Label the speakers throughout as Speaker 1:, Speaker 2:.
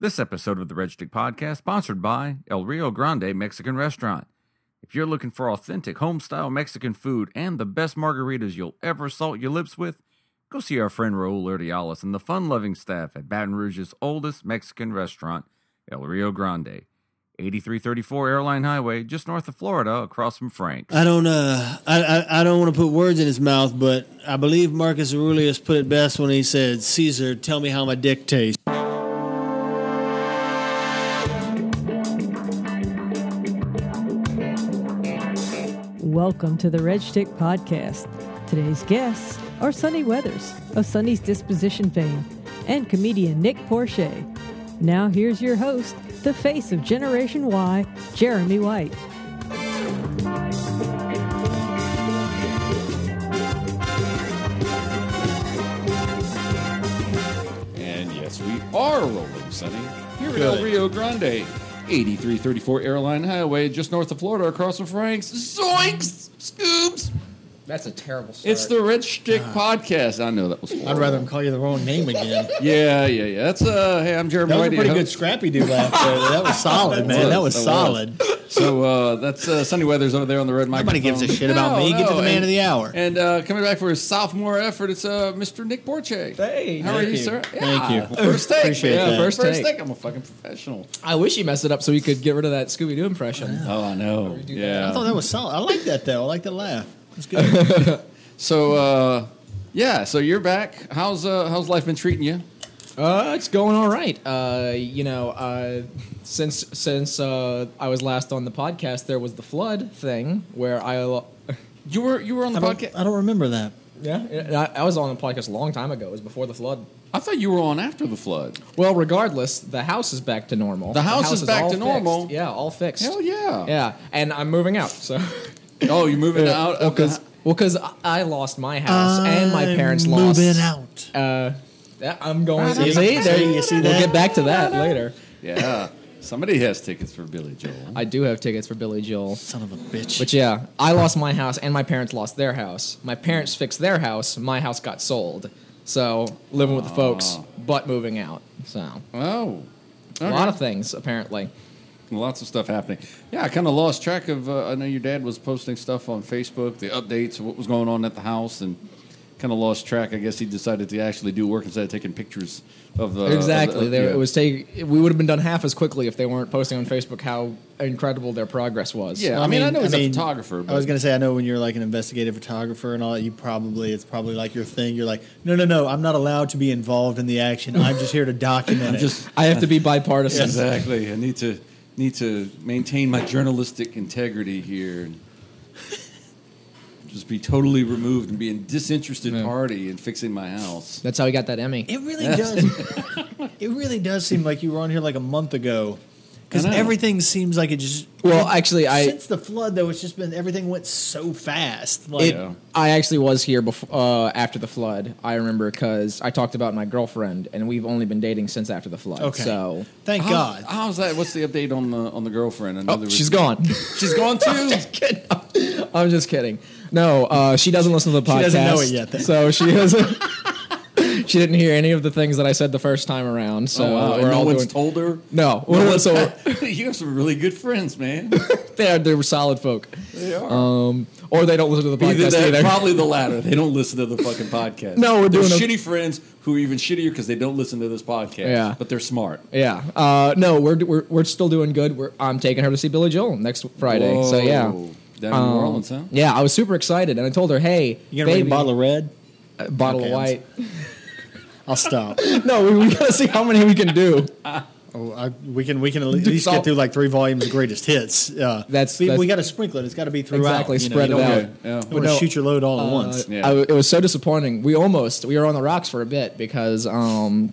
Speaker 1: This episode of the Red Stick Podcast sponsored by El Rio Grande Mexican Restaurant. If you're looking for authentic home-style Mexican food and the best margaritas you'll ever salt your lips with, go see our friend Raul Urdiales and the fun-loving staff at Baton Rouge's oldest Mexican restaurant, El Rio Grande, 8334 Airline Highway, just north of Florida, across from Frank's.
Speaker 2: I don't uh I, I, I don't want to put words in his mouth, but I believe Marcus Aurelius put it best when he said, Caesar, tell me how my dick tastes.
Speaker 3: Welcome to the Red Stick Podcast. Today's guests are Sonny Weathers of Sonny's Disposition fame and comedian Nick Porche. Now here's your host, the face of Generation Y, Jeremy White.
Speaker 4: And yes, we are rolling, Sonny. Here in El Rio Grande, 8334 Airline Highway, just north of Florida, across from Frank's. Zoinks! Scoops!
Speaker 5: That's a terrible start.
Speaker 4: It's the Red Stick
Speaker 2: Ah.
Speaker 4: Podcast. I know that was Florida.
Speaker 2: I'd rather him call you the wrong name again.
Speaker 4: Yeah, yeah, yeah. That's, uh, hey, I'm Jeremy
Speaker 2: That was a
Speaker 4: White.
Speaker 2: pretty
Speaker 4: Ho-
Speaker 2: good scrappy do laugh. there. That was solid, man. That was
Speaker 4: That was.
Speaker 2: solid.
Speaker 4: So, uh, that's, uh, Sunny Weathers over there on the red microphone.
Speaker 2: Nobody gives a shit about me. Get to the man of the hour.
Speaker 4: And, uh, coming back for his sophomore effort, it's, uh, Mr. Nick Borche.
Speaker 5: Hey,
Speaker 4: How are
Speaker 5: thank
Speaker 4: you,
Speaker 5: you.
Speaker 4: sir?
Speaker 2: Thank
Speaker 4: Yeah.
Speaker 2: you.
Speaker 4: First take.
Speaker 2: Appreciate
Speaker 4: yeah,
Speaker 2: that.
Speaker 4: First,
Speaker 5: First
Speaker 4: take.
Speaker 5: take.
Speaker 4: I'm a fucking professional.
Speaker 5: I wish he messed it up so he could get rid of that Scooby Doo impression.
Speaker 4: Oh, I know.
Speaker 5: do that.
Speaker 4: Yeah.
Speaker 2: I thought that was solid. I like that though. I like the laugh. It's good.
Speaker 4: So uh, yeah, so you're back. How's uh, how's life been treating you?
Speaker 5: Uh, it's going all right. Uh, you know, uh, since since uh, I was last on the podcast, there was the flood thing where I. lo-
Speaker 4: You were you were on the
Speaker 2: I
Speaker 4: podcast.
Speaker 2: don't, I don't remember that.
Speaker 5: Yeah, and I, I was on the podcast a long time ago. It was before the flood.
Speaker 4: I thought you were on after the flood.
Speaker 5: Well, regardless, the house is back to normal.
Speaker 4: The house is back
Speaker 5: all
Speaker 4: to
Speaker 5: fixed.
Speaker 4: normal?
Speaker 5: Yeah, all fixed.
Speaker 4: Hell yeah.
Speaker 5: Yeah, and I'm moving out. So,
Speaker 4: Oh, you're moving out of the
Speaker 5: because well, because I lost my house and my parents lost.
Speaker 2: moving out.
Speaker 5: Uh, yeah, I'm going.
Speaker 2: See, there you see
Speaker 5: We'll
Speaker 2: that?
Speaker 5: get back to that later.
Speaker 4: Yeah. Somebody has tickets for Billy Joel.
Speaker 5: I do have tickets for Billy Joel.
Speaker 2: Son of a bitch.
Speaker 5: But yeah, I lost my house and my parents lost their house. My parents fixed their house. My house got sold. So living with the folks, but moving out. So
Speaker 4: Oh.
Speaker 5: a lot of things apparently.
Speaker 4: Lots of stuff happening. Yeah, I kind of lost track of. Uh, I know your dad was posting stuff on Facebook, the updates, what was going on at the house, and kind of lost track. I guess he decided to actually do work instead of taking pictures of the. of the-
Speaker 5: exactly. there,
Speaker 4: Uh, yeah.
Speaker 5: It was take. We would have been done half as quickly if they weren't posting on Facebook how incredible their progress was.
Speaker 4: Yeah, I mean, I know he's a photographer,
Speaker 2: I was
Speaker 4: but-
Speaker 2: gonna say, I know when you're like an investigative photographer and all that, you probably it's probably like your thing. You're like, no, no, no, I'm not allowed to be involved in the action. I'm just here to document it.
Speaker 4: Just
Speaker 5: I have to be bipartisan.
Speaker 4: Exactly. I need to need to maintain my journalistic integrity here and just be totally removed and be a disinterested party in fixing my house.
Speaker 5: That's how he got that Emmy.
Speaker 2: It really does. it really does seem like you were on here like a month ago, because
Speaker 4: I know.
Speaker 2: everything seems like it just.
Speaker 5: Well, actually, I
Speaker 2: since the flood though, it's just been everything went so fast.
Speaker 4: Oh,
Speaker 2: Like,
Speaker 5: It, I actually was here before uh, after the flood. I remember because I talked about my girlfriend, and we've only been dating since after the flood.
Speaker 2: okay,
Speaker 5: So,
Speaker 2: thank
Speaker 4: How's-
Speaker 2: God.
Speaker 4: How's that? What's the update on the on the girlfriend? I know
Speaker 5: oh,
Speaker 4: there was- Oh,
Speaker 5: she's gone.
Speaker 4: She's gone too.
Speaker 5: I'm just kidding. No, uh, she doesn't listen to the podcast.
Speaker 2: She doesn't know it yet, then.
Speaker 5: So she doesn't. she didn't hear any of the things that I said the first time around. So uh,
Speaker 4: Oh, wow.
Speaker 5: we're
Speaker 4: And no
Speaker 5: all
Speaker 4: one's
Speaker 5: doing.
Speaker 4: told her.
Speaker 5: no, so
Speaker 4: you have some really good friends, man.
Speaker 5: they are, they're solid folk,
Speaker 4: They are.
Speaker 5: um, or they don't listen to the
Speaker 4: Either
Speaker 5: podcast
Speaker 4: that,
Speaker 5: either.
Speaker 4: probably the latter. They don't listen to the fucking podcast.
Speaker 5: No, we're
Speaker 4: they're
Speaker 5: doing a-
Speaker 4: shitty friends who are even shittier because they don't listen to this podcast.
Speaker 5: Yeah.
Speaker 4: but they're smart.
Speaker 5: Yeah. Uh, no, we're, we're we're still doing good. We're, I'm taking her to see Billy Joel next Friday. So yeah.
Speaker 4: Whoa. down in New
Speaker 5: Um,
Speaker 4: Orleans, huh?
Speaker 5: Yeah, I was super excited, and I told her, "Hey,
Speaker 2: You gonna bring
Speaker 5: baby,
Speaker 2: a bottle of red?
Speaker 5: uh, bottle of
Speaker 2: Okay, I'm
Speaker 5: white."
Speaker 2: I'll stop.
Speaker 5: no, we, we gotta see how many we can do.
Speaker 2: Oh, I, we can we can at least
Speaker 5: Sol-
Speaker 2: get through like three volumes of greatest hits. Uh,
Speaker 5: That's-
Speaker 2: we,
Speaker 5: that's-
Speaker 2: we got to sprinkle it. It's got to be throughout.
Speaker 5: Exactly,
Speaker 2: you know,
Speaker 5: spread
Speaker 2: you
Speaker 5: it
Speaker 2: don't
Speaker 5: out.
Speaker 4: Okay, yeah.
Speaker 2: want to
Speaker 5: No, uh,
Speaker 2: shoot your load all at once.
Speaker 4: Yeah.
Speaker 5: I w it was so disappointing. We almost we were on the rocks for a bit because um,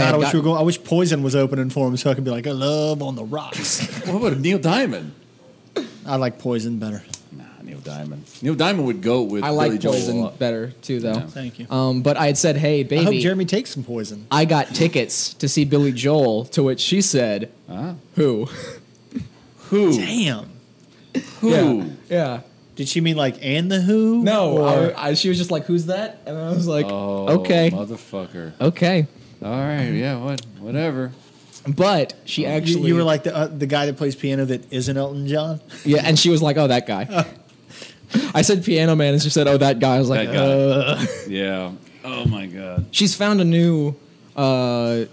Speaker 2: God, I
Speaker 5: had
Speaker 2: wish
Speaker 5: got-
Speaker 2: we were going, I wish Poison was opening for him so I could be like, I love on the rocks.
Speaker 4: What about Neil Diamond?
Speaker 2: I like Poison better.
Speaker 4: Nah, Neil Diamond. Neil Diamond would go with.
Speaker 5: I like
Speaker 4: Billy Joel a
Speaker 5: poison
Speaker 4: lot.
Speaker 5: better too though.
Speaker 2: Thank you.
Speaker 5: Um, but I had said, "Hey,
Speaker 2: I hope
Speaker 5: baby,
Speaker 2: Jeremy takes some Poison.
Speaker 5: I got tickets to see Billy Joel." To which she said,
Speaker 4: Huh?
Speaker 5: "Who?
Speaker 4: Who?
Speaker 2: Damn.
Speaker 4: Who?
Speaker 5: yeah."
Speaker 2: Did she mean like and the Who?
Speaker 5: No,
Speaker 2: Or-
Speaker 5: I, I, she was just like, "Who's that?" And I was like,
Speaker 4: Oh,
Speaker 5: "Okay,
Speaker 4: motherfucker.
Speaker 5: okay."
Speaker 4: All right, yeah, what, whatever.
Speaker 5: But she
Speaker 2: You,
Speaker 5: actually
Speaker 2: you were like the uh, the guy that plays piano that isn't Elton John.
Speaker 5: yeah, and she was like, "Oh, that guy." I said piano man, and she said, "Oh, that guy." I was like,
Speaker 4: That guy.
Speaker 5: "Uh."
Speaker 4: Yeah. Oh my god.
Speaker 5: She's found a new uh,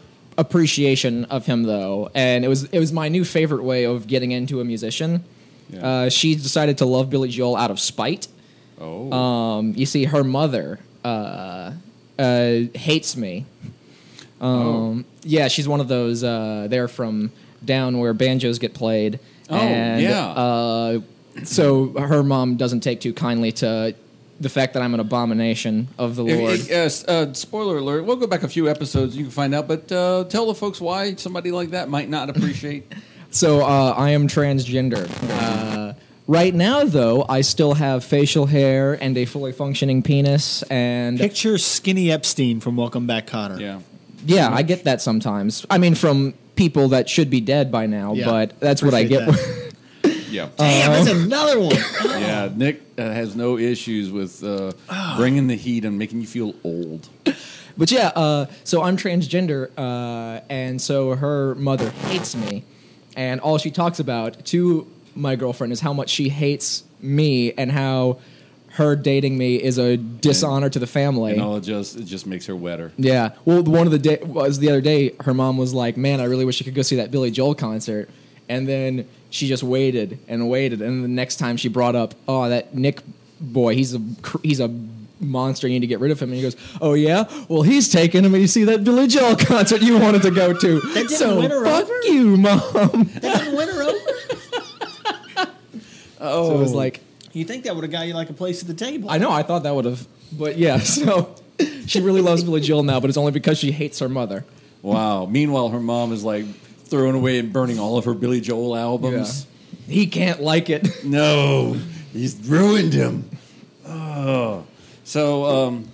Speaker 5: appreciation of him, though, and it was it was my new favorite way of getting into a musician.
Speaker 4: Yeah.
Speaker 5: Uh, she decided to love Billy Joel out of spite.
Speaker 4: Oh.
Speaker 5: Um, you see, her mother uh, uh, hates me. Um,
Speaker 4: Oh.
Speaker 5: Yeah, she's one of those. Uh, they're from down where banjos get played.
Speaker 4: Oh,
Speaker 5: and,
Speaker 4: yeah.
Speaker 5: Uh, so her mom doesn't take too kindly to the fact that I'm an abomination of the
Speaker 4: If-
Speaker 5: Lord.
Speaker 4: if- yes, uh, spoiler alert. We'll go back a few episodes. You can find out, but uh, tell the folks why somebody like that might not appreciate.
Speaker 5: So uh, I am transgender. Uh, right now, though, I still have facial hair and a fully functioning penis, and
Speaker 2: Picture skinny Epstein from Welcome Back, Connor.
Speaker 4: yeah.
Speaker 5: Yeah,
Speaker 2: Mm-hmm.
Speaker 5: I get that sometimes. I mean, from people that should be dead by now,
Speaker 2: Yeah,
Speaker 5: but that's what I
Speaker 2: appreciate
Speaker 5: get.
Speaker 4: Yeah.
Speaker 2: Damn, that's another one.
Speaker 4: Uh, yeah. Nick uh, has no issues with uh, bringing the heat and making you feel old.
Speaker 5: but yeah, uh, so I'm transgender, uh, and so her mother hates me, and all she talks about to my girlfriend is how much she hates me and how her dating me is a dishonor to the family.
Speaker 4: And all it just it just makes her wetter.
Speaker 5: Yeah. Well, the- one of the day was the other day. Her mom was like, "Man, I really wish I could go see that Billy Joel concert." And then she just waited and waited, and the next time she brought up, "Oh, that Nick boy, he's a cr- he's a monster. You need to get rid of him." And he goes, "Oh yeah, well he's taken him. And you see that Billy Joel concert you wanted to go to.
Speaker 2: didn't
Speaker 5: so
Speaker 2: win her
Speaker 5: fuck
Speaker 2: over?
Speaker 5: you, mom."
Speaker 2: That didn't win her over.
Speaker 5: Oh, so it was like,
Speaker 2: You think that would have got you like a place at the table?
Speaker 5: I know, I thought that would have, but yeah. So she really loves Billy Joel now, but it's only because she hates her mother.
Speaker 4: Wow. Meanwhile, her mom is like throwing away and burning all of her Billy Joel albums.
Speaker 5: He can't like it.
Speaker 4: No, he's ruined him. Oh. So, um,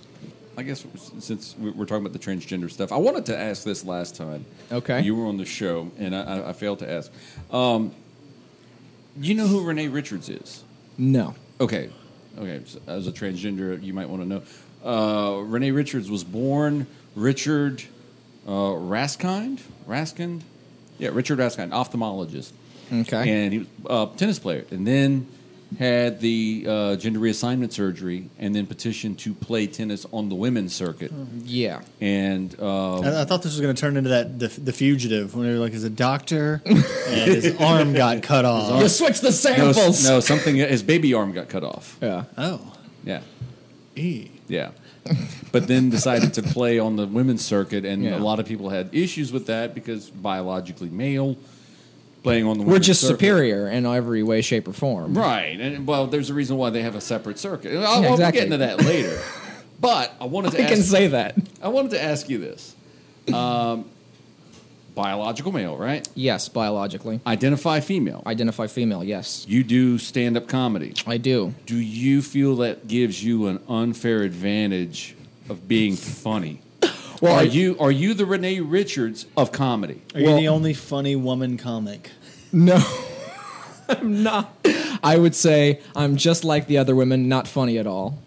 Speaker 4: I guess since we- we're talking about the transgender stuff, I wanted to ask this last time.
Speaker 5: Okay.
Speaker 4: You were on the show, and I, I- I failed to ask. Um, you know who Renee Richards is?
Speaker 5: No.
Speaker 4: Okay. Okay. so as a transgender, you might want to know. Uh, Renee Richards was born Richard uh, Raskind? Raskind? Yeah, Richard Raskind, ophthalmologist.
Speaker 5: Okay.
Speaker 4: And he was a tennis player. And then had the uh, gender reassignment surgery and then petitioned to play tennis on the women's circuit.
Speaker 5: Yeah.
Speaker 4: And uh,
Speaker 2: I, I thought this was going to turn into that the, the fugitive when they were like, "Is a doctor?" and his arm got cut off.
Speaker 5: You switch the
Speaker 4: no,
Speaker 5: samples.
Speaker 4: no, something, his baby arm got cut off.
Speaker 5: Yeah.
Speaker 2: Oh,
Speaker 4: Yeah.
Speaker 2: e.
Speaker 4: Yeah. but then decided to play on the women's circuit, and
Speaker 5: Yeah.
Speaker 4: a lot of people had issues with that because biologically male, playing on the
Speaker 5: We're
Speaker 4: women's
Speaker 5: just
Speaker 4: circuit.
Speaker 5: superior in every way, shape, or form.
Speaker 4: Right. And well, there's a reason why they have a separate circuit. I'll,
Speaker 5: Yeah,
Speaker 4: I'll
Speaker 5: exactly.
Speaker 4: be getting to that later. but I wanted to
Speaker 5: I
Speaker 4: ask
Speaker 5: can say that.
Speaker 4: I wanted to ask you this. Um, biological male, right?
Speaker 5: Yes, biologically.
Speaker 4: Identify female.
Speaker 5: Identify female, yes.
Speaker 4: you do stand up comedy.
Speaker 5: I do.
Speaker 4: Do you feel that gives you an unfair advantage of being funny?
Speaker 5: Well,
Speaker 4: are
Speaker 5: I-
Speaker 4: you are you the Renee Richards of comedy?
Speaker 2: Are you
Speaker 5: Well-
Speaker 2: the only funny woman comic?
Speaker 5: No. I'm not. I would say I'm just like the other women, not funny at all.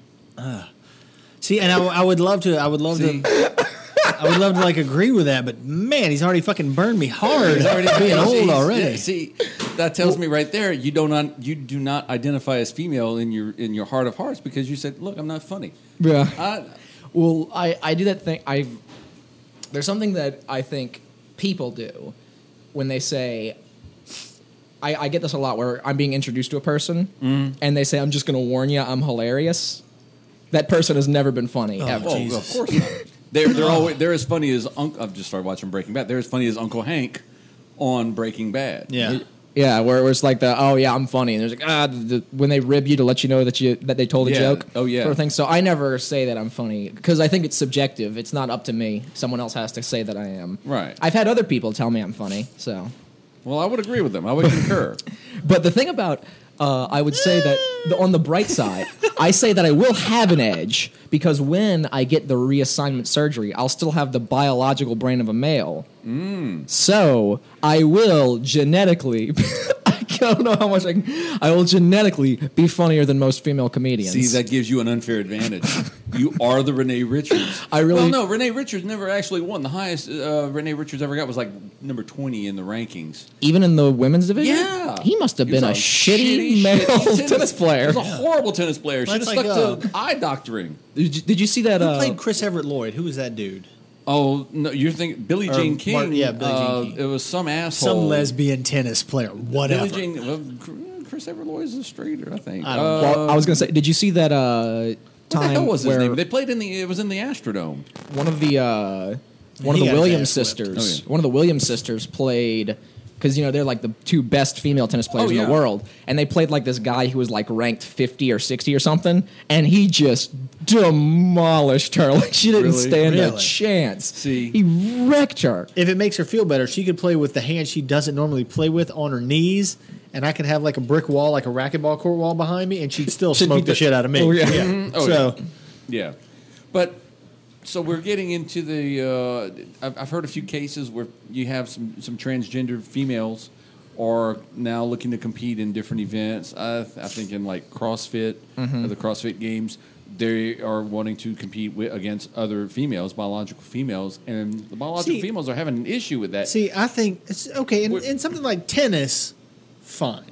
Speaker 2: See, and I, w- I would love to. I would love
Speaker 4: See,
Speaker 2: to. I would love to like agree with that, but man, he's already fucking burned me hard. He's already being
Speaker 4: he's-
Speaker 2: old
Speaker 4: he's-
Speaker 2: already.
Speaker 4: yeah, see, that tells me right there you don't un- you do not identify as female in your in your heart of hearts because you said, "Look, I'm not funny." Uh,
Speaker 5: Yeah.
Speaker 4: I,
Speaker 5: Well, I, I do that thing. I there's something that I think people do when they say. I, I get this a lot where I'm being introduced to a person
Speaker 4: Mm-hmm.
Speaker 5: and they say, "I'm just going to warn you, I'm hilarious." That person has never been funny ever.
Speaker 4: oh,
Speaker 2: Jesus.
Speaker 4: of course not. They're they're always they're as funny as Uncle. I've just started watching Breaking Bad. They're as funny as Uncle Hank on Breaking Bad.
Speaker 2: yeah.
Speaker 5: Yeah, where it was like the oh yeah I'm funny and there's like ah the, when they rib you to let you know that you that they told a
Speaker 4: Yeah.
Speaker 5: joke
Speaker 4: Oh, yeah.
Speaker 5: sort of thing. So I never say that I'm funny because I think it's subjective. It's not up to me. Someone else has to say that I am.
Speaker 4: Right.
Speaker 5: I've had other people tell me I'm funny. So
Speaker 4: Well, I would agree with them. I would concur.
Speaker 5: But the thing about uh, I would say that the, on the bright side, I say that I will have an edge because when I get the reassignment surgery, I'll still have the biological brain of a male. So I will genetically like, I don't know how much I can. I will genetically be funnier than most female comedians.
Speaker 4: See, that gives you an unfair advantage. you are the Renee Richards.
Speaker 5: I really-
Speaker 4: Well, no, Renee Richards never actually won. The highest uh, Renee Richards ever got was like number twenty in the rankings.
Speaker 5: even in the women's division.
Speaker 4: Yeah,
Speaker 5: he must have
Speaker 4: was
Speaker 5: been a, shitty, male tennis, player.
Speaker 4: He was a horrible tennis player. Should have
Speaker 2: That's
Speaker 4: stuck
Speaker 2: like,
Speaker 4: to eye doctoring.
Speaker 5: Did you, did you see that?
Speaker 2: Who
Speaker 5: uh,
Speaker 2: played Chris Everett Lloyd? Who was that dude?
Speaker 4: Oh no, you're thinking Billie
Speaker 2: Or
Speaker 4: Jean
Speaker 2: Mar-
Speaker 4: King?
Speaker 2: yeah, Billie Jean
Speaker 4: uh,
Speaker 2: King.
Speaker 4: It was some asshole.
Speaker 2: Some lesbian tennis player, whatever.
Speaker 4: Billie Jean. Well, Cr- Chris Everloy is a straighter, I think.
Speaker 2: I don't know.
Speaker 5: well, uh, I was gonna say, did you see that uh,
Speaker 4: What the
Speaker 5: time
Speaker 4: hell was his
Speaker 5: where
Speaker 4: name? They played in the. It was in the Astrodome.
Speaker 5: one of the uh, one
Speaker 2: He got
Speaker 5: of the
Speaker 2: his ass
Speaker 5: Williams
Speaker 2: whipped.
Speaker 5: sisters,
Speaker 4: Oh, yeah.
Speaker 5: one of the Williams sisters played because you know they're like the two best female tennis players
Speaker 4: Oh,
Speaker 5: in
Speaker 4: yeah.
Speaker 5: the world, and they played like this guy who was like ranked fifty or sixty or something, and he just demolished her. Like she didn't
Speaker 4: Really?
Speaker 5: stand a
Speaker 2: Really?
Speaker 5: chance.
Speaker 4: See.
Speaker 5: he wrecked her.
Speaker 2: If it makes her feel better, she could play with the hand she doesn't normally play with on her knees, and I could have like a brick wall, like a racquetball court wall behind me, and she'd still
Speaker 5: She'd
Speaker 2: smoke
Speaker 5: beat
Speaker 2: the,
Speaker 5: the-
Speaker 2: shit out of me.
Speaker 5: Oh, yeah.
Speaker 4: Oh,
Speaker 2: so
Speaker 4: Yeah, but so we're getting into the. Uh, I've, I've heard a few cases where you have some some transgender females are now looking to compete in different events. I, I think in like CrossFit,
Speaker 2: Mm-hmm.
Speaker 4: or the CrossFit Games, they are wanting to compete with, against other females, biological females, and the biological
Speaker 2: See-
Speaker 4: females are having an issue with that.
Speaker 2: See, I think it's okay, and,
Speaker 4: We're-
Speaker 2: and something like tennis, fine,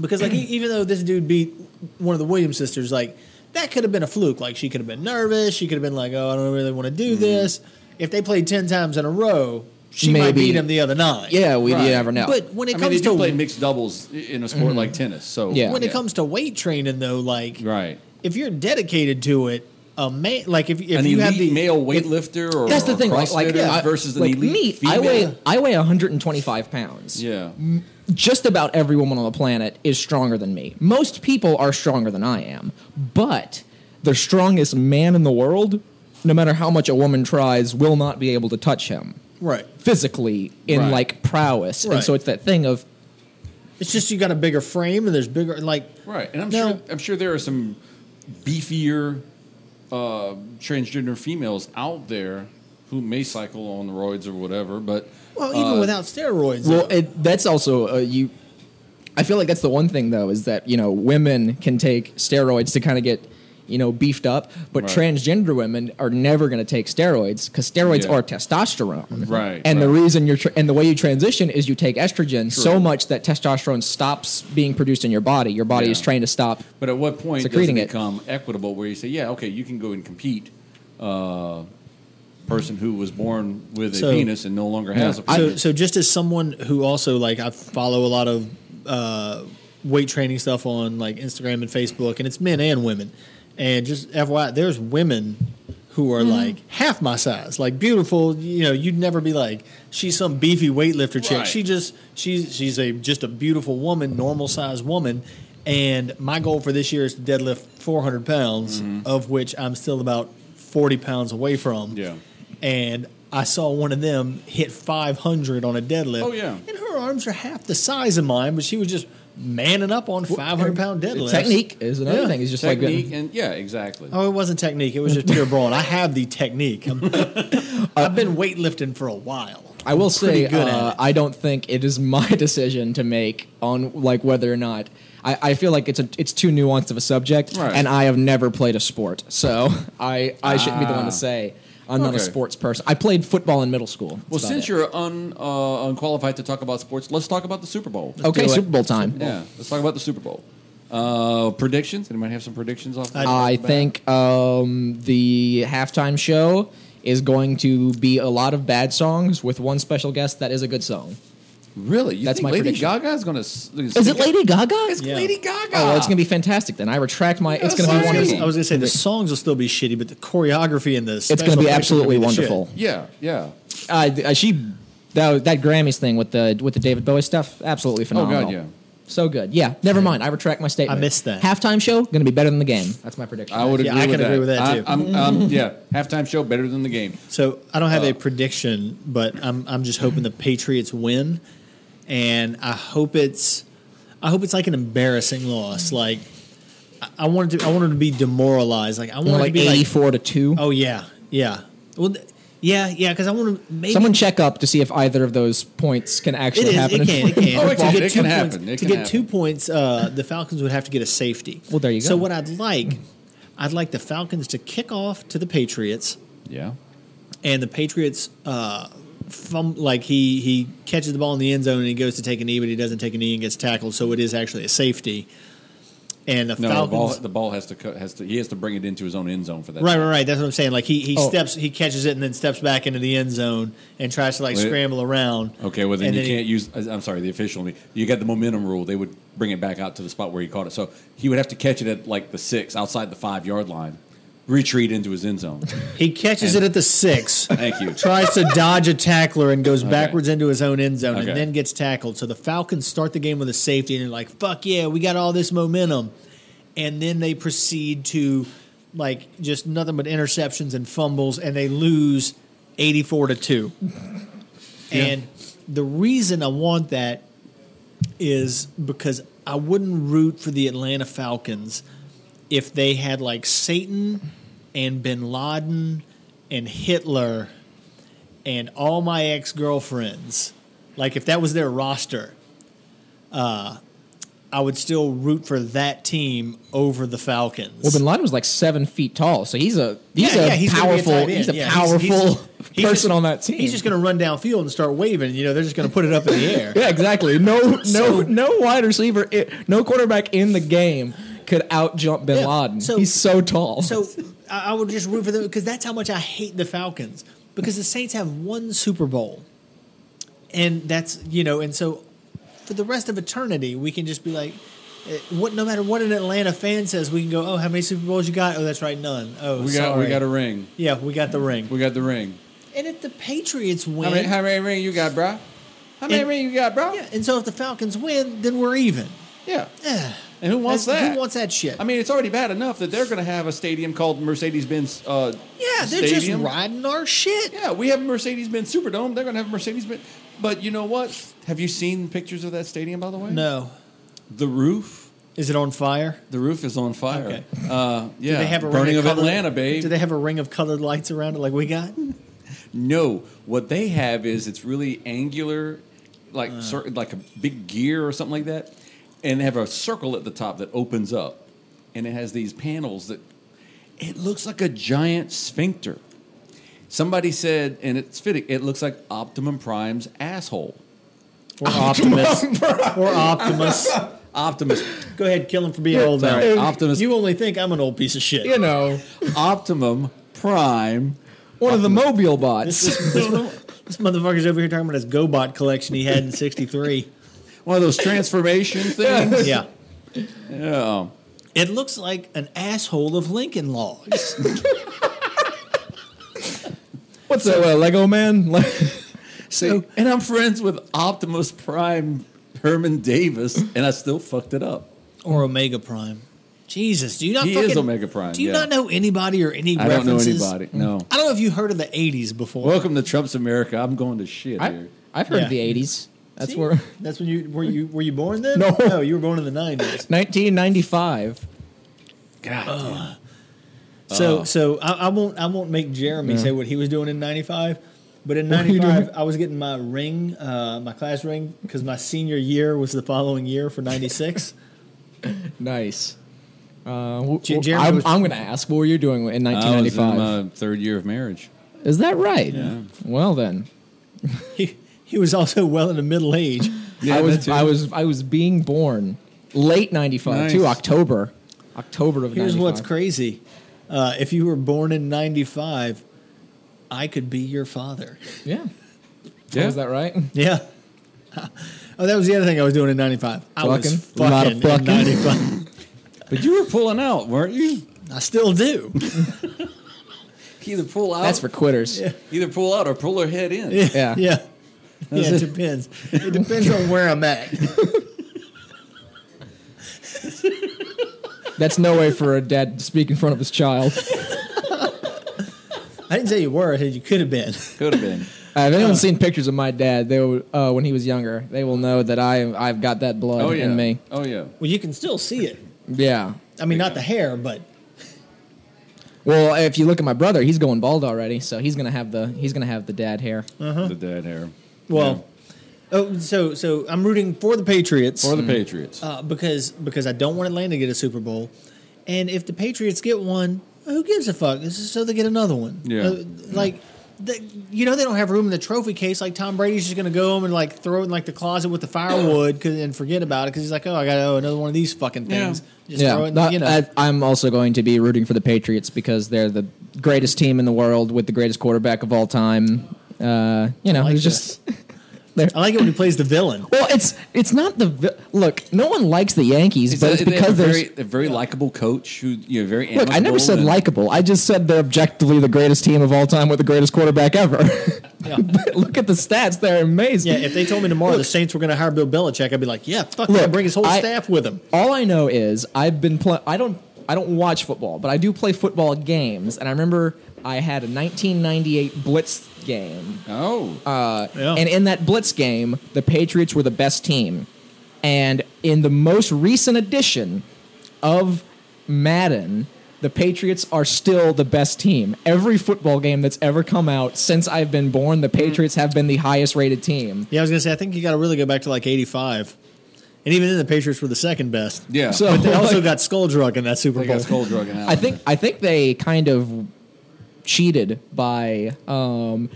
Speaker 2: because like e- even though this dude beat one of the Williams sisters, like that could have been a fluke. Like she could have been nervous. She could have been like, "Oh, I don't really want to do this." If they played ten times in a row, she might
Speaker 5: Maybe.
Speaker 2: beat him the other nine.
Speaker 5: Yeah, we
Speaker 4: Right.
Speaker 5: you never know.
Speaker 2: But when it
Speaker 4: I mean,
Speaker 2: comes
Speaker 4: they do
Speaker 2: to
Speaker 4: play mixed doubles i- in a sport
Speaker 2: Mm-hmm.
Speaker 4: like tennis. So
Speaker 5: Yeah.
Speaker 2: when it comes to weight training, though, like
Speaker 4: right,
Speaker 2: if you're dedicated to it, a man like if, if
Speaker 4: an
Speaker 2: you have
Speaker 4: elite
Speaker 2: the
Speaker 4: male
Speaker 2: if-
Speaker 4: weightlifter or
Speaker 5: That's the
Speaker 4: or
Speaker 5: thing, like, like
Speaker 4: CrossFitter
Speaker 5: yeah,
Speaker 4: versus
Speaker 5: like
Speaker 4: an elite
Speaker 5: me,
Speaker 4: female.
Speaker 5: I weigh I weigh 125 pounds.
Speaker 4: Yeah.
Speaker 5: just about every woman on the planet is stronger than me. Most people are stronger than I am, but the strongest man in the world, no matter how much a woman tries, will not be able to touch him
Speaker 2: right.
Speaker 5: physically in
Speaker 4: Right.
Speaker 5: like prowess. And
Speaker 2: Right.
Speaker 5: so it's that thing of
Speaker 2: It's just you got a bigger frame and there's bigger like
Speaker 4: Right. And I'm
Speaker 2: No.
Speaker 4: sure I'm sure there are some beefier uh, transgender females out there who may cycle on the roids or whatever, but
Speaker 2: well even
Speaker 4: uh,
Speaker 2: without steroids.
Speaker 5: well,
Speaker 2: though.
Speaker 5: it, that's also uh, you. I feel like that's the one thing though is that you know women can take steroids to kind of get you know beefed up, but
Speaker 4: Right.
Speaker 5: transgender women are never going to take steroids because steroids
Speaker 4: Yeah.
Speaker 5: are testosterone.
Speaker 4: Right,
Speaker 5: And the
Speaker 4: right.
Speaker 5: reason you're tra- and the way you transition is you take estrogen so much that testosterone stops being produced in your body. Your body
Speaker 4: Yeah.
Speaker 5: is trained to stop.
Speaker 4: but at what point does it
Speaker 5: Secreting it.
Speaker 4: become equitable where you say, Yeah, okay, you can go and compete uh person who was born with a
Speaker 2: So-
Speaker 4: penis and no longer has
Speaker 2: so,
Speaker 4: a penis.
Speaker 2: so just as someone who also like I follow a lot of uh, weight training stuff on like Instagram and Facebook, and it's men and women. And just FYI, there's women who are
Speaker 4: Mm-hmm.
Speaker 2: like half my size, like beautiful. You know, you'd never be like she's some beefy weightlifter chick.
Speaker 4: Right.
Speaker 2: She just she's she's a just a beautiful woman, normal size woman. And my goal for this year is to deadlift 400 pounds,
Speaker 4: Mm-hmm.
Speaker 2: of which I'm still about 40 pounds away from
Speaker 4: Yeah.
Speaker 2: and I saw one of them hit 500 on a deadlift.
Speaker 4: Oh, yeah.
Speaker 2: and her arms are half the size of mine, but she was just manning up on 500 pound deadlifts.
Speaker 5: Technique is another
Speaker 2: Yeah.
Speaker 5: thing. It's just
Speaker 4: technique
Speaker 5: like
Speaker 4: and yeah, exactly.
Speaker 2: Oh, it wasn't technique. It was just pure brawn. I have the technique. I'm, I've been weightlifting for a while.
Speaker 5: I will say,
Speaker 2: good at
Speaker 5: uh,
Speaker 2: it.
Speaker 5: I don't think it is my decision to make on like whether or not. I, I feel like it's a, it's too nuanced of a subject,
Speaker 4: Right.
Speaker 5: and I have never played a sport, so I I shouldn't be the one
Speaker 4: Ah.
Speaker 5: to say I'm not a
Speaker 4: Okay.
Speaker 5: sports person. I played football in middle school. That's
Speaker 4: well,
Speaker 5: about
Speaker 4: since
Speaker 5: it.
Speaker 4: you're un, uh, unqualified to talk about sports, let's talk about the Super Bowl.
Speaker 5: okay,
Speaker 2: do it.
Speaker 5: Super Bowl time.
Speaker 4: Yeah, let's talk about the Super Bowl. Uh, predictions? Anybody have some predictions off? the
Speaker 2: I-
Speaker 4: top of
Speaker 5: I
Speaker 4: the bat?
Speaker 5: think um, the halftime show is going to be a lot of bad songs with one special guest that is a good song.
Speaker 4: really. You
Speaker 5: That's
Speaker 4: think
Speaker 5: my
Speaker 4: Lady
Speaker 5: prediction.
Speaker 4: Gaga is going to? Is
Speaker 5: Is it Lady Gaga?
Speaker 4: It's
Speaker 2: Yeah.
Speaker 4: Lady Gaga.
Speaker 5: Oh, well, it's gonna be fantastic then. I retract my. It's gonna be
Speaker 4: Yeah, sorry.
Speaker 2: I was,
Speaker 5: wonderful.
Speaker 2: I was gonna say the songs will still be shitty, but the choreography and the
Speaker 5: It's going to be absolutely wonderful.
Speaker 4: Yeah, yeah.
Speaker 5: Uh, th- uh, she that, that Grammys thing with the with the David Bowie stuff,
Speaker 2: Oh,
Speaker 5: absolutely
Speaker 4: God,
Speaker 5: phenomenal.
Speaker 4: yeah.
Speaker 5: So good. Yeah, never mind. I retract my statement.
Speaker 2: I missed that.
Speaker 5: Halftime show going to be better than the game. That's my prediction.
Speaker 4: I would agree.
Speaker 2: Yeah, I
Speaker 4: with
Speaker 2: can
Speaker 4: that.
Speaker 2: agree with that,
Speaker 4: I-
Speaker 2: too.
Speaker 4: I'm- um, yeah, halftime show better than the game.
Speaker 2: So I don't
Speaker 5: Uh,
Speaker 2: have a prediction, but I'm I'm just hoping the Patriots win, and I hope it's I hope it's like an embarrassing loss. Like I, I wanted to I wanted to be demoralized. Like Oh, I
Speaker 5: You know,
Speaker 2: wanted
Speaker 5: like
Speaker 2: to be like
Speaker 5: eighty-four to two.
Speaker 2: oh yeah yeah. Well, th- Yeah, yeah, because I want to maybe
Speaker 5: Someone check up to see if either of those points can
Speaker 2: it
Speaker 5: actually
Speaker 2: is.
Speaker 5: happen.
Speaker 2: It can. It can.
Speaker 4: Oh,
Speaker 2: To
Speaker 4: it can-
Speaker 2: get
Speaker 4: it
Speaker 2: two
Speaker 4: can
Speaker 2: points-
Speaker 4: happen. It
Speaker 2: to
Speaker 4: can
Speaker 2: get
Speaker 4: happen.
Speaker 2: two points, uh, the Falcons would have to get a safety.
Speaker 5: Well, there you
Speaker 2: So
Speaker 5: go.
Speaker 2: what I'd like, I'd like the Falcons to kick off to the Patriots,
Speaker 4: Yeah.
Speaker 2: and the Patriots, uh, fum- like he he catches the ball in the end zone and he goes to take a knee, but he doesn't take a knee and gets tackled, so it is actually a safety. And the
Speaker 4: No, the ball,
Speaker 2: Falcons,
Speaker 4: the ball has to cut. Has to. He has to bring it into his own end zone for that.
Speaker 2: Right, right, right. That's what I'm saying. Like he, he
Speaker 5: Oh.
Speaker 2: steps, he catches it, and then steps back into the end zone and tries to like
Speaker 4: Wait.
Speaker 2: scramble around.
Speaker 4: Okay, well then
Speaker 2: And
Speaker 4: you
Speaker 2: then he-
Speaker 4: can't use. uh, I'm sorry, the official. You got the momentum rule. They would bring it back out to the spot where he caught it. So he would have to catch it at like the six, outside the five yard line, retreat into his end zone.
Speaker 2: He catches
Speaker 4: And-
Speaker 2: it at the six.
Speaker 4: Thank you.
Speaker 2: Tries to dodge a tackler and goes backwards into his own end zone
Speaker 4: Okay.
Speaker 2: and then gets tackled. So the Falcons start the game with a safety and they're like, fuck yeah, we got all this momentum. And then they proceed to like just nothing but interceptions and fumbles and they lose 84 to 2. And the reason I want that is because I wouldn't root for the Atlanta Falcons if they had like Satan and Bin Laden and Hitler and all my ex girlfriends, like if that was their roster, uh, I would still root for that team over the Falcons.
Speaker 5: Well, Bin Laden was like seven feet tall, so he's a he's
Speaker 2: Yeah,
Speaker 5: a
Speaker 2: yeah, he's gonna be a tight
Speaker 5: powerful
Speaker 2: end.
Speaker 5: he's a
Speaker 2: Yeah,
Speaker 5: powerful person
Speaker 2: he's just-
Speaker 5: on that team.
Speaker 2: He's just going to run downfield and start waving. You know, they're just going to put it up in the air.
Speaker 5: yeah, exactly. No, no,
Speaker 2: So-
Speaker 5: no wide receiver, i- no quarterback in the game could out jump Bin
Speaker 2: Yeah,
Speaker 5: Laden.
Speaker 2: so-
Speaker 5: he's so tall.
Speaker 2: So I, I would just root for them because that's how much I hate the Falcons because the Saints have one Super Bowl, and that's you know, and so for the rest of eternity we can just be like, eh, what? No matter what an Atlanta fan says, we can go, oh, how many Super Bowls you got? Oh, that's right, none. Oh,
Speaker 4: We got. We got a ring.
Speaker 2: yeah, we got the ring.
Speaker 4: We got the ring.
Speaker 2: And if the Patriots
Speaker 4: How
Speaker 2: win,
Speaker 4: many? How many ring you got, bro? How many
Speaker 2: And-
Speaker 4: ring you got, bro?
Speaker 2: yeah, and so if the Falcons win, then we're even.
Speaker 4: Yeah.
Speaker 2: Eh,
Speaker 4: And who wants
Speaker 2: that's-
Speaker 4: that?
Speaker 2: Who wants that shit?
Speaker 4: I mean, it's already bad enough that they're going to have a stadium called Mercedes-Benz. Uh,
Speaker 2: yeah, they're
Speaker 4: Stadium.
Speaker 2: just riding our shit.
Speaker 4: Yeah, we have Mercedes-Benz Superdome. They're going to have Mercedes-Benz. But you know what? Have you seen pictures of that stadium? By the way,
Speaker 2: No,
Speaker 4: The roof.
Speaker 2: is it on fire?
Speaker 4: The roof is on fire.
Speaker 2: Okay.
Speaker 4: Uh, yeah.
Speaker 2: they have a
Speaker 4: burning
Speaker 2: ring
Speaker 4: of
Speaker 2: of colored-
Speaker 4: Atlanta, babe.
Speaker 2: Do they have a ring of colored lights around it like we got?
Speaker 4: no, what they have is it's really angular, like cir- like a big gear or something like that, and they have a circle at the top that opens up, and it has these panels that it looks like a giant sphincter. Somebody said, and it's fitting. It looks like Optimum Prime's asshole.
Speaker 2: Or Optimus. or Optimus.
Speaker 4: Optimus.
Speaker 2: Go ahead, kill him for being old now.
Speaker 4: Sorry, Optimus.
Speaker 2: You only think I'm an old piece of shit.
Speaker 5: you know,
Speaker 4: Optimum Prime.
Speaker 5: one of the mobile bots.
Speaker 2: This motherfucker's over here talking about his GoBot collection he had in '63.
Speaker 4: One of those transformation things.
Speaker 2: yeah.
Speaker 4: Yeah.
Speaker 2: It looks like an asshole of Lincoln logs.
Speaker 5: What's that? Uh, Lego man. Like,
Speaker 4: So, and I'm friends with Optimus Prime Herman Davis, and I still fucked it up.
Speaker 2: or Omega Prime. Jesus, do you not
Speaker 4: He is
Speaker 2: fucking,
Speaker 4: Omega Prime,
Speaker 2: Do you
Speaker 4: yeah.
Speaker 2: not know anybody or any
Speaker 4: I don't know
Speaker 2: references?
Speaker 4: anybody. No.
Speaker 2: I don't know if you heard of the 80s before.
Speaker 4: Welcome to Trump's America. I'm going to shit
Speaker 5: I,
Speaker 4: here.
Speaker 5: I've heard
Speaker 2: Yeah.
Speaker 5: of the '80s. That's
Speaker 2: See?
Speaker 5: where
Speaker 2: That's when you were you were you born then?
Speaker 5: No.
Speaker 2: No, you were born in the 90s.
Speaker 5: 1995.
Speaker 4: God. damn.
Speaker 2: So
Speaker 5: Uh-huh.
Speaker 2: so I, I won't I won't make Jeremy say what he was doing in '95, but in
Speaker 5: were you
Speaker 2: '95
Speaker 5: doing?
Speaker 2: I was getting my ring, uh, my class ring, because my senior year was the following year for '96.
Speaker 5: Nice. Uh, w-
Speaker 2: J-
Speaker 5: w-
Speaker 2: Jeremy
Speaker 5: I'm,
Speaker 2: was-
Speaker 5: I'm going to ask, what were you doing in
Speaker 4: I was in uh,
Speaker 5: 1995?
Speaker 4: my third year of marriage.
Speaker 5: Is that right? Well then,
Speaker 2: he he was also well into middle age.
Speaker 4: Yeah,
Speaker 5: I was
Speaker 4: that
Speaker 5: I
Speaker 4: too.
Speaker 5: was I was being born late '95
Speaker 4: Nice.
Speaker 5: too, October, October of
Speaker 2: Here's
Speaker 5: 95.
Speaker 2: what's crazy: uh, if you were born in '95, I could be your father.
Speaker 5: Yeah.
Speaker 4: Yeah.
Speaker 5: Is that right?
Speaker 2: Yeah. Oh, that was the other thing I was doing in '95. I was
Speaker 5: Fucking. Lot
Speaker 2: fucking
Speaker 5: of
Speaker 2: in
Speaker 5: fucking.
Speaker 2: '95.
Speaker 4: But you were pulling out, weren't you?
Speaker 2: I still do.
Speaker 4: Either pull out.
Speaker 5: That's for quitters. Yeah.
Speaker 4: either pull out or pull her head in.
Speaker 5: Yeah.
Speaker 2: Yeah. Yeah, it depends. It depends on where I'm at.
Speaker 5: That's no way for a dad to speak in front of his child. Uh,
Speaker 2: I didn't say you were. I said you could have been.
Speaker 4: Could have been.
Speaker 5: Uh, if anyone's seen pictures of my dad, they will, uh, when he was younger, they will know that I I've got that blood
Speaker 4: Oh yeah.
Speaker 5: in me.
Speaker 4: Oh yeah.
Speaker 2: Well, you can still see it.
Speaker 5: Yeah.
Speaker 2: I mean, not the hair, but
Speaker 5: Well, if you look at my brother, he's going bald already, so he's gonna have the he's gonna have the dad hair.
Speaker 4: The dad hair.
Speaker 2: Well, oh, so so I'm rooting for the Patriots
Speaker 5: Mm.
Speaker 4: Yeah. Or the Patriots.
Speaker 2: uh, because because I don't want Atlanta to get a Super Bowl, and if the Patriots get one, who gives a fuck? This is so they get another one.
Speaker 4: Yeah.
Speaker 2: Uh, like. The, you know they don't have room in the trophy case. Like Tom Brady's just going to go home and like throw it in like the closet with the firewood 'cause- and forget about it because he's like, oh, I got oh another one of these fucking things. Just
Speaker 5: yeah,
Speaker 2: throw it. In,
Speaker 5: not-
Speaker 2: you know,
Speaker 5: I, I'm also going to be rooting for the Patriots because they're the greatest team in the world with the greatest quarterback of all time. Uh, you know,
Speaker 2: like
Speaker 5: it's just
Speaker 2: I like it when he plays the villain.
Speaker 5: well, it's it's not the vi- look. No one likes the Yankees, but it's
Speaker 4: They have
Speaker 5: because
Speaker 4: a
Speaker 5: they're
Speaker 4: very, a very likable coach who you know very.
Speaker 5: look. I never
Speaker 4: amicable
Speaker 5: said
Speaker 4: and-
Speaker 5: likable. I just said they're objectively the greatest team of all time with the greatest quarterback ever.
Speaker 2: Yeah.
Speaker 5: But look at the stats; they're amazing.
Speaker 2: Yeah, if they told me tomorrow the Saints were going to hire Bill Belichick, I'd be like, yeah, fuck, yeah,
Speaker 5: Look,
Speaker 2: bring his whole
Speaker 5: I-
Speaker 2: staff with him.
Speaker 5: all I know is I've been play. I don't. I don't watch football, but I do play football games, and I remember I had a 1998 Blitz game,
Speaker 4: Oh,
Speaker 2: Yeah.
Speaker 5: and in that Blitz game, the Patriots were the best team, and in the most recent edition of Madden. The Patriots are still the best team. Every football game that's ever come out since I've been born, the Patriots have been the highest rated team.
Speaker 2: Yeah, I was gonna say. I think you got to really go back to like '85, and even then, the Patriots were the second best.
Speaker 4: yeah.
Speaker 5: So-
Speaker 2: but they also got skull drug in that Super
Speaker 4: they got
Speaker 2: Bowl.
Speaker 4: skull drug and
Speaker 5: I think I think they kind of cheated by um,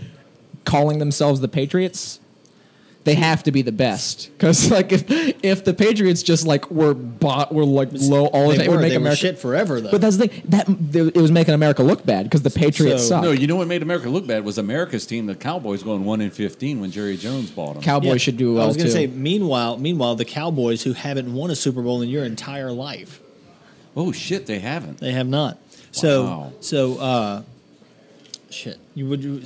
Speaker 5: calling themselves the Patriots. They have to be the best because like if if the Patriots just like were bought were like low all
Speaker 2: they
Speaker 5: the time, it
Speaker 2: were,
Speaker 5: would make
Speaker 2: they were
Speaker 5: America.
Speaker 2: shit forever though.
Speaker 5: But that's the thing that it was making America look bad because the Patriots
Speaker 2: So-
Speaker 5: suck.
Speaker 4: No, you know what made America look bad was America's team, the Cowboys, going one in fifteen when Jerry Jones bought them.
Speaker 5: Cowboys
Speaker 2: Yeah.
Speaker 5: should do well
Speaker 2: I was gonna
Speaker 5: too.
Speaker 2: say. Meanwhile, meanwhile, the Cowboys who haven't won a Super Bowl in your entire life,
Speaker 4: oh shit, they haven't.
Speaker 2: they have not.
Speaker 4: Wow.
Speaker 2: So, so uh, shit. You would you,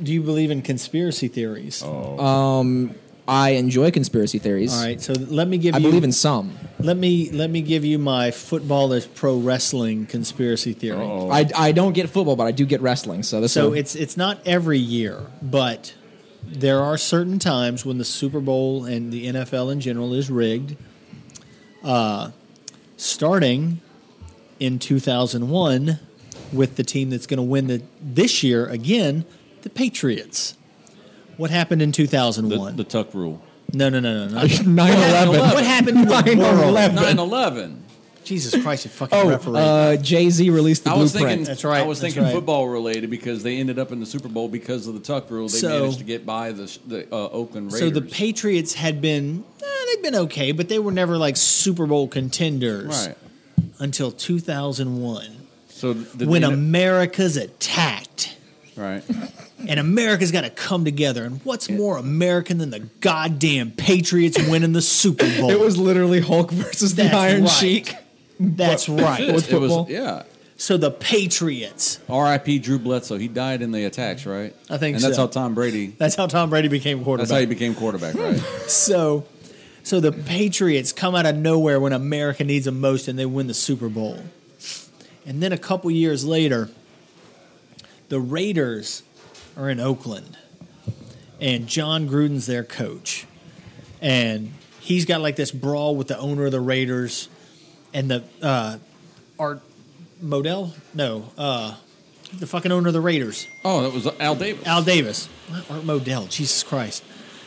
Speaker 2: do you believe in conspiracy theories?
Speaker 4: Oh.
Speaker 5: I enjoy conspiracy theories.
Speaker 2: All right. So let me give
Speaker 5: I
Speaker 2: you.
Speaker 5: believe in some.
Speaker 2: Let me let me give you my football is pro wrestling conspiracy theory.
Speaker 4: Uh-oh.
Speaker 5: I, I don't get football, but I do get wrestling. So this
Speaker 2: Oh. So
Speaker 5: will-
Speaker 2: it's it's not every year, but there are certain times when the Super Bowl and the NFL in general is rigged. Uh, starting in 2001 with the team that's going to win the this year again, the Patriots. What happened in
Speaker 4: The,
Speaker 2: 2001?
Speaker 4: the Tuck rule.
Speaker 2: no, no, no, no, no.
Speaker 5: 9/11.
Speaker 2: What happened in the world?
Speaker 5: 9/11.
Speaker 4: 9-11.
Speaker 2: Jesus Christ, you fucking
Speaker 5: Oh,
Speaker 2: referee.
Speaker 5: uh, Jay Z released the
Speaker 4: I was
Speaker 5: blueprint.
Speaker 4: thinking.
Speaker 2: That's right,
Speaker 4: I was
Speaker 2: that's
Speaker 4: thinking
Speaker 2: right.
Speaker 4: football related because they ended up in the Super Bowl because of the Tuck rule. They
Speaker 2: So-
Speaker 4: managed to get by the the uh, Oakland Raiders.
Speaker 2: So the Patriots had been, eh, they've been okay, but they were never like Super Bowl contenders
Speaker 4: right.
Speaker 2: until 2001
Speaker 4: So the,
Speaker 2: when
Speaker 4: the-
Speaker 2: America's attacked.
Speaker 4: right.
Speaker 2: And America's got to come together. And what's more American than the goddamn Patriots winning the Super Bowl?
Speaker 5: It was literally Hulk versus the
Speaker 2: That's
Speaker 5: Iron
Speaker 2: right.
Speaker 5: Sheik.
Speaker 2: That's
Speaker 4: It
Speaker 2: right.
Speaker 4: was- it was-
Speaker 5: football.
Speaker 4: yeah.
Speaker 2: So the Patriots.
Speaker 4: R.I.P. Drew Bledsoe. He died in the attacks, right?
Speaker 2: I think
Speaker 4: And that's
Speaker 2: so.
Speaker 4: how Tom Brady.
Speaker 2: That's how Tom Brady became quarterback.
Speaker 4: That's how he became quarterback, right?
Speaker 2: so, so the Patriots come out of nowhere when America needs them most, and they win the Super Bowl. And then a couple years later, the Raiders are in Oakland, and John Gruden's their coach, and he's got like this brawl with the owner of the Raiders, and the uh, Art Modell, no, uh, the fucking owner of the Raiders,
Speaker 4: oh, that was Al Davis.
Speaker 2: Al Davis, Not Art Modell, Jesus Christ.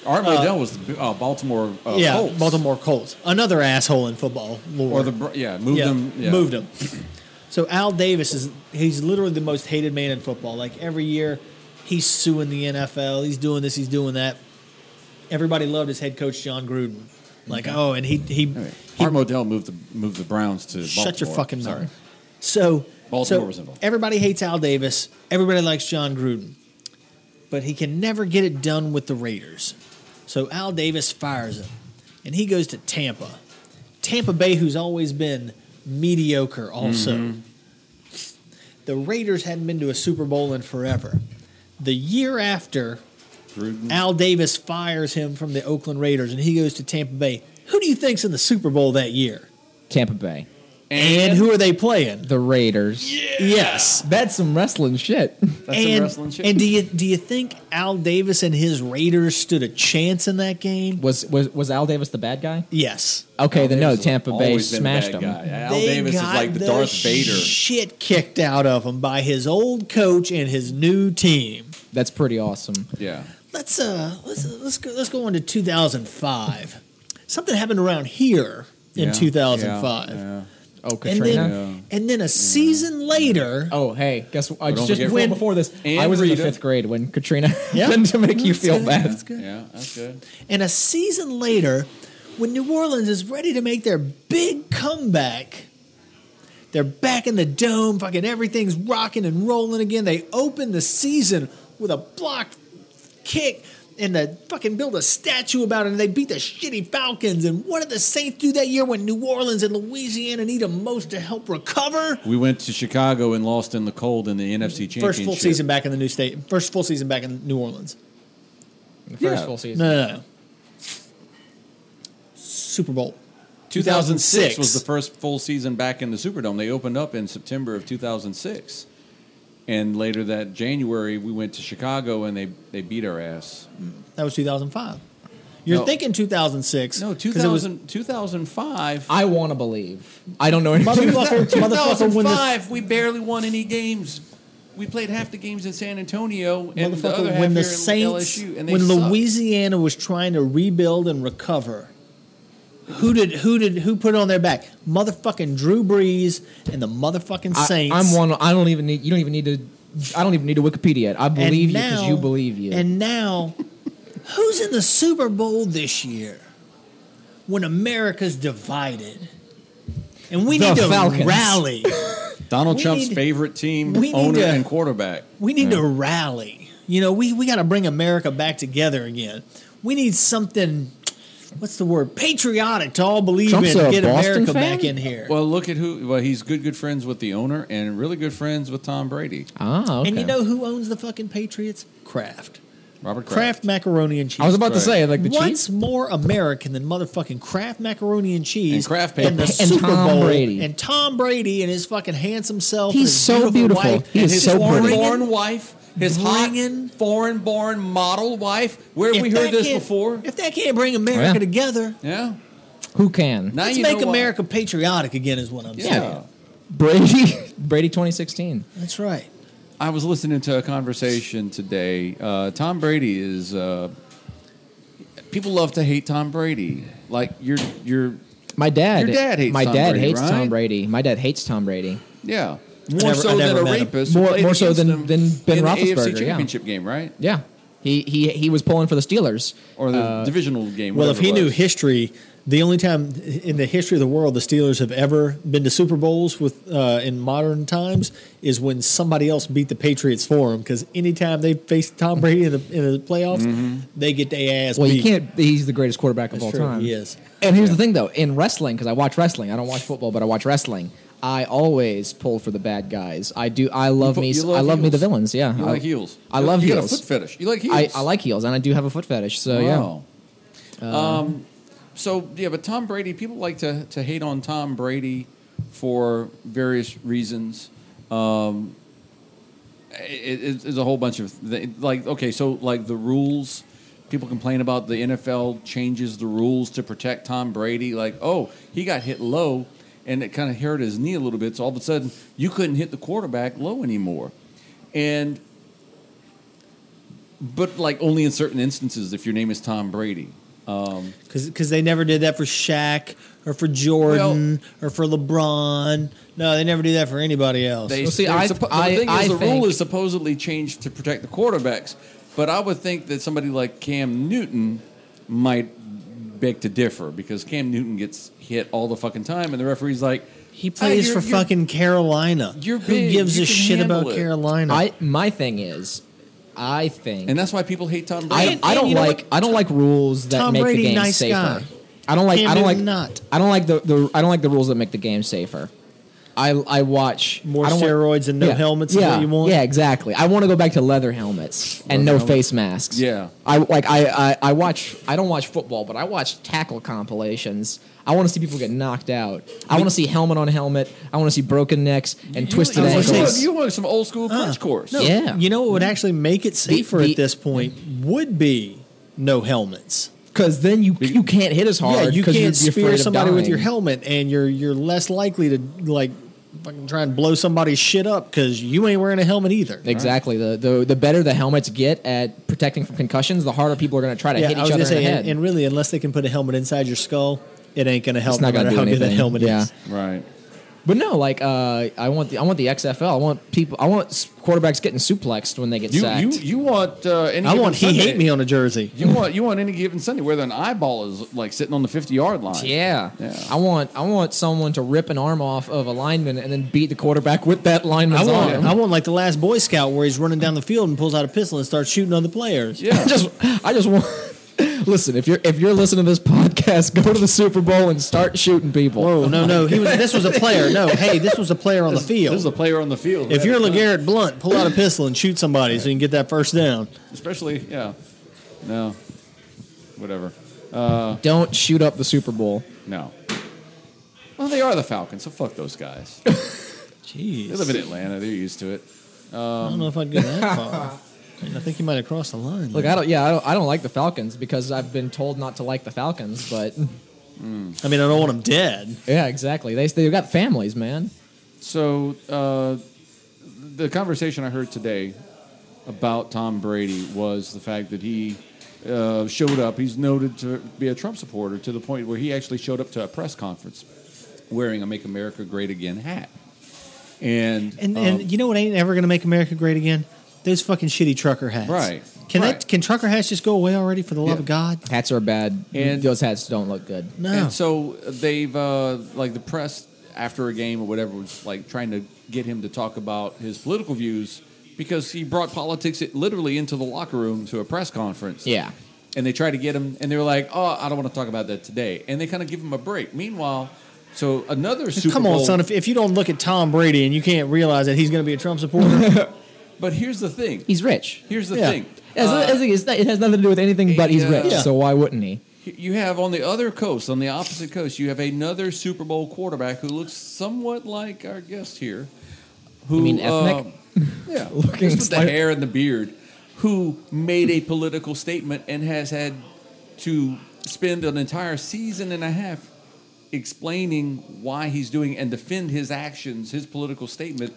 Speaker 4: Art Modell was the uh, Baltimore. Uh,
Speaker 2: yeah,
Speaker 4: Colts.
Speaker 2: Baltimore Colts. Another asshole in football. Lord.
Speaker 4: Or the Br- yeah moved
Speaker 2: yeah,
Speaker 4: them yeah.
Speaker 2: moved him. So Al Davis is he's literally the most hated man in football. Like every year, he's suing the NFL. He's doing this. He's doing that. Everybody loved his head coach John Gruden. Like oh, and he he,
Speaker 4: Anyway,
Speaker 2: he
Speaker 4: Art Modell moved the moved the Browns to
Speaker 2: Shut your
Speaker 4: Baltimore.
Speaker 2: fucking
Speaker 4: Sorry.
Speaker 2: mouth. So,
Speaker 4: Baltimore
Speaker 2: so
Speaker 4: was involved.
Speaker 2: Everybody hates Al Davis. Everybody likes John Gruden, but he can never get it done with the Raiders. So Al Davis fires him, and he goes to Tampa. Tampa Bay, who's always been mediocre, also.
Speaker 4: Mm-hmm.
Speaker 2: The Raiders hadn't been to a Super Bowl in forever. The year after,
Speaker 4: Gruden.
Speaker 2: Al Davis fires him from the Oakland Raiders, and he goes to Tampa Bay. Who do you think's in the Super Bowl that year?
Speaker 5: Tampa Bay.
Speaker 2: And who are they playing?
Speaker 5: The Raiders.
Speaker 2: Yes.
Speaker 5: That's some wrestling shit.
Speaker 4: That's some
Speaker 2: and,
Speaker 4: wrestling shit.
Speaker 2: and do you do you think Al Davis and his Raiders stood a chance in that game?
Speaker 5: was was was Al Davis the bad guy?
Speaker 2: Yes.
Speaker 5: Okay, then no,
Speaker 4: Davis has
Speaker 5: Oh, Tampa Bay
Speaker 4: always been a bad
Speaker 5: smashed him.
Speaker 4: guy. Al
Speaker 2: They
Speaker 4: Davis is
Speaker 2: got
Speaker 4: like the, Darth Vader.
Speaker 2: Shit kicked out of him by his old coach and his new team.
Speaker 5: That's pretty awesome.
Speaker 4: yeah.
Speaker 2: Let's uh let's let's go let's go into 2005. Something happened around here in
Speaker 4: Yeah,
Speaker 2: 2005.
Speaker 4: yeah,
Speaker 5: Oh,
Speaker 2: And
Speaker 5: Katrina.
Speaker 2: then
Speaker 4: Yeah.
Speaker 2: and then a season later
Speaker 5: Oh, hey, guess what? I
Speaker 4: don't
Speaker 5: just just
Speaker 4: forget-
Speaker 5: when, before this,
Speaker 4: And
Speaker 5: I was in the
Speaker 4: Rita.
Speaker 5: fifth grade when Katrina
Speaker 2: Yeah.
Speaker 5: happened to make you feel bad.
Speaker 4: yeah. Yeah, that's good.
Speaker 2: and a season later, when New Orleans is ready to make their big comeback, they're back in the dome, fucking everything's rocking and rolling again. They open the season with a blocked kick and they fucking build a statue about it and they beat the shitty Falcons. And what did the Saints do that year when New Orleans and Louisiana need them most to help recover?
Speaker 4: We went to Chicago and lost in the cold in the NFC Championship.
Speaker 2: First full season back in the new state. First full season back in New Orleans.
Speaker 5: The first
Speaker 4: Yeah.
Speaker 5: full season.
Speaker 2: No, no, no. Super Bowl.
Speaker 4: 2006
Speaker 2: 2006.
Speaker 4: was the first full season back in the Superdome. They opened up in September of 2006. And later that January, we went to Chicago and they, they beat our ass.
Speaker 2: That was 2005. You're
Speaker 4: No.
Speaker 2: thinking 2006.
Speaker 4: No,
Speaker 2: 'cause it was-
Speaker 4: 2000, 2005.
Speaker 5: I want to believe. I don't know anything.
Speaker 2: Motherfucker, motherfucker, when the,
Speaker 4: 2005, we barely won any games. We played half the games in San Antonio and the other
Speaker 2: motherfucker,
Speaker 4: half
Speaker 2: when the
Speaker 4: here in
Speaker 2: Saints,
Speaker 4: LSU. And they
Speaker 2: when
Speaker 4: sucked.
Speaker 2: Louisiana was trying to rebuild and recover, who did who did who put it on their back? Motherfucking Drew Brees and the motherfucking
Speaker 5: I,
Speaker 2: Saints.
Speaker 5: I'm one. I don't even need. You don't even need to. I don't even need to Wikipedia it. I
Speaker 2: And
Speaker 5: believe you because
Speaker 2: now-
Speaker 5: you believe you.
Speaker 2: And now, who's in the Super Bowl this year? When America's divided, and we
Speaker 5: The
Speaker 2: need to
Speaker 5: Falcons.
Speaker 2: rally.
Speaker 4: Donald
Speaker 2: we
Speaker 4: Trump's
Speaker 2: need-
Speaker 4: favorite team,
Speaker 2: we need
Speaker 4: owner
Speaker 2: to-
Speaker 4: and quarterback.
Speaker 2: We need
Speaker 5: Hmm.
Speaker 2: to rally. You know, we, we got to bring America back together again. We need something, what's the word, patriotic to all believe
Speaker 5: Trump's
Speaker 2: in.
Speaker 5: a
Speaker 2: Get
Speaker 5: Boston
Speaker 2: America
Speaker 5: fan?
Speaker 2: back in here.
Speaker 4: Well, look at who. Well, he's good, good friends with the owner and really good friends with Tom Brady.
Speaker 5: ah, okay.
Speaker 2: And you know who owns the fucking Patriots? Kraft.
Speaker 4: Robert
Speaker 2: Kraft
Speaker 4: Kraft.
Speaker 2: macaroni and cheese.
Speaker 5: I was about to
Speaker 4: Right.
Speaker 5: say like the
Speaker 2: What's
Speaker 5: Chiefs.
Speaker 2: more American than motherfucking Kraft macaroni and cheese
Speaker 4: And Kraft
Speaker 2: and the
Speaker 4: paper.
Speaker 5: And
Speaker 2: Super
Speaker 5: Tom
Speaker 2: Bowl
Speaker 5: Brady.
Speaker 2: and Tom Brady and his fucking handsome self? and
Speaker 5: He's
Speaker 2: his
Speaker 5: so beautiful.
Speaker 2: wife
Speaker 5: He
Speaker 2: and
Speaker 5: is
Speaker 2: his
Speaker 5: so
Speaker 2: foreign-
Speaker 5: pretty.
Speaker 4: Foreign wife, his
Speaker 2: Bringing-
Speaker 4: hot foreign-born model wife. Where have
Speaker 2: If
Speaker 4: we heard
Speaker 2: that
Speaker 4: this
Speaker 2: can't-
Speaker 4: before?
Speaker 2: If that can't bring America
Speaker 5: Oh, Yeah.
Speaker 2: together,
Speaker 4: Yeah.
Speaker 5: Who can?
Speaker 4: Now
Speaker 2: let's
Speaker 4: you
Speaker 2: make
Speaker 4: know why.
Speaker 2: America patriotic again. Is what I'm
Speaker 4: Yeah.
Speaker 2: saying.
Speaker 5: Brady. Brady 2016.
Speaker 2: That's right.
Speaker 4: I was listening to a conversation today. Uh, Tom Brady is. Uh, people love to hate Tom Brady. Like you're, you're,
Speaker 5: My dad.
Speaker 4: Your dad hates
Speaker 5: my
Speaker 4: Tom
Speaker 5: dad
Speaker 4: Brady,
Speaker 5: hates Tom
Speaker 4: right?
Speaker 5: Brady. My dad hates Tom Brady.
Speaker 4: yeah.
Speaker 2: I
Speaker 4: More
Speaker 2: never- I
Speaker 4: so than
Speaker 2: never
Speaker 4: a
Speaker 2: met him.
Speaker 4: rapist.
Speaker 5: More-
Speaker 4: played
Speaker 5: more so
Speaker 4: against
Speaker 5: than-
Speaker 4: him
Speaker 5: than Ben
Speaker 4: in the
Speaker 5: Roethlisberger,
Speaker 4: AFC
Speaker 5: yeah.
Speaker 4: Championship game, right?
Speaker 5: Yeah. He he he was pulling for the Steelers.
Speaker 4: Or the divisional game.
Speaker 2: Uh, Well, if
Speaker 4: whatever
Speaker 2: he
Speaker 4: it
Speaker 2: knew
Speaker 4: was.
Speaker 2: history, the only time in the history of the world the Steelers have ever been to Super Bowls with uh, in modern times is when somebody else beat the Patriots for them. Because anytime they face Tom Brady in the, in the playoffs,
Speaker 4: Mm-hmm.
Speaker 2: they get their ass.
Speaker 5: Well,
Speaker 2: beat.
Speaker 5: you can't. He's the greatest quarterback of
Speaker 2: That's
Speaker 5: all
Speaker 2: true,
Speaker 5: time.
Speaker 2: he is.
Speaker 5: And here's the thing, though, in wrestling, because I watch wrestling, I don't watch football, but I watch wrestling. I always pull for the bad guys. I do. I love
Speaker 4: pu-
Speaker 5: me.
Speaker 4: you love
Speaker 5: I love me the
Speaker 4: heels.
Speaker 5: villains. Yeah,
Speaker 4: You
Speaker 5: I,
Speaker 4: like heels.
Speaker 5: I
Speaker 4: You-
Speaker 5: love
Speaker 4: you got a
Speaker 5: heels.
Speaker 4: foot fetish. You like
Speaker 5: I,
Speaker 4: heels.
Speaker 5: I like heels, and I do have a foot fetish. So
Speaker 4: Wow. um, so yeah, but Tom Brady. People like to to hate on Tom Brady for various reasons. Um, it, it, it's a whole bunch of th- like okay, so like the rules. People complain about the NFL changes the rules to protect Tom Brady. Like, oh, he got hit low, and it kind of hurt his knee a little bit. So all of a sudden, you couldn't hit the quarterback low anymore, and but like only in certain instances if your name is Tom Brady. Um,
Speaker 2: because they never did that for Shaq or for Jordan or for LeBron. No, they never do that for anybody else.
Speaker 4: they
Speaker 5: Well, see,
Speaker 4: they're
Speaker 5: I-
Speaker 4: suppo-
Speaker 5: I-
Speaker 4: the thing
Speaker 5: I
Speaker 4: is, the
Speaker 5: think-
Speaker 4: rule is supposedly changed to protect the quarterbacks, but I would think that somebody like Cam Newton might beg to differ because Cam Newton gets hit all the fucking time, and the referee's like,
Speaker 2: he
Speaker 4: "Ah,
Speaker 2: plays
Speaker 4: you're-
Speaker 2: for
Speaker 4: you're-
Speaker 2: fucking Carolina.
Speaker 4: you're
Speaker 2: Who
Speaker 4: big,
Speaker 2: gives
Speaker 4: you
Speaker 2: a
Speaker 4: can
Speaker 2: shit about
Speaker 4: handle it.
Speaker 2: Carolina?
Speaker 5: I my thing is, I think
Speaker 4: And that's why people hate Tom
Speaker 5: I,
Speaker 4: Brady.
Speaker 2: And-
Speaker 5: I
Speaker 2: and
Speaker 5: don't
Speaker 2: you know
Speaker 5: like
Speaker 2: what?
Speaker 5: I don't like rules that
Speaker 2: Tom
Speaker 5: make
Speaker 2: Brady,
Speaker 5: the game
Speaker 2: nice
Speaker 5: safer.
Speaker 2: guy.
Speaker 5: I don't like
Speaker 2: Cam
Speaker 5: I don't like
Speaker 2: Newton, not.
Speaker 5: I don't like the, the I don't like the rules that make the game safer. I I watch
Speaker 2: More
Speaker 5: I don't want-
Speaker 2: steroids and no helmets is
Speaker 5: Yeah,
Speaker 2: what you want?
Speaker 5: yeah, exactly. I want to go back to leather helmets and no
Speaker 4: helmets.
Speaker 5: face masks.
Speaker 4: Yeah.
Speaker 5: I like I, I I watch I don't watch football, but I watch tackle compilations. I want to see people get knocked out. I want to see helmet on helmet. I want to see broken necks and twisted
Speaker 2: I was
Speaker 5: ankles.
Speaker 2: gonna say,
Speaker 4: You want- you want some old school crunch course?
Speaker 5: no. Yeah.
Speaker 2: You know what
Speaker 4: Mm-hmm.
Speaker 2: would actually make it safer
Speaker 5: the-
Speaker 2: at this point would be no helmets.
Speaker 5: Because then you you can't hit as hard.
Speaker 2: Yeah, you
Speaker 5: 'cause you'd
Speaker 2: can't
Speaker 5: be afraid
Speaker 2: spear
Speaker 5: of
Speaker 2: somebody with your
Speaker 5: dying.
Speaker 2: helmet, and you're you're less likely to like fucking try and blow somebody's shit up because you ain't wearing a helmet either.
Speaker 5: Exactly. The, the the better the helmets get at protecting from concussions, the harder people are going to try to hit
Speaker 2: Yeah, I was
Speaker 5: each other
Speaker 2: gonna say,
Speaker 5: in the
Speaker 2: and,
Speaker 5: head.
Speaker 2: and really, unless they can put a helmet inside your skull, it ain't gonna help.
Speaker 5: it's not
Speaker 2: no
Speaker 5: going to
Speaker 2: matter
Speaker 5: do
Speaker 2: how
Speaker 5: anything.
Speaker 2: good that helmet
Speaker 5: yeah.
Speaker 2: is.
Speaker 4: Right.
Speaker 5: But no, like uh, I want the I want the XFL. I want people. I want s- quarterbacks getting suplexed when they get
Speaker 4: You
Speaker 5: sacked.
Speaker 4: you you want uh, any?
Speaker 2: I
Speaker 4: given
Speaker 2: want he
Speaker 4: Sunday-
Speaker 2: hate me on a jersey.
Speaker 4: You want you want any given Sunday whether an eyeball is like sitting on the fifty yard line.
Speaker 5: yeah.
Speaker 4: Yeah.
Speaker 5: I want I want someone to rip an arm off of a lineman and then beat the quarterback with that lineman's
Speaker 2: I want,
Speaker 5: arm.
Speaker 2: I want like the last Boy Scout where he's running down the field and pulls out a pistol and starts shooting on the players.
Speaker 4: Yeah.
Speaker 5: I just I just want. Listen, if you're if you're listening to this podcast, go to the Super Bowl and start shooting people.
Speaker 2: Whoa, no, no, he was. This was a player. No, hey, this was a player on the field.
Speaker 4: This is a player on the field.
Speaker 2: if you're Legarrette Blunt, pull out a pistol and shoot somebody so you can get that first down.
Speaker 4: especially yeah, no, whatever,
Speaker 5: Don't shoot up the Super Bowl.
Speaker 4: no. Well, they are the Falcons, so fuck those guys.
Speaker 2: Jeez,
Speaker 4: They live in Atlanta; they're used to it.
Speaker 2: I don't know if I'd go that far. I think you might have crossed the line.
Speaker 5: Look,
Speaker 2: there.
Speaker 5: I don't. Yeah, I don't. I don't like the Falcons because I've been told not to like the Falcons. But
Speaker 2: I mean, I don't want him dead.
Speaker 5: yeah, exactly. They they got families, man.
Speaker 4: So uh, the conversation I heard today about Tom Brady was the fact that he uh, showed up. He's noted to be a Trump supporter to the point where he actually showed up to a press conference wearing a "Make America Great Again" hat. And
Speaker 2: And
Speaker 4: um,
Speaker 2: and you know what ain't ever gonna make America great again? Those fucking shitty trucker hats.
Speaker 4: Right.
Speaker 2: Can
Speaker 4: Right.
Speaker 2: that can trucker hats just go away already for the love of
Speaker 4: Yeah.
Speaker 2: God?
Speaker 5: Hats are bad.
Speaker 4: And-
Speaker 5: those hats don't look good.
Speaker 2: No.
Speaker 4: And so they've uh, like the press after a game or whatever was like trying to get him to talk about his political views because he brought politics literally into the locker room to a press conference.
Speaker 5: Yeah.
Speaker 4: And they tried to get him, and they were like, "Oh, I don't want to talk about that today." And they kind of give him a break. Meanwhile, so another Super
Speaker 2: Come
Speaker 4: Bowl,
Speaker 2: on, son. If, if you don't look at Tom Brady and you can't realize that he's going to be a Trump supporter,
Speaker 4: But here's the thing.
Speaker 5: He's rich.
Speaker 4: Here's the
Speaker 2: Yeah.
Speaker 4: thing.
Speaker 5: As,
Speaker 4: Uh,
Speaker 5: as, it's not- it has nothing to do with anything, but he's
Speaker 4: yeah.
Speaker 5: rich.
Speaker 4: Yeah.
Speaker 5: So why wouldn't he?
Speaker 4: You have on the other coast, on the opposite coast, you have another Super Bowl quarterback who looks somewhat like our guest here. Who,
Speaker 5: You mean ethnic?
Speaker 4: uh, yeah,
Speaker 5: Looking
Speaker 4: just with the
Speaker 5: slight-
Speaker 4: hair and the beard, who made a political statement and has had to spend an entire season and a half explaining why he's doing and defend his actions, his political statement.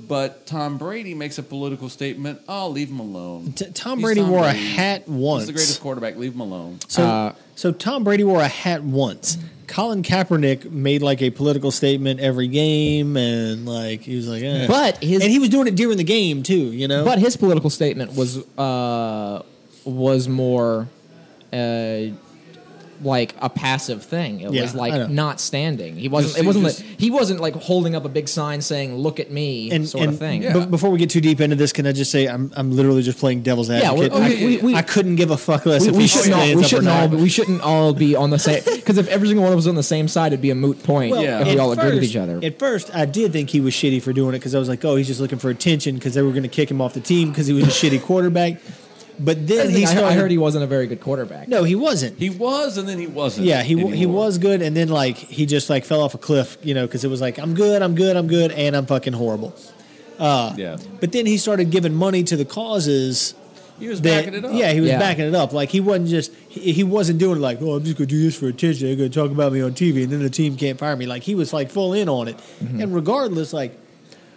Speaker 4: But Tom Brady makes a political statement. Oh, leave him alone.
Speaker 2: T- Tom
Speaker 4: He's
Speaker 2: Brady wore a
Speaker 4: Brady.
Speaker 2: hat
Speaker 4: He's
Speaker 2: once.
Speaker 4: the greatest quarterback. Leave him alone.
Speaker 2: so,
Speaker 5: Uh,
Speaker 2: so Tom Brady wore a hat once. Colin Kaepernick made like a political statement every game, and like he was like, eh.
Speaker 5: But his-
Speaker 2: and he was doing it during the game too, you know.
Speaker 5: But his political statement was uh, was more uh, like a passive thing. It
Speaker 2: Yeah,
Speaker 5: was
Speaker 2: I
Speaker 5: like
Speaker 2: know.
Speaker 5: not standing. He wasn't.
Speaker 4: Just-
Speaker 5: it wasn't.
Speaker 4: just-
Speaker 5: like, he wasn't like holding up a big sign saying "Look at me" sort of thing.
Speaker 4: Yeah.
Speaker 2: b- before we get too deep into this, can I just say I'm I'm literally just playing devil's
Speaker 5: Yeah, we-
Speaker 2: advocate.
Speaker 5: we-
Speaker 2: I,
Speaker 5: we- we-
Speaker 2: I couldn't give a fuck less.
Speaker 5: We,
Speaker 2: if
Speaker 5: we
Speaker 2: he
Speaker 5: shouldn't all.
Speaker 2: stands
Speaker 5: We
Speaker 2: up or
Speaker 5: shouldn't all.
Speaker 2: not.
Speaker 5: be- We shouldn't all be on the same. Because if every single one of us was on the same side, it'd be a moot point.
Speaker 2: Well,
Speaker 5: if we
Speaker 2: at
Speaker 5: all agreed with
Speaker 2: first-
Speaker 5: each other.
Speaker 2: At first, I did think he was shitty for doing it because I was like, oh, he's just looking for attention because they were going to kick him off the team because he was a shitty quarterback. But
Speaker 5: I,
Speaker 2: then he started.
Speaker 5: I heard he wasn't a very good quarterback.
Speaker 2: no, he wasn't.
Speaker 4: He was, and then he wasn't.
Speaker 2: yeah, he w- he
Speaker 4: anymore.
Speaker 2: was good, and then like he just like fell off a cliff, you know, because it was like I'm good, I'm good, I'm good, and I'm fucking horrible.
Speaker 4: Yeah,
Speaker 2: But then he started giving money to the causes
Speaker 4: he was
Speaker 2: that-
Speaker 4: backing it up.
Speaker 2: Yeah, he was
Speaker 5: Yeah.
Speaker 2: backing it up. Like he wasn't just he, he wasn't doing like, oh, I'm just gonna do this for attention. They're gonna talk about me on TV, and then the team can't fire me. Like he was like full in on it.
Speaker 5: Mm-hmm.
Speaker 2: And regardless, like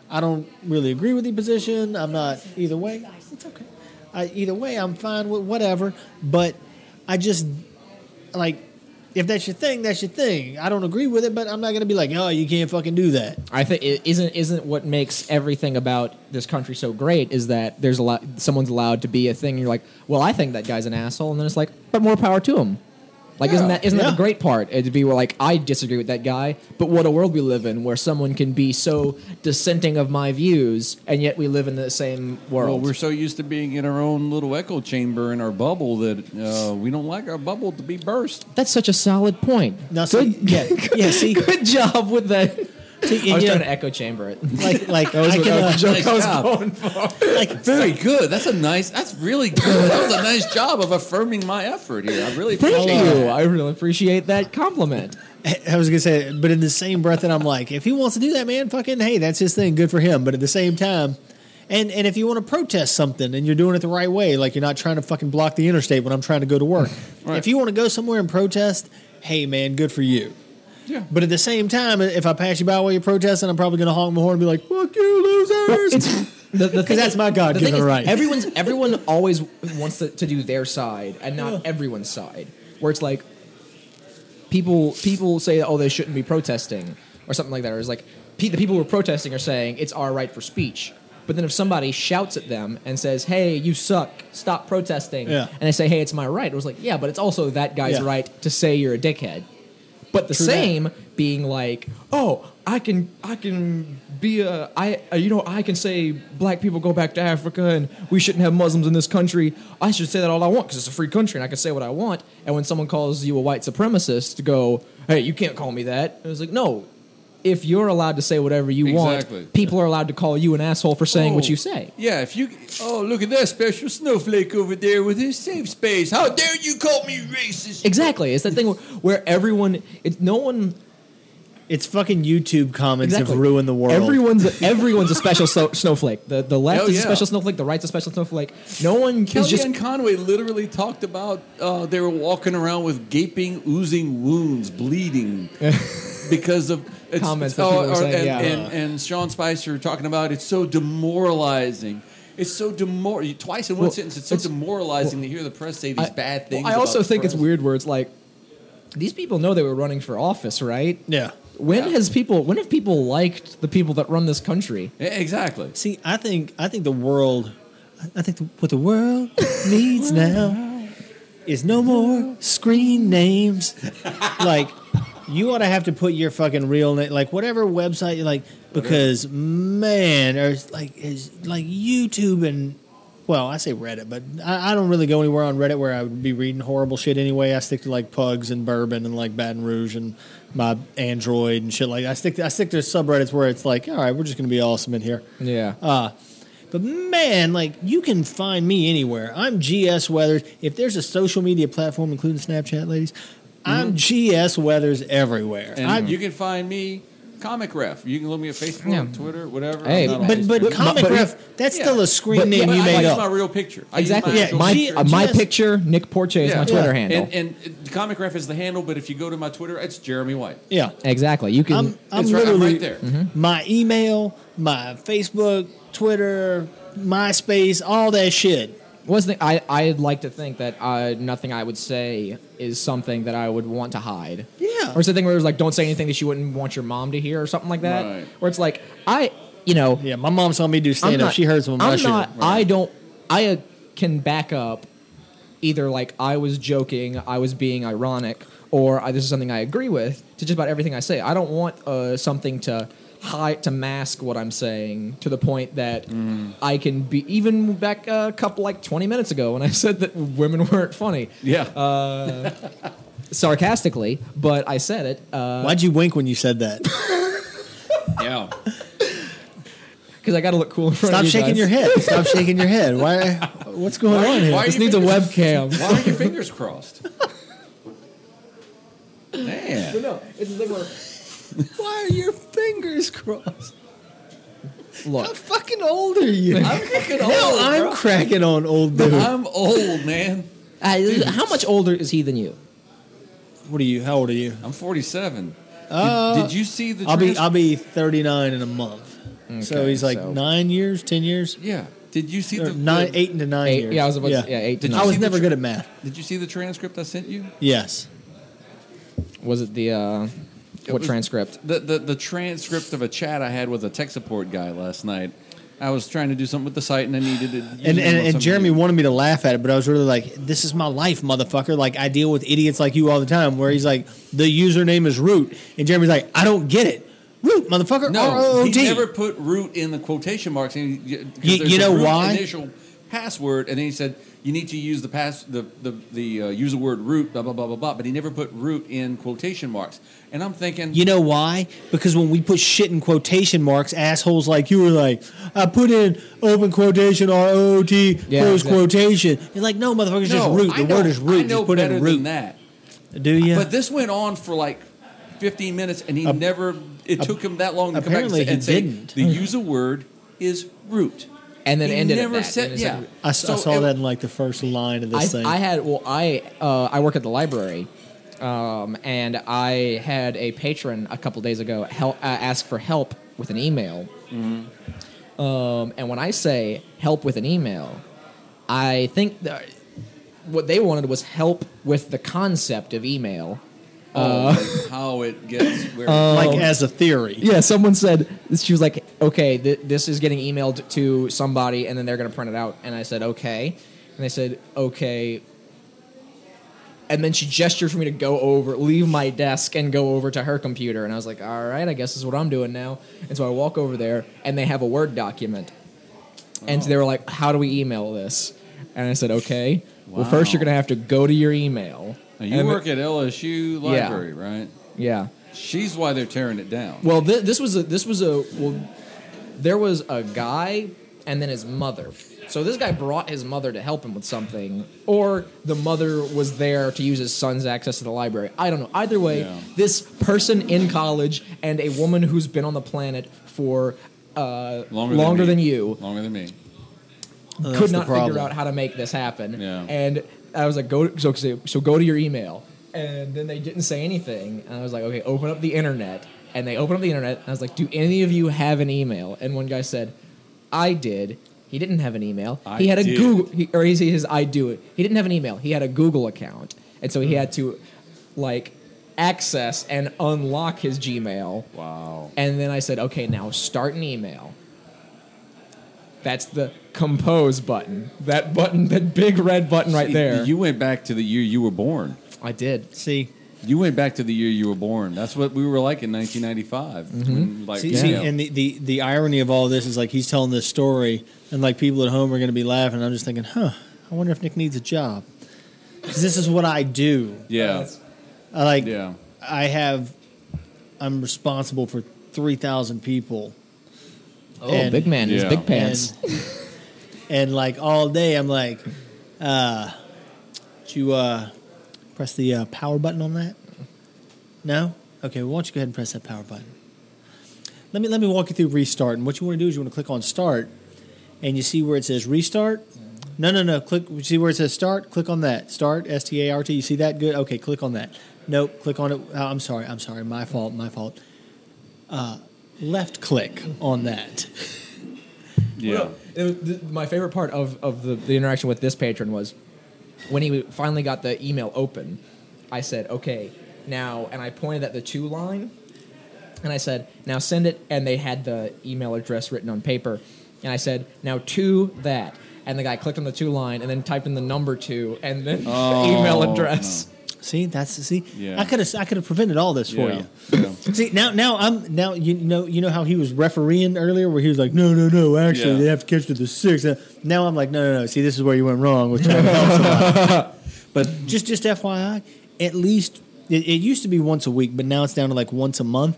Speaker 2: I don't really agree with the position. I'm not either way. It's okay. I, either way, I'm fine with whatever. But I just like if that's your thing, that's your thing. I don't agree with it, but I'm not gonna be like, oh, you can't fucking do that.
Speaker 5: I think it isn't isn't what makes everything about this country so great is that there's a lot someone's allowed to be a thing. And you're like, well, I think that guy's an asshole, and then it's like, but more power to him. Like, isn't
Speaker 4: Yeah,
Speaker 5: that isn't that
Speaker 2: yeah.
Speaker 5: the great part? It'd be like, I disagree with that guy, but what a world we live in where someone can be so dissenting of my views, and yet we live in the same
Speaker 4: Well,
Speaker 5: world.
Speaker 4: we're so used to being in our own little echo chamber in our bubble that uh, we don't like our bubble to be burst.
Speaker 5: That's such a solid point.
Speaker 2: Now, see, yeah, yeah, see,
Speaker 5: Good job with that.
Speaker 2: See,
Speaker 5: I was
Speaker 2: yeah,
Speaker 5: trying to echo chamber it.
Speaker 2: like like
Speaker 5: That was
Speaker 2: I
Speaker 5: what
Speaker 2: can,
Speaker 5: that was the
Speaker 2: uh,
Speaker 5: joke I was
Speaker 4: job.
Speaker 5: going for.
Speaker 2: like
Speaker 4: Very good. That's a nice. That's really good. That was a nice job of affirming my effort here. I really appreciate
Speaker 5: Thank
Speaker 4: it.
Speaker 5: you. I really appreciate that compliment.
Speaker 2: I was gonna say, but in the same breath that I'm like, if he wants to do that, man, fucking hey, that's his thing, good for him. But at the same time, and and if you want to protest something and you're doing it the right way, like you're not trying to fucking block the interstate when I'm trying to go to work. If you want to go somewhere and protest, hey man, good for you.
Speaker 4: Yeah.
Speaker 2: But at the same time, if I pass you by while you're protesting, I'm probably gonna honk my horn and be like, "Fuck you, losers!"
Speaker 5: The- the thing
Speaker 2: that's
Speaker 5: is-
Speaker 2: my
Speaker 5: the thing
Speaker 2: God-given
Speaker 5: is,
Speaker 2: right.
Speaker 5: Everyone's everyone always wants to, to do their side and not everyone's side. Where it's like people people say, oh, they shouldn't be protesting or something like that. Or it's like pe- the people who are protesting are saying it's our right for speech. But then if somebody shouts at them and says, "Hey, you suck! Stop protesting,"
Speaker 2: Yeah.
Speaker 5: and they say, "Hey, it's my right," it was like, "Yeah, but it's also that guy's
Speaker 2: Yeah.
Speaker 5: right to say you're a dickhead." But the
Speaker 2: True that.
Speaker 5: same being like, oh, I can, I can be a, I, uh, you know, I can say black people go back to Africa and we shouldn't have Muslims in this country. I should say that all I want because it's a free country and I can say what I want. And when someone calls you a white supremacist, to go, hey, you can't call me that. It was like, no, if you're allowed to say whatever you
Speaker 4: Exactly.
Speaker 5: want, people are allowed to call you an asshole for saying what
Speaker 4: Oh,
Speaker 5: you say.
Speaker 4: Yeah, if you. Oh, look at that special snowflake over there with his safe space. How dare you call me racist?
Speaker 5: Exactly. It's that thing where, where everyone, it, no one
Speaker 2: it's fucking YouTube comments
Speaker 5: Exactly.
Speaker 2: have ruined the world.
Speaker 5: Everyone's a, everyone's a special so- snowflake. The the left
Speaker 4: Hell
Speaker 5: is a
Speaker 4: Oh, yeah.
Speaker 5: special snowflake. The right's a special snowflake. No one
Speaker 4: Kellyanne
Speaker 5: is just
Speaker 4: Conway literally talked about uh, they were walking around with gaping, oozing wounds, bleeding because of it's, uh,
Speaker 5: Comments that people were saying,
Speaker 4: and,
Speaker 5: yeah.
Speaker 4: and, and Sean Spicer talking about it's so demoralizing. It's so demor twice in one
Speaker 5: Well,
Speaker 4: sentence. It's so
Speaker 5: it's-
Speaker 4: demoralizing to hear the press say these bad things.
Speaker 5: I also
Speaker 4: about the
Speaker 5: think it's
Speaker 4: press.
Speaker 5: weird where it's like these people know they were running for office, right?
Speaker 2: yeah.
Speaker 5: When
Speaker 4: Yeah.
Speaker 5: has people when have people liked the people that run this country?
Speaker 4: Yeah, E, Exactly.
Speaker 2: See, I think I think the world, I think the, what the world needs now is no more screen names. like, you ought to have to put your fucking real name, like whatever website you like, because man, there's like is like YouTube and. Well, I say Reddit, but I, I don't really go anywhere on Reddit where I would be reading horrible shit anyway. I stick to like pugs and bourbon and like Baton Rouge and my Android and shit like that. I stick to, I stick to subreddits where it's like, all right, we're just gonna be awesome in here.
Speaker 5: Yeah.
Speaker 2: Uh, but man, like you can find me anywhere. I'm GS Weathers. If there's a social media platform, including Snapchat, ladies, I'm GS Weathers everywhere.
Speaker 4: Mm-hmm. And
Speaker 2: I,
Speaker 4: you can find me, Comic Ref. You can look me at Facebook,
Speaker 5: Yeah.
Speaker 4: Twitter, whatever.
Speaker 5: Hey,
Speaker 4: I'm not on
Speaker 2: but but
Speaker 4: Facebook.
Speaker 2: comic
Speaker 5: but-
Speaker 2: ref, that's
Speaker 4: Yeah.
Speaker 2: still a screen
Speaker 5: But-
Speaker 2: name
Speaker 4: But
Speaker 2: you
Speaker 4: I, I
Speaker 2: made
Speaker 4: use
Speaker 2: up.
Speaker 4: my real picture. I use
Speaker 5: exactly.
Speaker 4: my
Speaker 2: Yeah,
Speaker 4: actual
Speaker 5: my
Speaker 2: G-
Speaker 5: uh, my
Speaker 2: GS
Speaker 5: picture, Nick Porche is my
Speaker 4: Yeah.
Speaker 5: Twitter
Speaker 2: Yeah.
Speaker 5: handle.
Speaker 4: And, and Comic Ref is the handle, but if you go to my Twitter, it's Jeremy White.
Speaker 2: yeah,
Speaker 5: exactly. You can
Speaker 2: I'm I'm
Speaker 4: It's right- I'm
Speaker 2: literally
Speaker 4: right there.
Speaker 2: my email, my Facebook, Twitter, MySpace, all that shit.
Speaker 5: was the, I I'd like to think that uh, nothing I would say is something that I would want to hide.
Speaker 2: Yeah.
Speaker 5: Or it's the thing where it was like, don't say anything that you wouldn't want your mom to hear, or something like that.
Speaker 4: Right.
Speaker 5: Where it's like, I, you know,
Speaker 2: Yeah, my mom saw me do
Speaker 5: I'm
Speaker 2: stand up.
Speaker 5: not.
Speaker 2: She heard some of my
Speaker 5: I'm
Speaker 2: shit.
Speaker 5: not. I don't. I uh, can back up either like I was joking, I was being ironic, or I, this is something I agree with to just about everything I say. I don't want uh, something to hide to mask what I'm saying to the point that I can be even back uh, a couple like 20 minutes ago when I said that women weren't funny
Speaker 4: Yeah.
Speaker 5: sarcastically, but I said it uh, because
Speaker 4: uh,
Speaker 2: Why'd you wink when you said that?
Speaker 4: yeah.
Speaker 5: I got to look cool in front
Speaker 2: Stop
Speaker 5: of you
Speaker 2: shaking
Speaker 5: guys.
Speaker 2: your head. Stop shaking your head. Why? What's going
Speaker 4: Why-
Speaker 2: on here?
Speaker 4: why-
Speaker 5: This needs a webcam.
Speaker 4: Why are your fingers crossed? Man.
Speaker 5: no, it's the thing where
Speaker 2: Why are your fingers crossed? How
Speaker 5: look.
Speaker 2: fucking old are you?
Speaker 4: I'm fucking old.
Speaker 2: Hell, I'm
Speaker 4: bro.
Speaker 2: cracking on old dude.
Speaker 4: I'm old, man.
Speaker 5: I, Uh, how much older is he than you?
Speaker 2: what are you? How old are you?
Speaker 4: I'm 47.
Speaker 2: Uh,
Speaker 4: did, did you see the?
Speaker 2: I'll be
Speaker 4: trans-
Speaker 2: I'll be 39 in a month. so
Speaker 5: Okay,
Speaker 2: he's like
Speaker 5: so-
Speaker 2: nine years, ten years,
Speaker 4: yeah. Did you see
Speaker 2: or
Speaker 4: the
Speaker 2: nine,
Speaker 4: the-
Speaker 2: eight into nine
Speaker 5: Eight-
Speaker 2: years.
Speaker 5: yeah, I was about to- yeah, eight to
Speaker 2: Did you
Speaker 5: nine.
Speaker 2: I
Speaker 4: see
Speaker 2: was
Speaker 4: the
Speaker 2: never
Speaker 4: tr-
Speaker 2: good at math.
Speaker 4: Did you see the transcript I sent you?
Speaker 2: Yes.
Speaker 5: Was it the uh, what
Speaker 4: was-
Speaker 5: transcript?
Speaker 4: The, the the transcript of a chat I had with a tech support guy last night. I was trying to do something with the site and I needed it.
Speaker 2: And, and, and Jeremy wanted me to laugh at it, but I was really like, "This is my life, motherfucker." Like I deal with idiots like you all the time. Where he's like, "The username is root," and Jeremy's like, "I don't get it, root, motherfucker." R O
Speaker 4: No,
Speaker 2: Oh, O
Speaker 4: he
Speaker 2: T.
Speaker 4: never put root in the quotation marks. And he, 'cause
Speaker 2: You-
Speaker 4: there's
Speaker 2: you
Speaker 4: a
Speaker 2: know
Speaker 4: root
Speaker 2: why?
Speaker 4: Initial password, and then he said you need to use the pass the the, the uh, use the word root blah blah blah blah blah. But he never put root in quotation marks. And I'm thinking,
Speaker 2: You know why? Because when we put shit in quotation marks, assholes like you were like, I put in open quotation R O T
Speaker 5: Yeah,
Speaker 2: close
Speaker 5: exactly.
Speaker 2: quotation. You're like, no, motherfucker, it's just
Speaker 4: no,
Speaker 2: root.
Speaker 4: I
Speaker 2: The
Speaker 4: know-
Speaker 2: word is
Speaker 4: I
Speaker 2: root.
Speaker 4: know
Speaker 2: Just put
Speaker 4: better
Speaker 2: in root.
Speaker 4: than that.
Speaker 2: Do you?
Speaker 4: But this went on for like 15 minutes, and he never. It took him that long to come back and
Speaker 2: apparently
Speaker 4: say,
Speaker 2: he
Speaker 4: and say
Speaker 2: didn't. Hmm.
Speaker 4: the user word is root.
Speaker 5: And then
Speaker 4: he
Speaker 5: ended at
Speaker 4: never
Speaker 5: that.
Speaker 4: said
Speaker 5: And it's like-
Speaker 4: yeah.
Speaker 2: I, s- I
Speaker 4: So
Speaker 2: saw
Speaker 4: it-
Speaker 2: that in like the first line of this
Speaker 5: I,
Speaker 2: thing.
Speaker 5: I had well, I uh, I work at the library, um, and I had a patron a couple days ago help, uh, ask for help with an email.
Speaker 4: Mm-hmm.
Speaker 5: Um, and when I say help with an email, I think that what they wanted was help with the concept of email.
Speaker 4: Oh, like how it gets where
Speaker 2: like as a theory.
Speaker 5: Yeah, someone said she was like, "Okay, th- this is getting emailed to somebody, and then they're gonna print it out." And I said, "Okay," and they said, "Okay." And then she gestured for me to go over, leave my desk, and go over to her computer. And I was like, "All right, I guess this is what I'm doing now." And so I walk over there, and they have a Word document, and
Speaker 4: Oh.
Speaker 5: they were like, "How do we email this?" And I said, "Okay, well, first
Speaker 4: Wow.
Speaker 5: you're gonna have to go to your email."
Speaker 4: Now, you
Speaker 5: And-
Speaker 4: work at LSU
Speaker 5: Yeah.
Speaker 4: library, right?
Speaker 5: yeah.
Speaker 4: She's why they're tearing it down.
Speaker 5: Well, th- this was a this was a well, there was a guy and then his mother. So this guy brought his mother to help him with something, or the mother was there to use his son's access to the library. I don't know. Either way,
Speaker 4: Yeah.
Speaker 5: this person in college and a woman who's been on the planet for uh,
Speaker 4: longer,
Speaker 5: longer, than,
Speaker 4: than, me.
Speaker 5: you
Speaker 4: Longer than me.
Speaker 2: That's
Speaker 5: could
Speaker 2: the
Speaker 5: not figure
Speaker 2: problem.
Speaker 5: out how to make this happen.
Speaker 4: Yeah.
Speaker 5: And I was like, go so so go to your email. And then they didn't say anything. And I was like, okay, open up the internet. And they opened up the internet. And I was like, do any of you have an email? And one guy said, I did. He didn't have an email.
Speaker 4: I
Speaker 5: he had a
Speaker 4: did.
Speaker 5: Google, he, or he says, I do it. He didn't have an email. He had a Google account. And so he had to, like, access and unlock his Gmail.
Speaker 4: Wow.
Speaker 5: And then I said, okay, now start an email. That's the compose button. That button, that big red button right
Speaker 4: See,
Speaker 5: there.
Speaker 4: You went back to the year you were born.
Speaker 5: I did.
Speaker 2: See,
Speaker 4: You went back to the year you were born. That's what we were like in 1995. When, like,
Speaker 2: Mm-hmm. see,
Speaker 4: you
Speaker 2: see,
Speaker 4: know,
Speaker 2: and the, the, the irony of all this is like he's telling this story, and like people at home are going to be laughing. I'm just thinking, huh? I wonder if Nick needs a job because this is what I do.
Speaker 4: yeah,
Speaker 2: I like.
Speaker 4: Yeah.
Speaker 2: I have. I'm responsible for three thousand people.
Speaker 5: Oh,
Speaker 2: And-
Speaker 5: big man, his
Speaker 4: Yeah.
Speaker 5: big pants.
Speaker 2: And, and like all day, I'm like, uh, did you uh, press the uh, power button on that? No. Okay. Well, why don't you go ahead and press that power button? Let me let me walk you through restart. And what you want to do is you want to click on start, and you see where it says restart. No, no, no. Click. You see where it says start? Click on that. Start. S T A R T. You see that? Good. Okay. Click on that. Nope. Click on it. Oh, I'm sorry. I'm sorry. My fault. My fault. Uh, left click on that.
Speaker 4: yeah.
Speaker 5: It was- th- my favorite part of, of the, the interaction with this patron was when he finally got the email open, I said, okay, now, and I pointed at the two line, and I said, now send it, and they had the email address written on paper, and I said, now to that, and the guy clicked on the two line and then typed in the number two and then the email address.
Speaker 2: See, that's see.
Speaker 4: Yeah.
Speaker 2: I could have I could have prevented all this for
Speaker 4: Yeah.
Speaker 2: you.
Speaker 4: Yeah.
Speaker 2: See now now I'm now you know you know how he was refereeing earlier where he was like no no no actually
Speaker 4: Yeah.
Speaker 2: they have to catch to the six. Uh, Now I'm like no no no see this is where you went wrong with trying to help somebody. but just just FYI, at least it, it used to be once a week, but now it's down to like once a month.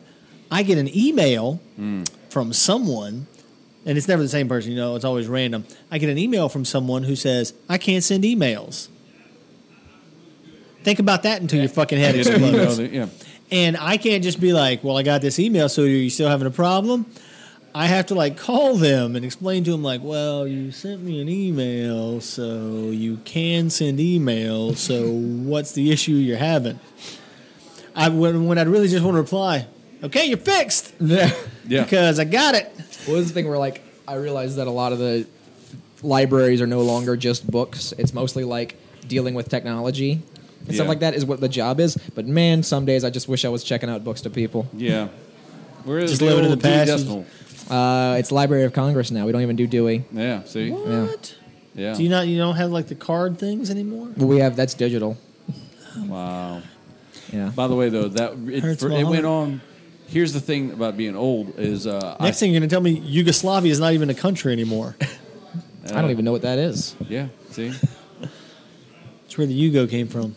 Speaker 2: I get an email
Speaker 4: Hmm.
Speaker 2: from someone. And it's never the same person, you know, it's always random. I get an email from someone who says, I can't send emails. Think about that until your fucking head
Speaker 4: You know, you know,
Speaker 2: explodes.
Speaker 4: the- yeah.
Speaker 2: And I can't just be like, well, I got this email, so are you still having a problem? I have to like call them and explain to them, like, well, you sent me an email, so you can send email, so what's the issue you're having? I when, when I'd really just want to reply, okay, you're fixed
Speaker 4: Yeah.
Speaker 2: because I got it.
Speaker 5: What was the thing where like I realized that a lot of the libraries are no longer just books. It's mostly like dealing with technology and
Speaker 4: Yeah.
Speaker 5: stuff like that is what the job is. But man, some days I just wish I was checking out books to people.
Speaker 4: Yeah. Where is
Speaker 2: Just
Speaker 4: the
Speaker 2: live it in
Speaker 4: old
Speaker 2: the
Speaker 4: Dewey
Speaker 2: past.
Speaker 4: Decimal?
Speaker 5: Uh, it's Library of Congress now. We don't even do Dewey.
Speaker 4: Yeah. See.
Speaker 5: Yeah.
Speaker 2: What?
Speaker 4: Yeah.
Speaker 2: Do you not? You don't have like the card things anymore?
Speaker 5: But we have that's digital.
Speaker 4: Wow.
Speaker 5: Yeah.
Speaker 4: By the way, though, that it,
Speaker 2: Hurts
Speaker 4: for,
Speaker 2: my
Speaker 4: it
Speaker 2: heart.
Speaker 4: went on. Here's the thing about being old is uh, I,
Speaker 2: Next thing you're gonna tell me, Yugoslavia is not even a country anymore.
Speaker 5: I don't even know what that is.
Speaker 4: yeah. See.
Speaker 2: That's where the Yugo came from.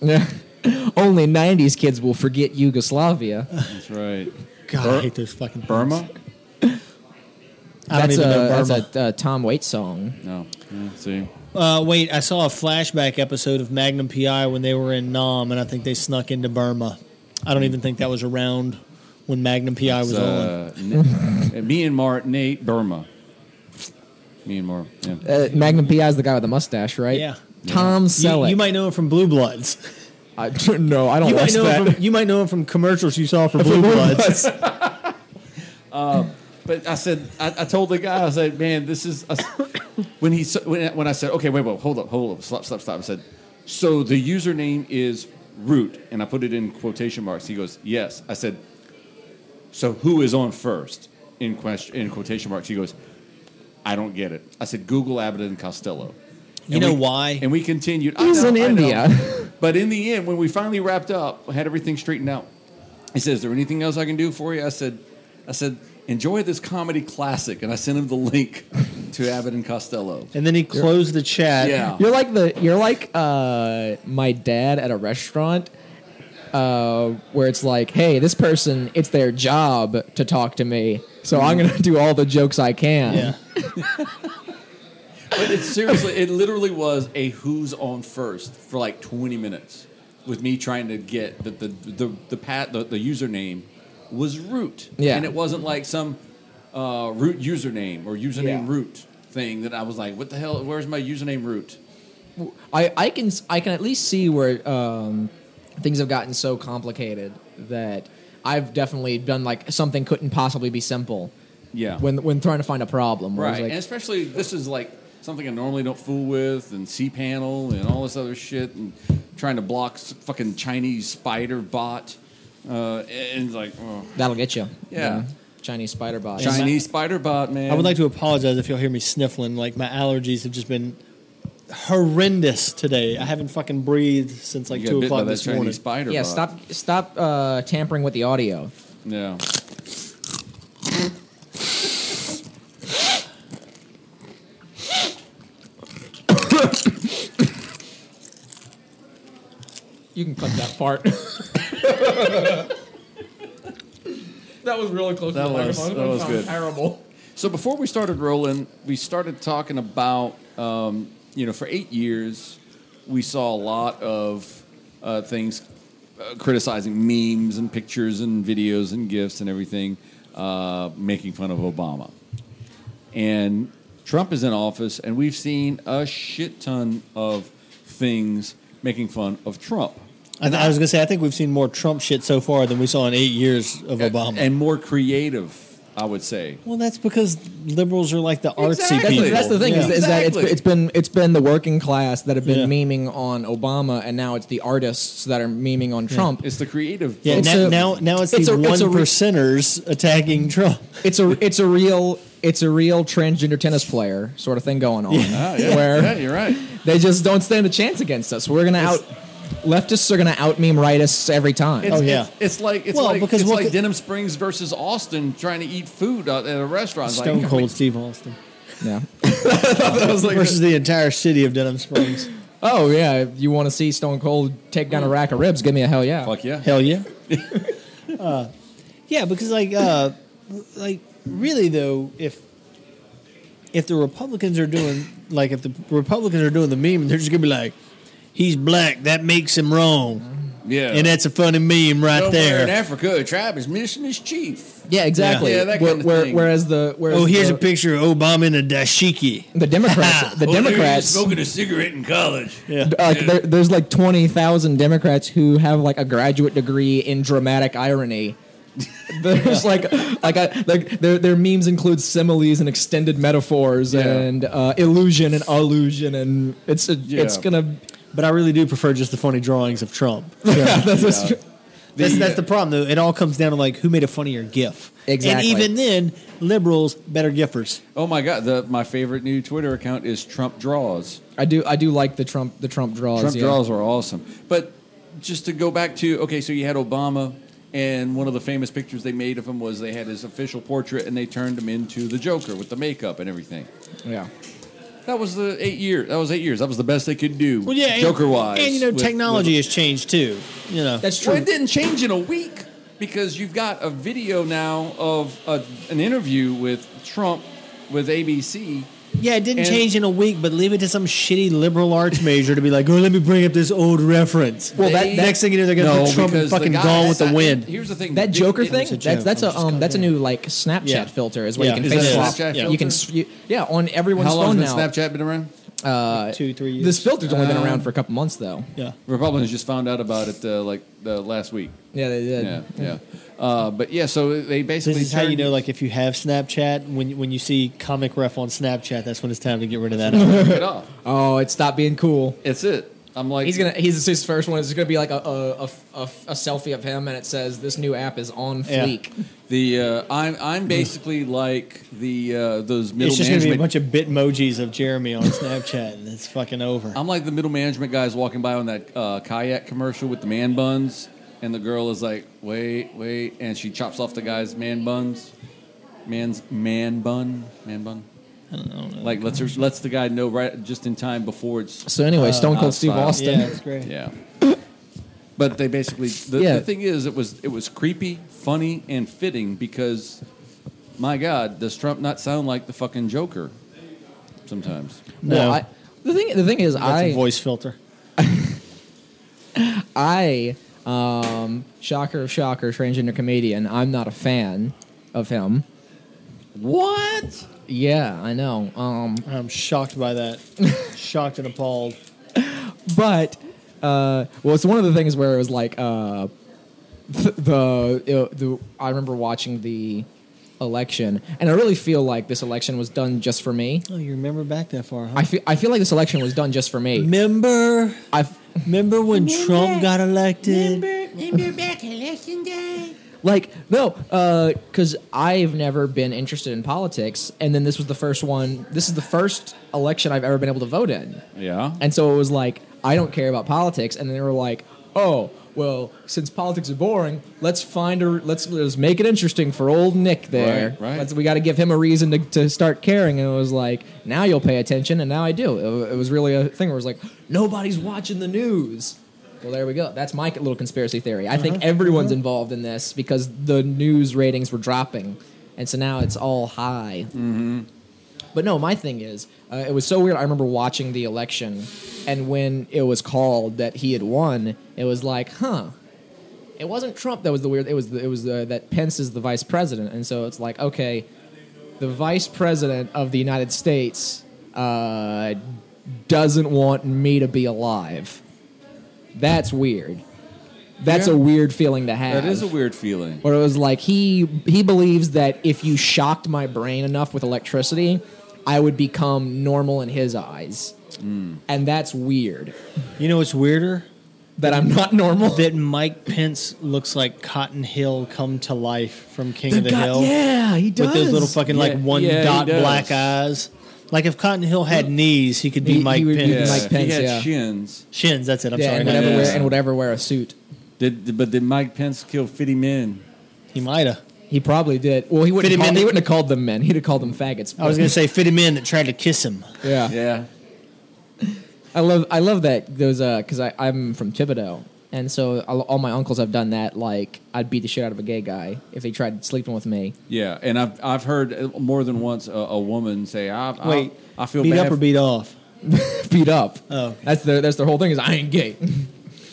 Speaker 5: Only '90s kids will forget Yugoslavia.
Speaker 4: That's right.
Speaker 2: God, I
Speaker 4: Bur-
Speaker 2: hate those fucking things.
Speaker 4: Burma?
Speaker 2: I don't
Speaker 5: that's,
Speaker 2: even
Speaker 5: a,
Speaker 2: know
Speaker 5: that's
Speaker 2: Burma.
Speaker 5: a uh, Tom Waits song.
Speaker 4: No. Yeah, see.
Speaker 2: Uh, wait, I saw a flashback episode of Magnum PI when they were in Nam, and I think they snuck into Burma. I don't even think that was around when Magnum PI was on.
Speaker 4: Uh, N- me and Mar Nate Burma. Me and Mar. Yeah.
Speaker 5: Uh, Magnum PI is the guy with the mustache, right?
Speaker 2: Yeah.
Speaker 5: Tom
Speaker 2: You,
Speaker 5: Selleck.
Speaker 2: you might know him from Blue Bloods.
Speaker 5: I, no, I don't
Speaker 2: You might
Speaker 5: watch
Speaker 2: know
Speaker 5: that.
Speaker 2: him from you might know him from commercials you saw for Blue Bloods.
Speaker 4: But I said, I, I told the guy, I said, man, this is a, when he s- when, I- when I said, okay, wait, wait, hold up, hold up, stop, stop, stop. I said, so the username is root, and I put it in quotation marks. He goes, yes. I said, so who is on first? In question, in quotation marks. He goes, I don't get it. I said, Google Abbott and Costello.
Speaker 2: You
Speaker 4: And
Speaker 2: know
Speaker 4: we-
Speaker 2: why?
Speaker 4: And we continued.
Speaker 5: He's
Speaker 4: I
Speaker 5: in
Speaker 4: know, I know.
Speaker 5: India.
Speaker 4: but in the end, when we finally wrapped up, had everything straightened out, he says, "Is there anything else I can do for you?" I said, "I said enjoy this comedy classic," and I sent him the link to Abbott and Costello.
Speaker 2: and then he closed the chat.
Speaker 4: Yeah.
Speaker 5: You're like the you're like uh, my dad at a restaurant uh, where it's like, hey, this person, it's their job to talk to me, so I'm gonna do all the jokes I can.
Speaker 2: Yeah.
Speaker 4: But it seriously, it literally was a who's on first for like 20 minutes with me trying to get the the the the pat the, the username was root.
Speaker 5: Yeah.
Speaker 4: And it wasn't like some uh, root username or username
Speaker 5: Yeah.
Speaker 4: root thing that I was like, what the hell? Where's my username root?
Speaker 5: I, I can I can at least see where um, things have gotten so complicated that I've definitely done like something couldn't possibly be simple.
Speaker 4: Yeah.
Speaker 5: When when trying to find a problem, where it's
Speaker 4: Right,
Speaker 5: like-
Speaker 4: and especially this is like something I normally don't fool with, and cPanel and all this other shit, and trying to block s- fucking Chinese spider bot, uh, and like oh.
Speaker 5: that'll get you.
Speaker 4: Yeah.
Speaker 5: Chinese spider bot.
Speaker 4: Chinese spider bot, man.
Speaker 2: I would like to apologize if you'll hear me sniffling. Like my allergies have just been horrendous today. I haven't fucking breathed since like
Speaker 4: You got
Speaker 2: two
Speaker 4: bit by
Speaker 2: o'clock
Speaker 4: that
Speaker 2: this
Speaker 4: Chinese
Speaker 2: morning.
Speaker 4: spider
Speaker 5: Yeah,
Speaker 4: bot.
Speaker 5: stop stop uh, tampering with the audio.
Speaker 4: Yeah.
Speaker 5: You can cut that part. that was really close
Speaker 4: That the was- microphone. that That was sounds good.
Speaker 5: Terrible.
Speaker 4: So before we started rolling, we started talking about, um, you know, for eight years, we saw a lot of uh, things uh, criticizing memes and pictures and videos and gifs and everything, uh, making fun of Obama. And Trump is in office, and we've seen a shit ton of things making fun of Trump.
Speaker 2: I, th- I was gonna say I think we've seen more Trump shit so far than we saw in eight years of Obama.
Speaker 4: And more creative, I would say.
Speaker 2: well, that's because liberals are like the artsy
Speaker 4: Exactly.
Speaker 2: people.
Speaker 5: That's, that's the thing
Speaker 2: Yeah.
Speaker 5: is, is that it's,
Speaker 4: Exactly.
Speaker 5: it's been it's been the working class that have been
Speaker 2: Yeah.
Speaker 5: memeing on Obama, and now it's the artists that are memeing on Trump.
Speaker 4: It's the creative.
Speaker 2: yeah,
Speaker 4: folks.
Speaker 5: It's
Speaker 2: now,
Speaker 5: a-
Speaker 2: now now it's,
Speaker 5: it's
Speaker 2: the
Speaker 5: a-
Speaker 2: one
Speaker 5: it's a re-
Speaker 2: percenters attacking Trump.
Speaker 5: It's a it's a real it's a real transgender tennis player sort of thing going on,
Speaker 4: Ah, yeah.
Speaker 5: where
Speaker 4: yeah, you're right.
Speaker 5: they just don't stand a chance against us. We're gonna out leftists are gonna out meme rightists every time.
Speaker 4: It's,
Speaker 2: Oh, yeah.
Speaker 4: it's, it's like it's
Speaker 2: Well,
Speaker 4: like
Speaker 2: because
Speaker 4: it's
Speaker 2: what
Speaker 4: like
Speaker 2: could-
Speaker 4: Denham Springs versus Austin trying to eat food out at a restaurant. It's like,
Speaker 2: Stone
Speaker 4: you
Speaker 2: Cold Steve Austin
Speaker 5: yeah.
Speaker 2: versus the entire city of Denham Springs.
Speaker 5: Oh yeah, if you want to see Stone Cold take down a rack of ribs? Give me a hell yeah.
Speaker 4: gotta- Fuck yeah.
Speaker 2: Hell yeah. uh, yeah, because like uh, like really though, if if the Republicans are doing like if the Republicans are doing the meme, they're just gonna be like, he's black, that makes him wrong,
Speaker 4: Yeah.
Speaker 2: and that's a funny meme right
Speaker 4: Somewhere in
Speaker 2: there.
Speaker 4: Africa, a tribe is missing its chief.
Speaker 5: Yeah, exactly.
Speaker 4: Yeah, that
Speaker 5: Where-
Speaker 4: kind of
Speaker 5: where-
Speaker 4: thing.
Speaker 5: Whereas the whereas
Speaker 2: Oh, here's
Speaker 5: the,
Speaker 2: a picture of Obama in a dashiki.
Speaker 5: The Democrats, the
Speaker 4: Oh, there
Speaker 5: Democrats, uh,
Speaker 4: you're smoking a cigarette in college.
Speaker 2: Yeah.
Speaker 5: like there, there's like twenty thousand Democrats who have like a graduate degree in dramatic irony. There's like like I, like their their memes include similes and extended metaphors
Speaker 4: Yeah.
Speaker 5: and uh, illusion and allusion and it's a, it's
Speaker 4: Yeah.
Speaker 5: gonna
Speaker 2: But I really do prefer just the funny drawings of Trump.
Speaker 5: that's what's-
Speaker 2: That's, that's the problem, though. It all comes down to like who made a funnier GIF.
Speaker 5: Exactly.
Speaker 2: And even then, liberals better GIFers.
Speaker 4: Oh my god, the, my favorite new Twitter account is Trump Draws.
Speaker 5: I do I do like the Trump the Trump draws
Speaker 4: Trump
Speaker 5: yeah.
Speaker 4: draws were awesome. But just to go back to okay, so you had Obama, and one of the famous pictures they made of him was they had his official portrait and they turned him into the Joker with the makeup and everything.
Speaker 5: yeah
Speaker 4: That was the eight years. That was eight years. That was the best they could do.
Speaker 2: Well, yeah, and-
Speaker 4: Joker wise.
Speaker 2: and you know technology has changed too. You know,
Speaker 5: That's true.
Speaker 4: Well, it didn't change in a week because you've got a video now of a, an interview with Trump with ABC.
Speaker 2: yeah, it didn't
Speaker 4: and-
Speaker 2: change in a week, but leave it to some shitty liberal arts major to be like, oh, let me bring up this old reference. Well,
Speaker 5: that- that-
Speaker 2: next thing you know, they're gonna
Speaker 4: No,
Speaker 2: put Trump in
Speaker 4: because the
Speaker 2: fucking
Speaker 4: guy-
Speaker 2: Gone with the
Speaker 4: that-
Speaker 2: Wind.
Speaker 4: Here's the thing.
Speaker 5: That Joker
Speaker 4: It- it-
Speaker 5: thing,
Speaker 2: was a joke.
Speaker 5: that's that's
Speaker 2: I'm
Speaker 5: a
Speaker 2: just
Speaker 5: um, that's a
Speaker 2: goddamn-
Speaker 5: new like Snapchat
Speaker 2: Yeah.
Speaker 5: filter is where
Speaker 2: Yeah.
Speaker 5: you
Speaker 2: Is
Speaker 5: can
Speaker 2: that
Speaker 5: face
Speaker 2: a
Speaker 5: swap.
Speaker 4: Snapchat
Speaker 5: You can
Speaker 4: filter?
Speaker 5: s- you, yeah on everyone's
Speaker 4: How long
Speaker 5: phone
Speaker 4: has
Speaker 5: now.
Speaker 4: Snapchat been around?
Speaker 2: Two, three years.
Speaker 5: This filter's only been around for a couple months though.
Speaker 2: Uh, yeah.
Speaker 4: Republicans just found out about it uh, like uh, last week.
Speaker 5: Yeah, they did.
Speaker 4: Yeah, yeah. Uh, but yeah, so they basically.
Speaker 2: This is how you
Speaker 4: turned-
Speaker 2: know, like, if you have Snapchat, when when you see comic ref on Snapchat, that's when it's time to get rid of that.
Speaker 4: Get off.
Speaker 5: Oh, it stopped being cool.
Speaker 4: It's it. I'm like.
Speaker 5: He's gonna. He's his first one. is gonna be like a a, a a a selfie of him, and it says this new app is on
Speaker 2: Yeah.
Speaker 5: fleek.
Speaker 4: The uh, I'm I'm basically like the uh, those middle
Speaker 2: it's just gonna be a
Speaker 4: management.
Speaker 2: bunch of bitmojis of Jeremy on Snapchat, and it's fucking over.
Speaker 4: I'm like the middle management guys walking by on that uh, kayak commercial with the man buns, and the girl is like, "Wait, wait," and she chops off the guy's man buns, man's man bun, man bun. Like lets her, lets the guy know right just in time before it's
Speaker 5: So anyway, Stone Cold Steve
Speaker 4: style.
Speaker 5: Austin.
Speaker 2: Uh, Yeah, it's great.
Speaker 4: yeah. But they basically the,
Speaker 5: Yeah.
Speaker 4: the thing is it was it was creepy, funny, and fitting because my God, does Trump not sound like the fucking Joker sometimes?
Speaker 5: Well,
Speaker 2: No.
Speaker 5: I, the thing. The thing is,
Speaker 2: That's a
Speaker 5: I
Speaker 2: voice filter.
Speaker 5: I um shocker of shocker transgender comedian. I'm not a fan of him.
Speaker 4: What?
Speaker 5: Yeah, I know. Um,
Speaker 2: I'm shocked by that. shocked and appalled.
Speaker 5: but uh, well, it's one of the things where it was like uh, th- the, uh, the I remember watching the election, and I really feel like this election was done just for me.
Speaker 2: Oh, you remember back that far, huh?
Speaker 5: I feel I feel like this election was done just for me.
Speaker 2: remember.
Speaker 5: I f-
Speaker 2: Remember when Trump got elected?
Speaker 5: like no, because I've never been interested in politics, and then this was the first one. This is the first election I've ever been able to vote in.
Speaker 4: Yeah.
Speaker 5: And so it was like, I don't care about politics. And they were like, oh, well, since politics is boring, let's find a let's let's make it interesting for old Nick there.
Speaker 4: Right, right.
Speaker 5: Let's- we got to give him a reason to, to start caring. And it was like, now you'll pay attention. And now I do. It, wa- it was really a thing where it was like, nobody's watching the news. Well, there we go. That's my little conspiracy theory. I
Speaker 4: Uh-huh,
Speaker 5: think everyone's involved in this because the news ratings were dropping, and so now it's all high.
Speaker 4: Mm-hmm.
Speaker 5: But no, my thing is, uh, it was so weird. I remember watching the election, and when it was called that he had won, it was like, huh. It wasn't Trump that was the weird. It was the, it was the, that Pence is the vice president, and so it's like, okay, the vice president of the United States uh, doesn't want me to be alive. That's weird. That's
Speaker 4: Yeah.
Speaker 5: a weird feeling to have
Speaker 4: That is a weird feeling.
Speaker 5: where it was like he he believes that if you shocked my brain enough with electricity, I would become normal in his eyes,
Speaker 4: Hmm.
Speaker 5: and that's weird.
Speaker 2: You know what's weirder?
Speaker 5: That I'm not normal.
Speaker 2: That Mike Pence looks like Cotton Hill come to life from King of the
Speaker 5: God-
Speaker 2: Hill.
Speaker 5: yeah, he does.
Speaker 2: With those little fucking like
Speaker 4: Yeah,
Speaker 2: one
Speaker 4: yeah, he
Speaker 2: dot
Speaker 4: does.
Speaker 2: black eyes. Like if Cotton Hill had knees, he could be
Speaker 5: He- he
Speaker 2: Mike
Speaker 5: would be
Speaker 2: Pence.
Speaker 4: Yeah,
Speaker 5: Mike
Speaker 4: if
Speaker 5: Pence,
Speaker 4: he had
Speaker 5: yeah.
Speaker 4: shins.
Speaker 2: Shins, that's it. I'm
Speaker 5: yeah,
Speaker 2: sorry.
Speaker 5: and
Speaker 2: not
Speaker 5: would, ever
Speaker 4: yeah.
Speaker 5: wear,
Speaker 2: knees.
Speaker 5: and would ever wear a suit.
Speaker 4: Did but did Mike Pence kill fifty men?
Speaker 2: He might have.
Speaker 5: He probably did. Well, he wouldn't.
Speaker 2: Fit him
Speaker 5: Call,
Speaker 2: in
Speaker 5: he
Speaker 2: the-
Speaker 5: wouldn't have called them men. He'd have called them faggots.
Speaker 2: I was going to say fit him in that tried to kiss him.
Speaker 5: Yeah.
Speaker 4: Yeah.
Speaker 5: I love I love that those uh because I I'm from Thibodeau and so all, all my uncles have done that like I'd beat the shit out of a gay guy if he tried sleeping with me.
Speaker 4: Yeah, and I've I've heard uh, more than once a, a woman say, "I I,
Speaker 2: Wait,
Speaker 4: I feel
Speaker 2: beat
Speaker 4: bad
Speaker 2: up or
Speaker 4: for-
Speaker 2: beat off?
Speaker 5: beat up.
Speaker 2: Oh, okay.
Speaker 5: that's their that's their whole thing is I ain't gay.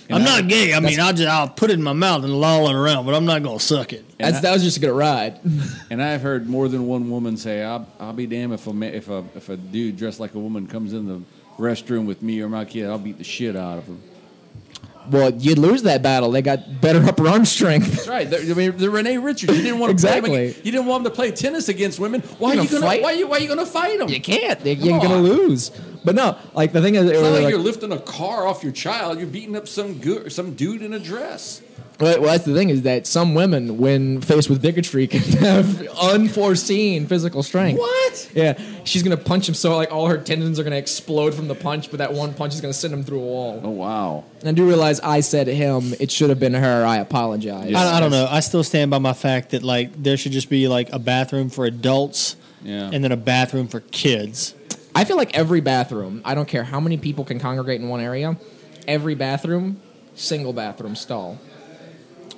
Speaker 2: I'm not gay. I mean, I'll just I'll put it in my mouth and loll it around, but I'm not going to suck it.
Speaker 5: That's,
Speaker 4: I-
Speaker 5: that was just a good ride.
Speaker 4: And I've heard more than one woman say, "I'll, I'll be damned if a ma- if a if a dude dressed like a woman comes in the restroom with me or my kid, I'll beat the shit out of him."
Speaker 5: Well, you'd lose that battle. They got better upper arm strength.
Speaker 4: That's right. They're, I mean, they're Renee Richards. You didn't want to play him.
Speaker 5: Exactly.
Speaker 4: ag- You didn't want him to play tennis against women. Why
Speaker 5: You
Speaker 4: are you
Speaker 5: gonna
Speaker 4: gonna
Speaker 5: fight?
Speaker 4: why you why you gonna fight him?
Speaker 5: You can't. They,
Speaker 4: Come
Speaker 5: you're gonna
Speaker 4: on.
Speaker 5: lose. But no, like the thing is, it
Speaker 4: It's
Speaker 5: was
Speaker 4: not like,
Speaker 5: like-
Speaker 4: you're lifting a car off your child. You're beating up some good some dude in a dress.
Speaker 5: well, well, that's the thing is that some women, when faced with bigotry, can have unforeseen physical strength.
Speaker 4: What?
Speaker 5: Yeah, she's gonna punch him so like all her tendons are gonna explode from the punch, but that one punch is gonna send him through a wall.
Speaker 4: Oh wow.
Speaker 5: And I do realize I said him. It should have been her. I apologize.
Speaker 4: Yeah.
Speaker 2: I, I don't know. I still stand by my fact that like there should just be like a bathroom for adults,
Speaker 4: Yeah.
Speaker 2: and then a bathroom for kids.
Speaker 5: I feel like every bathroom, I don't care how many people can congregate in one area, every bathroom, single bathroom stall,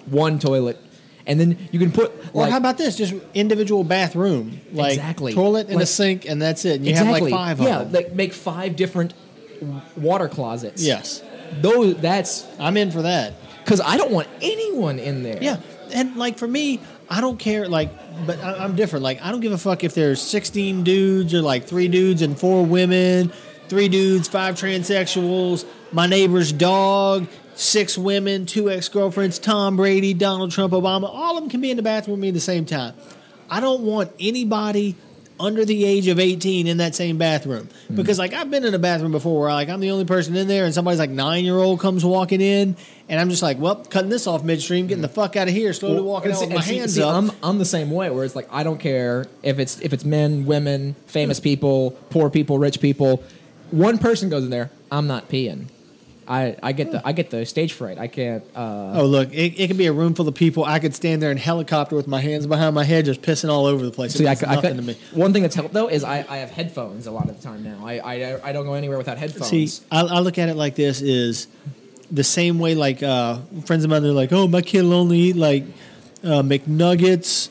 Speaker 5: one toilet, and then you can put
Speaker 2: Well,
Speaker 5: like
Speaker 2: how about this? Just individual bathroom, like
Speaker 5: Exactly.
Speaker 2: toilet and a
Speaker 5: Like-
Speaker 2: sink, and that's it. And you
Speaker 5: exactly
Speaker 2: have like five
Speaker 5: yeah,
Speaker 2: of them.
Speaker 5: like make five different w- water closets.
Speaker 2: yes,
Speaker 5: those that's
Speaker 2: I'm in for that.
Speaker 5: because I don't want anyone in there.
Speaker 2: Yeah, and like for me, I don't care. Like, but I, I'm different. Like, I don't give a fuck if there's 16 dudes or like three dudes and four women, three dudes, five transsexuals, my neighbor's dog, six women, two ex girlfriends, Tom Brady, Donald Trump, Obama. All of them can be in the bathroom with me at the same time. I don't want anybody under the age of 18 in that same bathroom
Speaker 5: Hmm.
Speaker 2: because like i've been in a bathroom before where like i'm the only person in there and somebody's like nine year old comes walking in and i'm just like well cutting this off midstream getting the fuck out of here slowly walking
Speaker 5: And
Speaker 2: out
Speaker 5: see-
Speaker 2: with my
Speaker 5: and see-
Speaker 2: hands
Speaker 5: see,
Speaker 2: up
Speaker 5: I'm, I'm the same way where it's like I don't care if it's if it's men, women, famous people, poor people, rich people. One person goes in there, I'm not peeing. I, I get the I get the stage fright. I can't uh,
Speaker 2: oh look it, it could be a room full of people i could stand there and helicopter with my hands behind my head just pissing all over the place it
Speaker 5: see I,
Speaker 2: means
Speaker 5: c- I
Speaker 2: nothing
Speaker 5: could-
Speaker 2: to me
Speaker 5: One thing that's helped though is I, I have headphones a lot of the time now. I, I, I don't go anywhere without headphones.
Speaker 2: See, I, I look at it like this: is the same way like uh, friends of mine. They're like, "Oh, my kid will only eat like uh, McNuggets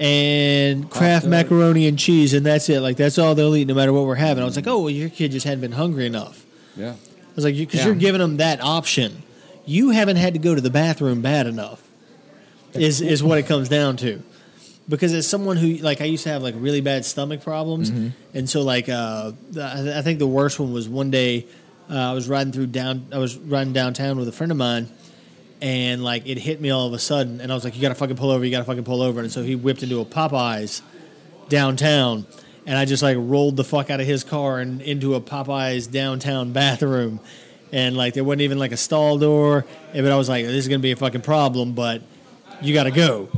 Speaker 2: and Kraft
Speaker 5: dog.
Speaker 2: macaroni and cheese, and that's it. Like that's all they'll eat, no matter what we're having." I was like, "Oh, well, your kid just hadn't been hungry enough."
Speaker 4: Yeah.
Speaker 2: I was like, "Because
Speaker 5: Yeah.
Speaker 2: you're giving them that option. You haven't had to go to the bathroom bad enough." Is is what it comes down to. Because as someone who like I used to have like really bad stomach problems, and so like uh, I I think the worst one was one day uh, I was riding through down I was riding downtown with a friend of mine, and like it hit me all of a sudden, and I was like, "You gotta fucking pull over! You gotta fucking pull over!" And so he whipped into a Popeyes downtown, and I just like rolled the fuck out of his car and into a Popeyes downtown bathroom, and like there wasn't even like a stall door, and- but I was like, "This is gonna be a fucking problem," but you gotta go.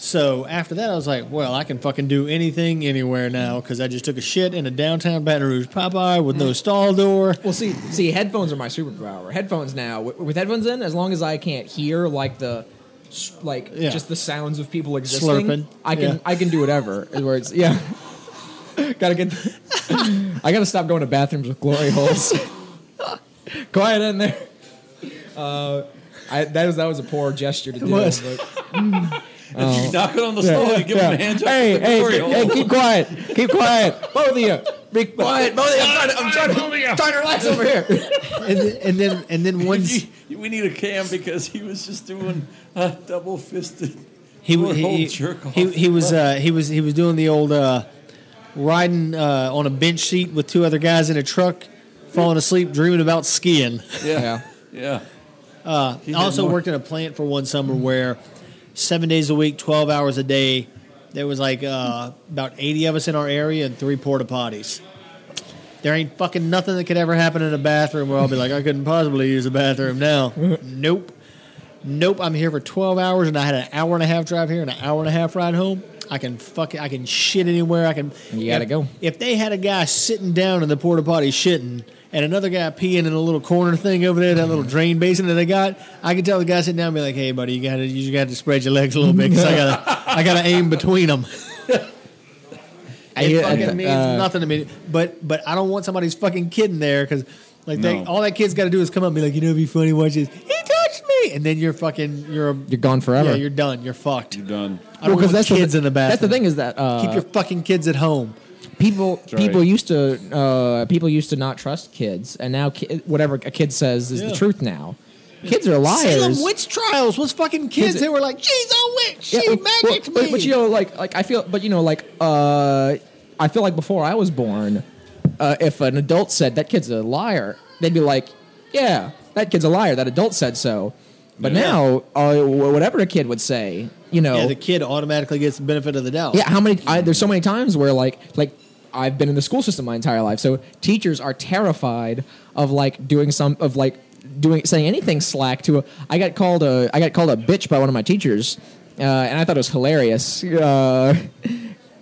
Speaker 2: So after that, I was like, well, I can fucking do anything anywhere now because I just took a shit in a downtown Baton Rouge Popeye with no stall door.
Speaker 5: Well, see, see, headphones are my superpower. Headphones now, with, with headphones in, as long as I can't hear like the, s- like
Speaker 2: Yeah.
Speaker 5: just the sounds of people existing,
Speaker 2: Slurping,
Speaker 5: I can
Speaker 2: yeah.
Speaker 5: I can do whatever. is Where it's yeah, gotta get. I gotta stop going to bathrooms with glory holes. Quiet in there. Uh, I, that was that was a poor gesture to do.
Speaker 2: was.
Speaker 5: but-
Speaker 4: You knock it on the stall and give
Speaker 5: Yeah.
Speaker 4: him a hand job.
Speaker 5: hey,
Speaker 4: Don't
Speaker 5: hey,
Speaker 4: worry,
Speaker 5: hey,
Speaker 4: old-
Speaker 5: keep quiet, keep quiet, both of you. Be quiet, both of you. I'm trying to, I'm trying to, trying to relax over here.
Speaker 2: And then, and then, and then once
Speaker 4: we need a cam because he was just doing a double fisted.
Speaker 2: he
Speaker 4: poor
Speaker 2: he,
Speaker 4: old
Speaker 2: he,
Speaker 4: jerk off.
Speaker 2: he, he was uh, he was he was doing the old uh, riding uh, on a bench seat with two other guys in a truck, falling asleep dreaming about skiing.
Speaker 4: yeah. Yeah.
Speaker 2: I Uh, also worked in a plant for one summer where seven days a week, twelve hours a day, there was like uh, about eighty of us in our area and three porta potties. There ain't fucking nothing that could ever happen in a bathroom where I'll be like, I couldn't possibly use a bathroom now. nope. Nope, I'm here for 12 hours and I had an hour and a half drive here and an hour and a half ride home. I can fuck I can shit anywhere. I can.
Speaker 5: You gotta
Speaker 2: if,
Speaker 5: go.
Speaker 2: If they had a guy sitting down in the porta potty shitting and another guy peeing in a little corner thing over there, that little
Speaker 5: Mm-hmm.
Speaker 2: drain basin that they got, I could tell the guy sitting down and be like, "Hey, buddy, you gotta you got to spread your legs a little bit because I gotta I gotta aim between them." It fucking means
Speaker 5: uh,
Speaker 2: nothing to me. But but I don't want somebody's fucking kid in there because like they
Speaker 4: No.
Speaker 2: all that kid's got to do is come up and be like, you know, it'd be funny. Watch this. He touched me, and then you're fucking you're a,
Speaker 5: You're gone forever.
Speaker 2: Yeah, you're done. You're fucked.
Speaker 4: You're done.
Speaker 2: I don't want kids
Speaker 5: the,
Speaker 2: in the bathroom.
Speaker 5: That's the thing is that uh,
Speaker 2: Keep your fucking kids at home.
Speaker 5: people
Speaker 4: right.
Speaker 5: people used to uh, people used to not trust kids, and now ki- whatever a kid says is
Speaker 2: Yeah.
Speaker 5: the truth now. Kids are liars.
Speaker 2: Salem witch trials was fucking kids
Speaker 5: Kids-
Speaker 2: that were like, she's a witch. She
Speaker 5: Yeah, well,
Speaker 2: magicked
Speaker 5: well, but,
Speaker 2: me.
Speaker 5: but you know, like like I feel, but you know, like uh, I feel like before I was born, uh, if an adult said that kid's a liar, they'd be like, yeah, that kid's a liar. That adult said so. But
Speaker 4: Yeah.
Speaker 5: now, uh, wh- whatever a kid would say, you know,
Speaker 2: yeah, the kid automatically gets the benefit of the doubt.
Speaker 5: Yeah, how many? I, there's so many times where like like I've been in the school system my entire life, so teachers are terrified of like doing some of like doing saying anything slack to a. I got called a I got called a bitch by one of my teachers, uh, and I thought it was hilarious. Uh,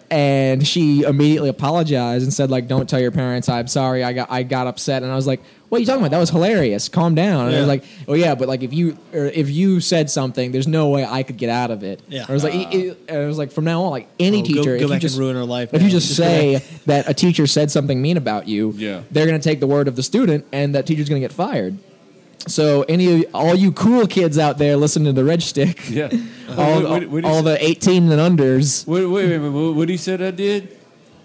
Speaker 5: and she immediately apologized and said like don't tell your parents i'm sorry i got i got upset and i was like what are you talking about that was hilarious calm down and i
Speaker 2: Yeah.
Speaker 5: was like oh yeah but like if you or if you said something there's no way i could get out of it
Speaker 2: Yeah.
Speaker 5: and i was like "E- e-" and i was like from now on like
Speaker 2: Oh,
Speaker 5: any
Speaker 2: go-
Speaker 5: teacher
Speaker 2: go
Speaker 5: if you
Speaker 2: back and
Speaker 5: just
Speaker 2: ruin her life
Speaker 5: if you
Speaker 2: now.
Speaker 5: just,
Speaker 2: Just go
Speaker 5: say that a teacher said something mean about you
Speaker 4: Yeah.
Speaker 5: they're going to take the word of the student and that teacher's going to get fired so any of all you cool kids out there listening to the red stick
Speaker 4: Yeah.
Speaker 5: all,
Speaker 4: What- what- what he
Speaker 5: all
Speaker 4: said-
Speaker 5: the 18 and unders
Speaker 4: Wait, wait, wait, wait, what, what he said I did?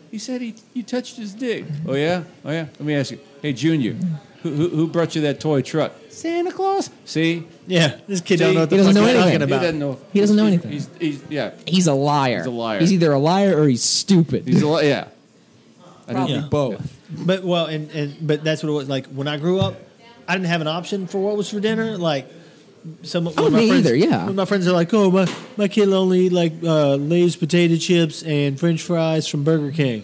Speaker 4: He said he you touched his dick. Oh yeah, oh yeah. Let me ask you. Hey Junior, who, who, who brought you that toy truck? Santa Claus. See,
Speaker 2: Yeah, this kid
Speaker 4: See,
Speaker 2: don't know what the
Speaker 5: he doesn't
Speaker 2: fuck
Speaker 5: know
Speaker 2: he's
Speaker 5: anything.
Speaker 2: talking
Speaker 4: he
Speaker 2: about.
Speaker 4: doesn't know.
Speaker 5: He doesn't know
Speaker 4: he's-
Speaker 5: anything.
Speaker 4: He's, he's, yeah,
Speaker 5: He's a liar.
Speaker 4: He's a liar.
Speaker 5: He's either a liar or he's stupid.
Speaker 4: he's a li- yeah. I don't
Speaker 5: Probably
Speaker 2: Yeah.
Speaker 5: both.
Speaker 2: But well, and, and but that's what it was like when I grew up. I didn't have an option for what was for dinner. Like some one of my
Speaker 5: Oh, me
Speaker 2: friends,
Speaker 5: either, yeah.
Speaker 2: one of my friends are like, "Oh, my my kid will only eat like uh, Lay's potato chips and French fries from Burger King."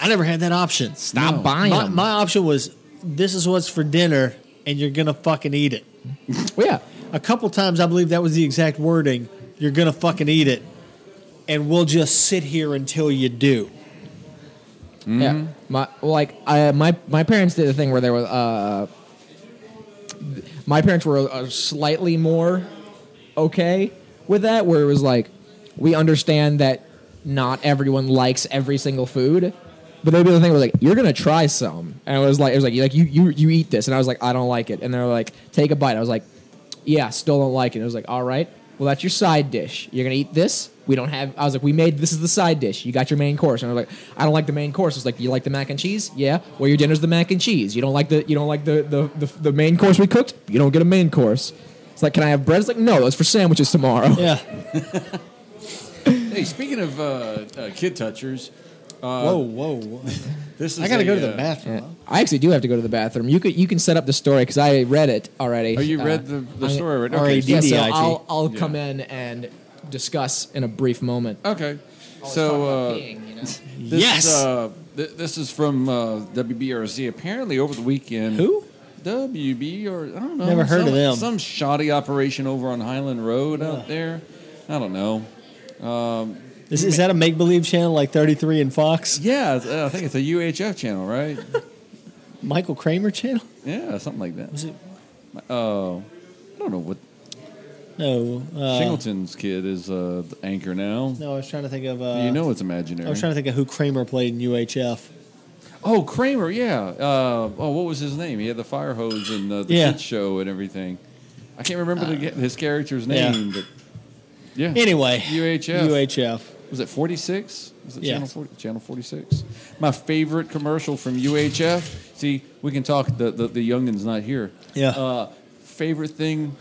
Speaker 2: I never had that option.
Speaker 5: Stop buying
Speaker 2: My,
Speaker 5: them.
Speaker 2: my option was, "This is what's for dinner, and you're gonna fucking eat it."
Speaker 5: Well, yeah.
Speaker 2: A couple times, I believe that was the exact wording. You're gonna fucking eat it, and we'll just sit here until you do.
Speaker 5: Yeah. My well, like I, my my parents did a thing where they were uh my parents were uh, slightly more okay with that where it was like we understand that not everyone likes every single food. But they'd be the thing where like you're gonna try some, and it was like it was like you like you you you eat this, and I was like I don't like it, and they're like take a bite. I was like, yeah, still don't like it. And it was like all right, well that's your side dish. You're gonna eat this. We don't have. I was like we made this is the side dish. You got your main course, and I was like I don't like the main course. It's like you like the mac and cheese, yeah. Well your dinner's the mac and cheese. You don't like the you don't like the the the, the main course we cooked. You don't get a main course. It's like can I have bread? It's like no, it's for sandwiches tomorrow.
Speaker 2: Yeah.
Speaker 4: Hey, speaking of uh, uh, kid touchers,
Speaker 2: whoa, whoa, whoa.
Speaker 4: this is
Speaker 2: I gotta
Speaker 4: a,
Speaker 2: go to the
Speaker 4: uh,
Speaker 2: bathroom. huh?
Speaker 5: I actually do have to go to the bathroom. You could you can set up the story because I read it already.
Speaker 4: Oh, you
Speaker 5: Uh,
Speaker 4: read the, the
Speaker 5: I-
Speaker 4: story right?
Speaker 2: R A D
Speaker 5: Yeah, so
Speaker 2: DDIT.
Speaker 5: I'll I'll
Speaker 4: Yeah.
Speaker 5: come in and discuss in a brief moment.
Speaker 4: Okay.
Speaker 5: Always
Speaker 4: So
Speaker 5: talk about
Speaker 4: uh,
Speaker 5: peeing, you know?
Speaker 4: This,
Speaker 2: Yes!
Speaker 4: Uh, th- this is from uh, WBRZ. Apparently, over the weekend.
Speaker 5: Who?
Speaker 4: WB or I don't know.
Speaker 2: Never heard of
Speaker 4: some-
Speaker 2: them.
Speaker 4: Some shoddy operation over on Highland Road out there. I don't know.
Speaker 2: Is, is that a make believe channel like 33 and Fox?
Speaker 4: Yeah, it's, uh, I think it's a UHF channel, right?
Speaker 2: Michael Kramer channel?
Speaker 4: yeah, something like that.
Speaker 2: Was it?
Speaker 4: Oh, I don't know what
Speaker 2: No. Uh,
Speaker 4: Shingleton's kid is uh, the anchor now.
Speaker 2: No, I was trying to think of. Uh,
Speaker 4: you know it's imaginary.
Speaker 2: I was trying to think of who Kramer played in UHF.
Speaker 4: Oh, Kramer, yeah. Uh, oh, what was his name? He had the fire hose and uh, the
Speaker 2: Yeah. Uh,
Speaker 4: kids show and everything. I can't remember the, his character's
Speaker 2: yeah.
Speaker 4: name, but yeah.
Speaker 2: Anyway,
Speaker 4: UHF.
Speaker 2: UHF.
Speaker 4: was it 46? Was it
Speaker 2: Yeah.
Speaker 4: channel 40, channel 46? My favorite commercial from UHF. See, we can talk. The the, the youngin's not here.
Speaker 2: Yeah.
Speaker 4: Uh, favorite thing,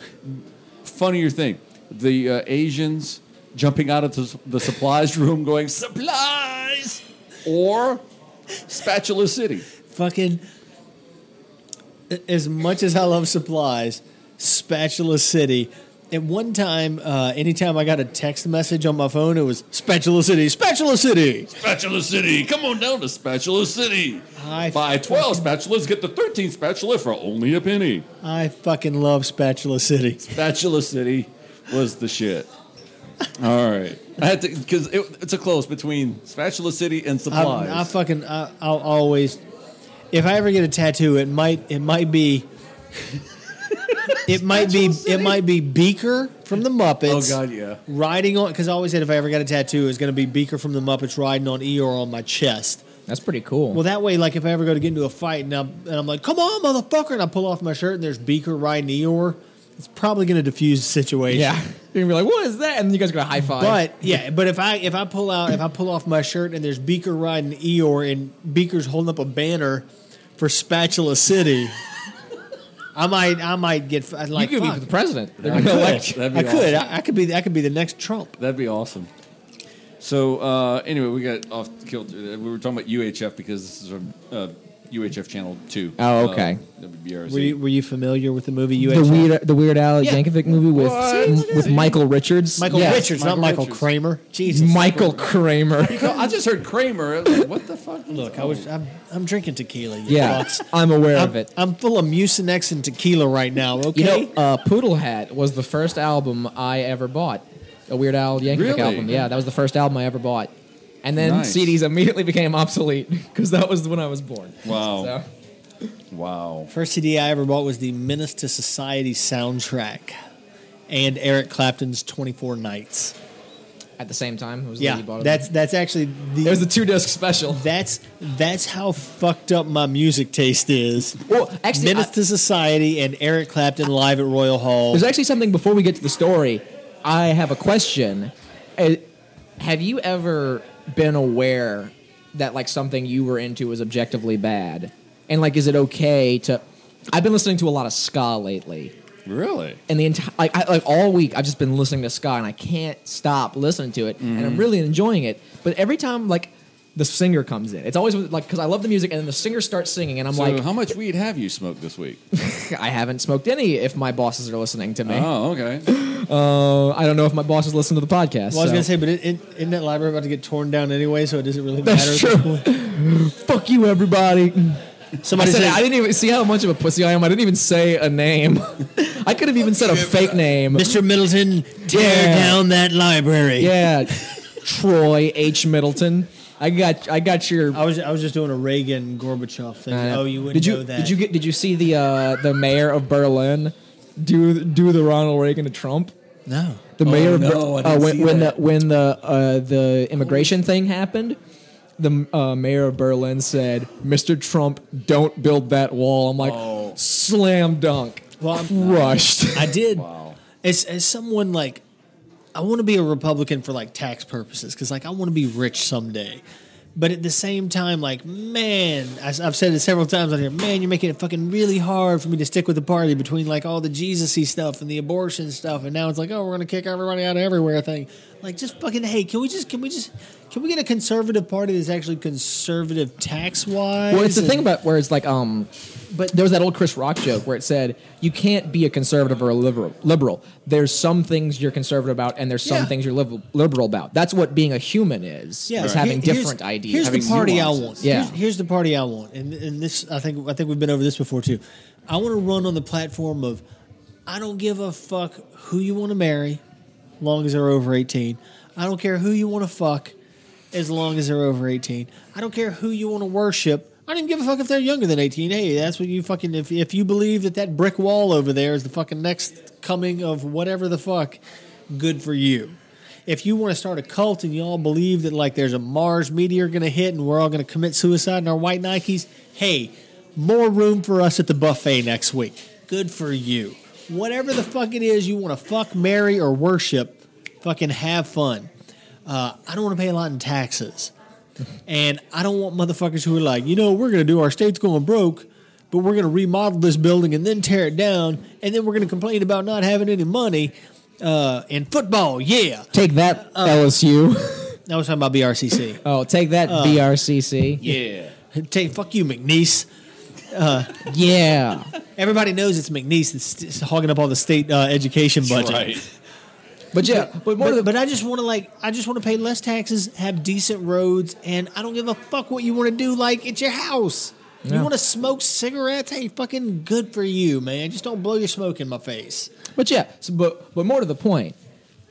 Speaker 4: funnier thing, the uh, Asians jumping out of the, the supplies room, going supplies, or Spatula City.
Speaker 2: Fucking. a- As much as I love supplies, Spatula City. At one time, uh, anytime I got a text message on my phone, it was Spatula City, Spatula City.
Speaker 4: Spatula City. Come on down to Spatula City.
Speaker 2: I
Speaker 4: Buy 12 spatulas, get the 13th spatula for only a penny.
Speaker 2: I fucking love Spatula City.
Speaker 4: Spatula City was the shit. All right. I had to, because it, it's a close between Spatula City and
Speaker 2: I'm-
Speaker 4: supplies.
Speaker 2: I fucking I, I'll always. If I ever get a tattoo, it might it might be. it might be it might be Beaker from the
Speaker 4: oh,
Speaker 2: Muppets.
Speaker 4: God, yeah.
Speaker 2: Riding on because I always said if I ever got a tattoo, it's going to be Beaker from the Muppets riding on Eeyore on my chest.
Speaker 5: That's pretty cool.
Speaker 2: Well, that way, like if I ever go to get into a fight and I'm, and I'm like, "Come on, motherfucker!" and I pull off my shirt and there's Beaker riding Eeyore, it's probably going to diffuse the situation.
Speaker 5: yeah, you're gonna be like, what is that? And you guys are gonna high five.
Speaker 2: But yeah, but if I if I pull out if I pull off my shirt and there's Beaker riding Eeyore and Beaker's holding up a banner for Spatula City, I might I might get I'd
Speaker 5: you
Speaker 2: like
Speaker 5: could
Speaker 2: fuck.
Speaker 5: be the president. They're
Speaker 2: I
Speaker 5: gonna
Speaker 2: could
Speaker 5: elect you.
Speaker 4: That'd be
Speaker 2: I could
Speaker 4: awesome.
Speaker 2: I, I could be I could be the next Trump.
Speaker 4: That'd be awesome. So, uh, anyway, we got off kilter. We were talking about UHF because this is from uh, UHF Channel 2.
Speaker 5: Oh, okay.
Speaker 4: Uh, WBRZ.
Speaker 2: Were you, were you familiar with the movie UHF?
Speaker 5: The weird the Weird Al
Speaker 2: Yeah.
Speaker 5: Yankovic movie with
Speaker 4: What?
Speaker 5: with Michael Richards.
Speaker 2: Michael
Speaker 5: Yes.
Speaker 2: Richards,
Speaker 4: Michael
Speaker 2: not Michael
Speaker 4: Richards.
Speaker 2: Kramer. Jesus,
Speaker 5: Michael Kramer.
Speaker 4: No, I just heard Kramer. I was like, what the fuck?
Speaker 2: Look, I was I'm, I'm drinking tequila. You
Speaker 5: Yeah,
Speaker 2: fucks.
Speaker 5: I'm aware
Speaker 2: I'm,
Speaker 5: of it.
Speaker 2: I'm full of Mucinex and tequila right now.
Speaker 5: You
Speaker 2: Okay.
Speaker 5: know, uh, Poodle Hat was the first album I ever bought. A Weird Al Yankovic
Speaker 4: Really?
Speaker 5: album. Yeah, that was the first album I ever bought. And then
Speaker 4: Nice.
Speaker 5: CDs immediately became obsolete because that was when I was born.
Speaker 4: Wow.
Speaker 5: So,
Speaker 4: Wow.
Speaker 2: First CD I ever bought was the Menace to Society soundtrack and Eric Clapton's 24 Nights.
Speaker 5: at the same time, it was
Speaker 2: Yeah,
Speaker 5: Lady Bottom.
Speaker 2: that's that's actually the,
Speaker 5: it was the two disc special.
Speaker 2: that's that's how fucked up my music taste is.
Speaker 5: Well, actually,
Speaker 2: Menace
Speaker 5: I-
Speaker 2: to Society and Eric Clapton live at Royal Hall.
Speaker 5: There's actually something before we get to the story. I have a question. Uh, Have you ever been aware that like something you were into was objectively bad? And like, is it okay to? I've been listening to a lot of ska lately,
Speaker 4: Really?
Speaker 5: and the entire like, I, like all week I've just been listening to ska, and I can't stop listening to it, and I'm really enjoying it. But every time like the singer comes in, it's always like because I love the music, and then the singer starts singing, and I'm
Speaker 4: So,
Speaker 5: like,
Speaker 4: how much weed have you smoked this week?
Speaker 5: I haven't smoked any. If my bosses are listening to me,
Speaker 4: oh, okay.
Speaker 5: Uh, I don't know if my bosses listen to the podcast.
Speaker 2: well, I was
Speaker 5: so-
Speaker 2: gonna say, but it, it, isn't that library about to get torn down anyway? So it doesn't really
Speaker 5: That's
Speaker 2: matter. at
Speaker 5: true.
Speaker 2: this point?
Speaker 5: Fuck you, everybody. I
Speaker 2: Somebody
Speaker 5: said
Speaker 2: said,
Speaker 5: I didn't even see how much of a pussy I am. I didn't even say a name. I could have even said a fake name.
Speaker 2: "Mr. Middleton, tear
Speaker 5: Yeah.
Speaker 2: down that library."
Speaker 5: Yeah, Troy H. Middleton. I got I got your.
Speaker 2: I was I was just doing a Reagan Gorbachev thing. oh, you wouldn't
Speaker 5: did you
Speaker 2: know that.
Speaker 5: did you get did you see the uh, the mayor of Berlin do do the Ronald Reagan to Trump?
Speaker 2: Oh, no?
Speaker 5: The mayor of
Speaker 4: Oh, no, I
Speaker 5: Ber- uh,
Speaker 4: didn't
Speaker 5: when,
Speaker 4: see
Speaker 5: when the
Speaker 4: that.
Speaker 5: when the uh, the
Speaker 2: Oh.
Speaker 5: immigration thing happened, the uh, mayor of Berlin said, "Mr. Trump, don't build that wall." I'm like, slam dunk,
Speaker 2: Oh. Well, I'm-
Speaker 5: crushed.
Speaker 2: I did. As as someone like, I want to be a Republican for like tax purposes because like I want to be rich someday. But at the same time, like man, I, have said it several times on here. Man, you're making it fucking really hard for me to stick with the party between like all the Jesusy stuff and the abortion stuff, and now it's like, oh, we're gonna kick everybody out of everywhere thing. Like, just fucking hey, can we just can we just can we get a conservative party that's actually conservative tax wise?
Speaker 5: well, it's the thing about where it's like, um, but there was that old Chris Rock joke where it said you can't be a conservative or a liberal. Liberal. There's some things you're conservative about, and there's some
Speaker 2: Yeah.
Speaker 5: things you're liber- liberal about. That's what being a human is.
Speaker 2: Yeah,
Speaker 5: is
Speaker 2: so
Speaker 5: having
Speaker 2: here- here's-
Speaker 5: different ideas.
Speaker 2: Here's
Speaker 5: having
Speaker 2: the party
Speaker 5: nuances.
Speaker 2: I want.
Speaker 5: Yeah.
Speaker 2: Here's, here's the party I want, and and this I think I think we've been over this before too. I want to run on the platform of I don't give a fuck who you want to marry, long as they're over eighteen. I don't care who you want to fuck, as long as they're over eighteen. I don't care who you want to worship. I don't even give a fuck if they're younger than eighteen. Hey, that's what you fucking if if you believe that that brick wall over there is the fucking next coming of whatever the fuck, good for you if you want to start a cult and you all believe that like there's a Mars meteor going to hit and we're all going to commit suicide in our white Nikes, hey, more room for us at the buffet next week. Good for you. Whatever the fuck it is you want to fuck, marry, or worship, fucking have fun. Uh, I don't want to pay a lot in taxes. And I don't want motherfuckers who are like, you know, we're going to do our state's going broke, but we're going to remodel this building and then tear it down, and then we're going to complain about not having any money. Uh, and football, yeah.
Speaker 5: Take that
Speaker 2: Uh,
Speaker 5: LSU.
Speaker 2: I was talking about BRCC.
Speaker 5: oh, take that
Speaker 2: uh,
Speaker 5: BRCC.
Speaker 4: Yeah.
Speaker 2: Take fuck you, McNeese.
Speaker 5: Yeah.
Speaker 2: Everybody knows it's McNeese that's that's hogging up all the state uh, education budget.
Speaker 4: Right.
Speaker 5: But yeah, but more
Speaker 2: But,
Speaker 5: than
Speaker 2: but I just want to like I just want to pay less taxes, have decent roads, and I don't give a fuck what you want to do. Like it's your house. You
Speaker 5: Yeah.
Speaker 2: want to smoke cigarettes? Hey, fucking good for you, man. Just don't blow your smoke in my face.
Speaker 5: but yeah, so, but but more to the point.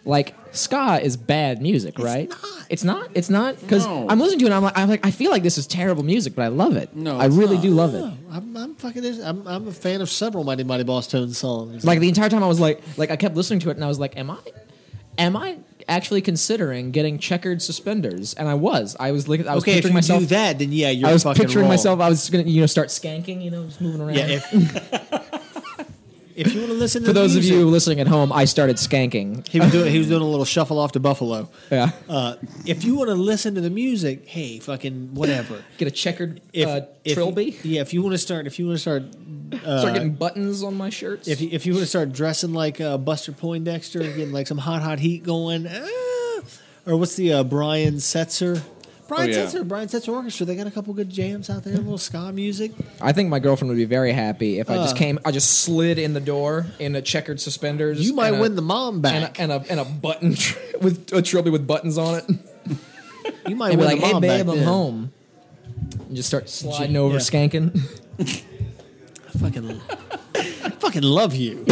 Speaker 5: Like ska is bad music, right?
Speaker 2: not.
Speaker 5: It's not. It's not because
Speaker 4: No.
Speaker 5: I'm listening to it. and I'm like, I'm like, I feel like this is terrible music, but I love it.
Speaker 4: No,
Speaker 5: I
Speaker 4: it's
Speaker 5: really do love it.
Speaker 2: No, I'm, I'm fucking. This, I'm, I'm a fan of several Mighty Mighty Boss Tone songs.
Speaker 5: Like the entire time, I was like, like I kept listening to it, and I was like, am I, am I actually considering getting checkered suspenders? And I was. I was like, I was
Speaker 2: okay, if
Speaker 5: picturing
Speaker 2: you
Speaker 5: myself.
Speaker 2: do that, then yeah, you're
Speaker 5: I was
Speaker 2: fucking
Speaker 5: picturing
Speaker 2: wrong.
Speaker 5: myself. I was just gonna, you know, start skanking, you know, just moving around.
Speaker 2: Yeah. If, if you want to listen to
Speaker 5: For those of
Speaker 2: music-
Speaker 5: you listening at home, I started skanking.
Speaker 2: He was doing he was doing a little shuffle off to Buffalo.
Speaker 5: Yeah.
Speaker 2: Uh, if you want to listen to the music, hey, fucking whatever.
Speaker 5: Get a checkered
Speaker 2: If,
Speaker 5: uh,
Speaker 2: if
Speaker 5: trilby.
Speaker 2: yeah. If you want to start, if you want to start,
Speaker 5: Start getting buttons on my shirts.
Speaker 2: if you, if you want to start dressing like uh, Buster Poindexter, and getting like some hot hot heat going, ah, or what's the uh, Brian Setzer? Brian
Speaker 4: Oh, yeah.
Speaker 2: Setzer, Brian Setzer Orchestra. They got a couple good jams out there, a little ska music.
Speaker 5: I think my girlfriend would be very happy if I just came. I just slid in the door in a checkered suspenders.
Speaker 2: You might
Speaker 5: and a-
Speaker 2: win the mom
Speaker 5: and
Speaker 2: back.
Speaker 5: a, and a and a button tr- with a trilby with buttons on it.
Speaker 2: you might
Speaker 5: And be
Speaker 2: win
Speaker 5: like,
Speaker 2: the mom
Speaker 5: "Hey
Speaker 2: back.
Speaker 5: babe, I'm
Speaker 2: then."
Speaker 5: home." And just start sliding over,
Speaker 2: yeah.
Speaker 5: skanking.
Speaker 2: I fucking, I fucking love you.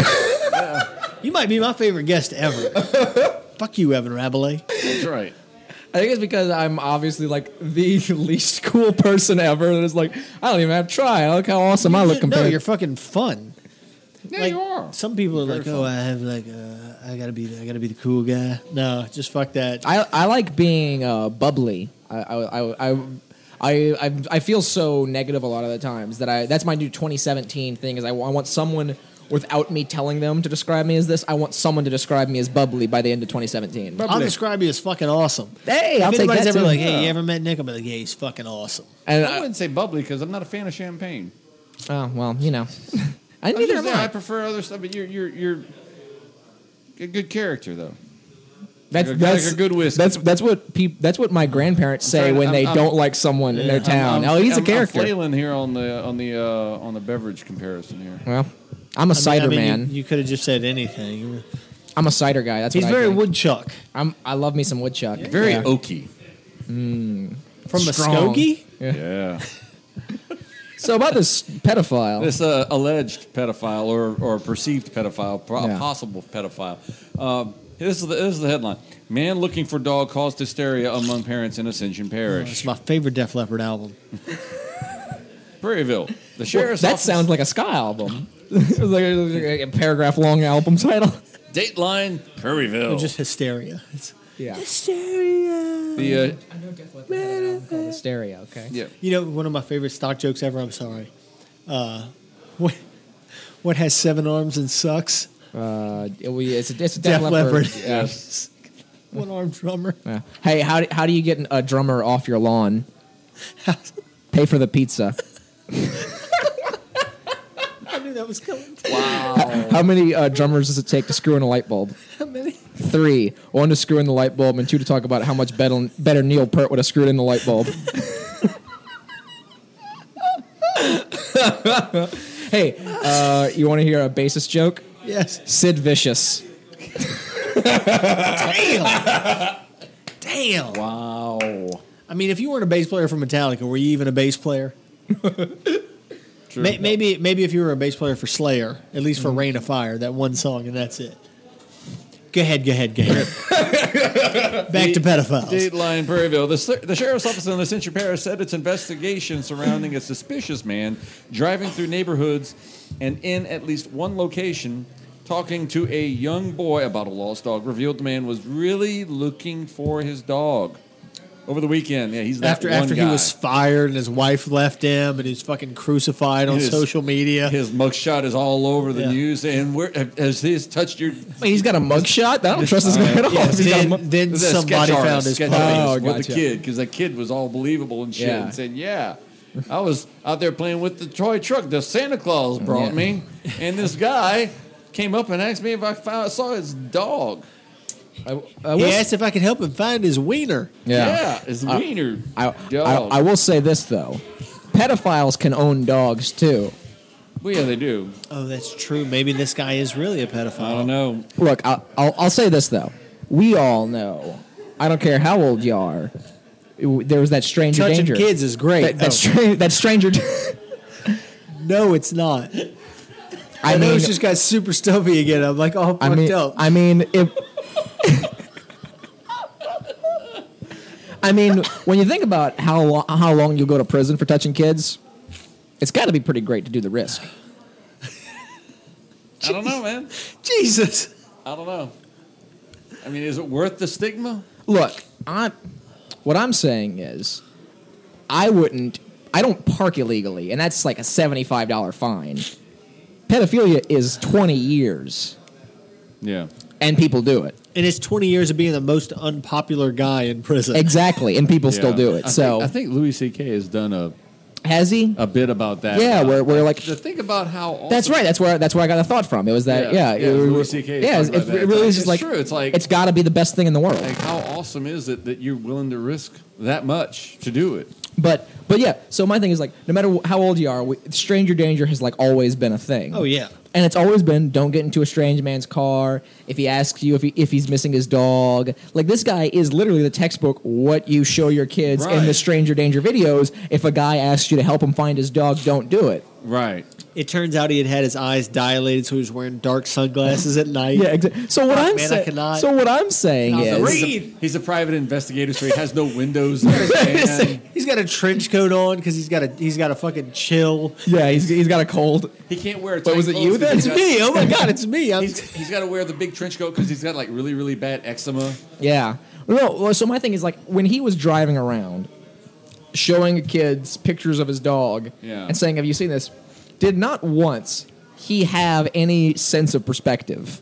Speaker 2: You might be my favorite guest ever. Fuck you, Evan Rabelais.
Speaker 4: That's right.
Speaker 5: I think it's because I'm obviously like the least cool person ever. That is like, I don't even have to try. Look how awesome I look compared.
Speaker 2: No, you're fucking fun.
Speaker 4: Yeah,
Speaker 2: Like,
Speaker 4: you are.
Speaker 2: Some people are
Speaker 4: Very
Speaker 2: like,
Speaker 4: fun.
Speaker 2: "Oh, I have like, uh, I gotta be, the, I gotta be the cool guy." No, just fuck that.
Speaker 5: I, I like being uh, bubbly. I I, I, I I, I I feel so negative a lot of the times that I that's my new 2017 thing is I, wa- I want someone without me telling them to describe me as this I want someone to describe me as bubbly by the end of 2017.
Speaker 2: I'll describe you as fucking awesome.
Speaker 5: Hey, I'll
Speaker 2: if
Speaker 5: take
Speaker 2: anybody's
Speaker 5: that
Speaker 2: ever
Speaker 5: too.
Speaker 2: like, "Hey, you
Speaker 4: Yeah.
Speaker 2: ever met Nick?" I'm like, "Yeah, he's fucking awesome."
Speaker 5: And
Speaker 4: I
Speaker 5: I,
Speaker 4: wouldn't say bubbly because I'm not a fan of champagne.
Speaker 5: oh well, you know, I
Speaker 4: I'm
Speaker 5: neither
Speaker 4: just
Speaker 5: am
Speaker 4: saying, I
Speaker 5: I.
Speaker 4: prefer other stuff, but you're you're you're a good character though.
Speaker 5: That's
Speaker 4: like a-
Speaker 5: that's
Speaker 4: like a good whiskey.
Speaker 5: That's that's what peop, that's what my grandparents say
Speaker 4: trying to-
Speaker 5: when
Speaker 4: I'm-
Speaker 5: they
Speaker 4: I'm-
Speaker 5: don't like someone in their
Speaker 4: I'm-
Speaker 5: town.
Speaker 4: I'm-
Speaker 5: oh, he's a
Speaker 4: I'm- I'm
Speaker 5: character.
Speaker 4: flailing here on the on the uh, on the beverage comparison here.
Speaker 5: well, I'm a
Speaker 2: I mean-
Speaker 5: cider
Speaker 2: I mean, you-
Speaker 5: man.
Speaker 2: You, could have just said anything.
Speaker 5: I'm a cider guy. That's
Speaker 2: He's
Speaker 5: what I
Speaker 2: very
Speaker 5: drink.
Speaker 2: woodchuck
Speaker 5: I'm, I love me some woodchuck.
Speaker 4: Very
Speaker 5: Yeah.
Speaker 4: oaky.
Speaker 2: from
Speaker 5: Strong.
Speaker 2: Muskogee.
Speaker 4: Yeah.
Speaker 5: So about this pedophile,
Speaker 4: this uh, alleged pedophile or, or perceived pedophile, pro-
Speaker 5: Yeah.
Speaker 4: possible pedophile. Um, this is the this is the headline: Man looking for dog caused hysteria among parents in Ascension Parish,
Speaker 2: It's my favorite Def Leppard album.
Speaker 4: Prairieville. The sheriff's
Speaker 5: that
Speaker 4: office-
Speaker 5: sounds like a Sky album. it was like a, like a paragraph long album title.
Speaker 4: Dateline Prairieville.
Speaker 2: Just hysteria. It's
Speaker 5: Yeah.
Speaker 2: hysteria.
Speaker 4: the uh,
Speaker 5: I know Def Leppard had an album called Hysteria. Okay.
Speaker 4: yeah.
Speaker 2: You know, one of my favorite stock jokes ever. I'm sorry. Uh, what, what has seven arms and sucks?
Speaker 5: Uh, it- we- it's a, it's a Def,
Speaker 2: Def
Speaker 5: Leppard.
Speaker 2: Leppard.
Speaker 5: Yeah.
Speaker 2: One armed drummer.
Speaker 5: Yeah. Hey, how do, how do you get a drummer off your lawn? Pay for the pizza.
Speaker 2: I knew that was coming.
Speaker 5: How many uh, drummers does it take to screw in a light bulb?
Speaker 2: How many?
Speaker 5: Three. One to screw in the light bulb, and two to talk about how much better, better Neil Peart would have screwed in the light bulb. hey, uh, you want to hear a bassist joke?
Speaker 2: Yes.
Speaker 5: Sid Vicious.
Speaker 2: Damn.
Speaker 4: Wow.
Speaker 2: I mean, if you weren't a bass player for Metallica, were you even a bass player? May- maybe, maybe if you were a bass player for Slayer, at least
Speaker 5: Mm-hmm.
Speaker 2: for Rain of Fire, that one song, and that's it. Go ahead, go ahead, go ahead. Back to pedophiles.
Speaker 4: uh, Dateline Prairieville. The, ser- the sheriff's office in Ascension Parish said its investigation surrounding a suspicious man driving through neighborhoods and in at least one location talking to a young boy about a lost dog revealed the man was really looking for his dog. Over the weekend, yeah, he's that
Speaker 2: after
Speaker 4: one
Speaker 2: after
Speaker 4: guy.
Speaker 2: he was fired and his wife left him and he's fucking crucified on
Speaker 4: His-
Speaker 2: social media.
Speaker 4: his mugshot is all over the
Speaker 2: Yeah.
Speaker 4: news, and where has this touched your?
Speaker 5: Wait, he's got a mugshot? I don't trust this guy at all.
Speaker 2: yes,
Speaker 5: He's got
Speaker 2: then,
Speaker 5: a mu-
Speaker 2: then
Speaker 4: This is a sketch
Speaker 2: somebody
Speaker 4: artist,
Speaker 2: found his
Speaker 4: sketch
Speaker 2: body.
Speaker 5: Oh,
Speaker 4: artist with
Speaker 5: gotcha.
Speaker 4: the kid because that kid was all believable and shit
Speaker 5: Yeah.
Speaker 4: and said, "Yeah, I was out there playing with the toy truck that Santa Claus brought
Speaker 5: Yeah.
Speaker 4: me, and this guy came up and asked me if I found, saw his dog.
Speaker 5: I, I will
Speaker 2: He
Speaker 5: s-
Speaker 2: asked if I could help him find his wiener.
Speaker 5: Yeah.
Speaker 4: his wiener
Speaker 5: I, I,
Speaker 4: dog.
Speaker 5: I will say this, though. Pedophiles can own dogs, too.
Speaker 4: well, yeah, they do.
Speaker 2: Oh, that's true. Maybe this guy is really a pedophile.
Speaker 4: I don't know.
Speaker 5: Look, I'll, I'll, I'll say this though. We all know. I don't care how old you are. it- There was that stranger
Speaker 2: Touching
Speaker 5: danger.
Speaker 2: kids is great.
Speaker 5: That, that,
Speaker 2: Oh.
Speaker 5: stra- that stranger.
Speaker 2: No, it's not. I
Speaker 5: I
Speaker 2: know
Speaker 5: mean,
Speaker 2: it's just got super stuffy again. I'm like all fucked
Speaker 5: I mean,
Speaker 2: up.
Speaker 5: I mean, if. I mean, when you think about how lo- how long you'll go to prison for touching kids, it's got to be pretty great to do the risk.
Speaker 4: I don't know, man.
Speaker 2: Jesus.
Speaker 4: I don't know. I mean, is it worth the stigma?
Speaker 5: Look, I what I'm saying is I wouldn't I don't park illegally and that's like a $75 fine. Pedophilia is 20 years
Speaker 4: Yeah,
Speaker 5: and people do it.
Speaker 2: And it's 20 years of being the most unpopular guy in prison.
Speaker 5: Exactly, and people still do it. so
Speaker 4: I think Louis C.K. has done a
Speaker 5: has he?
Speaker 4: a bit about that.
Speaker 5: Yeah, where- where, like-
Speaker 4: to think about how
Speaker 5: That's
Speaker 4: awesome-
Speaker 5: right. That's where that's where I got the thought from. It was that yeah,
Speaker 4: Yeah, yeah,
Speaker 5: it,
Speaker 4: Louis
Speaker 5: was-
Speaker 4: CK is
Speaker 5: yeah, it's-
Speaker 4: talking
Speaker 5: it,
Speaker 4: about that.
Speaker 5: really
Speaker 4: It's
Speaker 5: is just
Speaker 4: like-
Speaker 5: like
Speaker 4: it's true. It's like-
Speaker 5: it's got to be the best thing in the world.
Speaker 4: Like, how awesome is it that you're willing to risk that much to do it?
Speaker 5: but but yeah, so my thing is like no matter wh- how old you are, we, stranger danger has like always been a thing.
Speaker 2: Oh, yeah.
Speaker 5: and it's always been don't get into a strange man's car if he asks you if, he, if he's missing his dog like this guy is literally the textbook what you show your kids in
Speaker 4: Right.
Speaker 5: the stranger danger videos if a guy asks you to help him find his dog don't do it
Speaker 4: Right.
Speaker 2: It turns out he had had his eyes dilated, so he was wearing dark sunglasses at night.
Speaker 5: Yeah, exactly. So what I'm
Speaker 2: man, I
Speaker 5: saying,
Speaker 2: cannot-
Speaker 5: so what I'm saying
Speaker 2: Cannot
Speaker 5: is,
Speaker 2: breathe.
Speaker 4: He's a, he's a private investigator, so he has no windows. in his van.
Speaker 2: He's got a trench coat on because he's got a he's got a fucking chill.
Speaker 5: yeah, he's, he's got a cold.
Speaker 4: he can't wear.
Speaker 5: But was
Speaker 4: tight
Speaker 5: it you
Speaker 4: clothes 'cause
Speaker 5: then?
Speaker 4: he's
Speaker 2: It's
Speaker 4: got-
Speaker 2: me. Oh my god, it's me. I'm,
Speaker 4: He's, he's got to wear the big trench coat because he's got like really really bad eczema.
Speaker 5: Yeah. No, well, so my thing is like when he was driving around, showing kids pictures of his dog,
Speaker 4: Yeah.
Speaker 5: and saying, "Have you seen this?" Did not once he have any sense of perspective.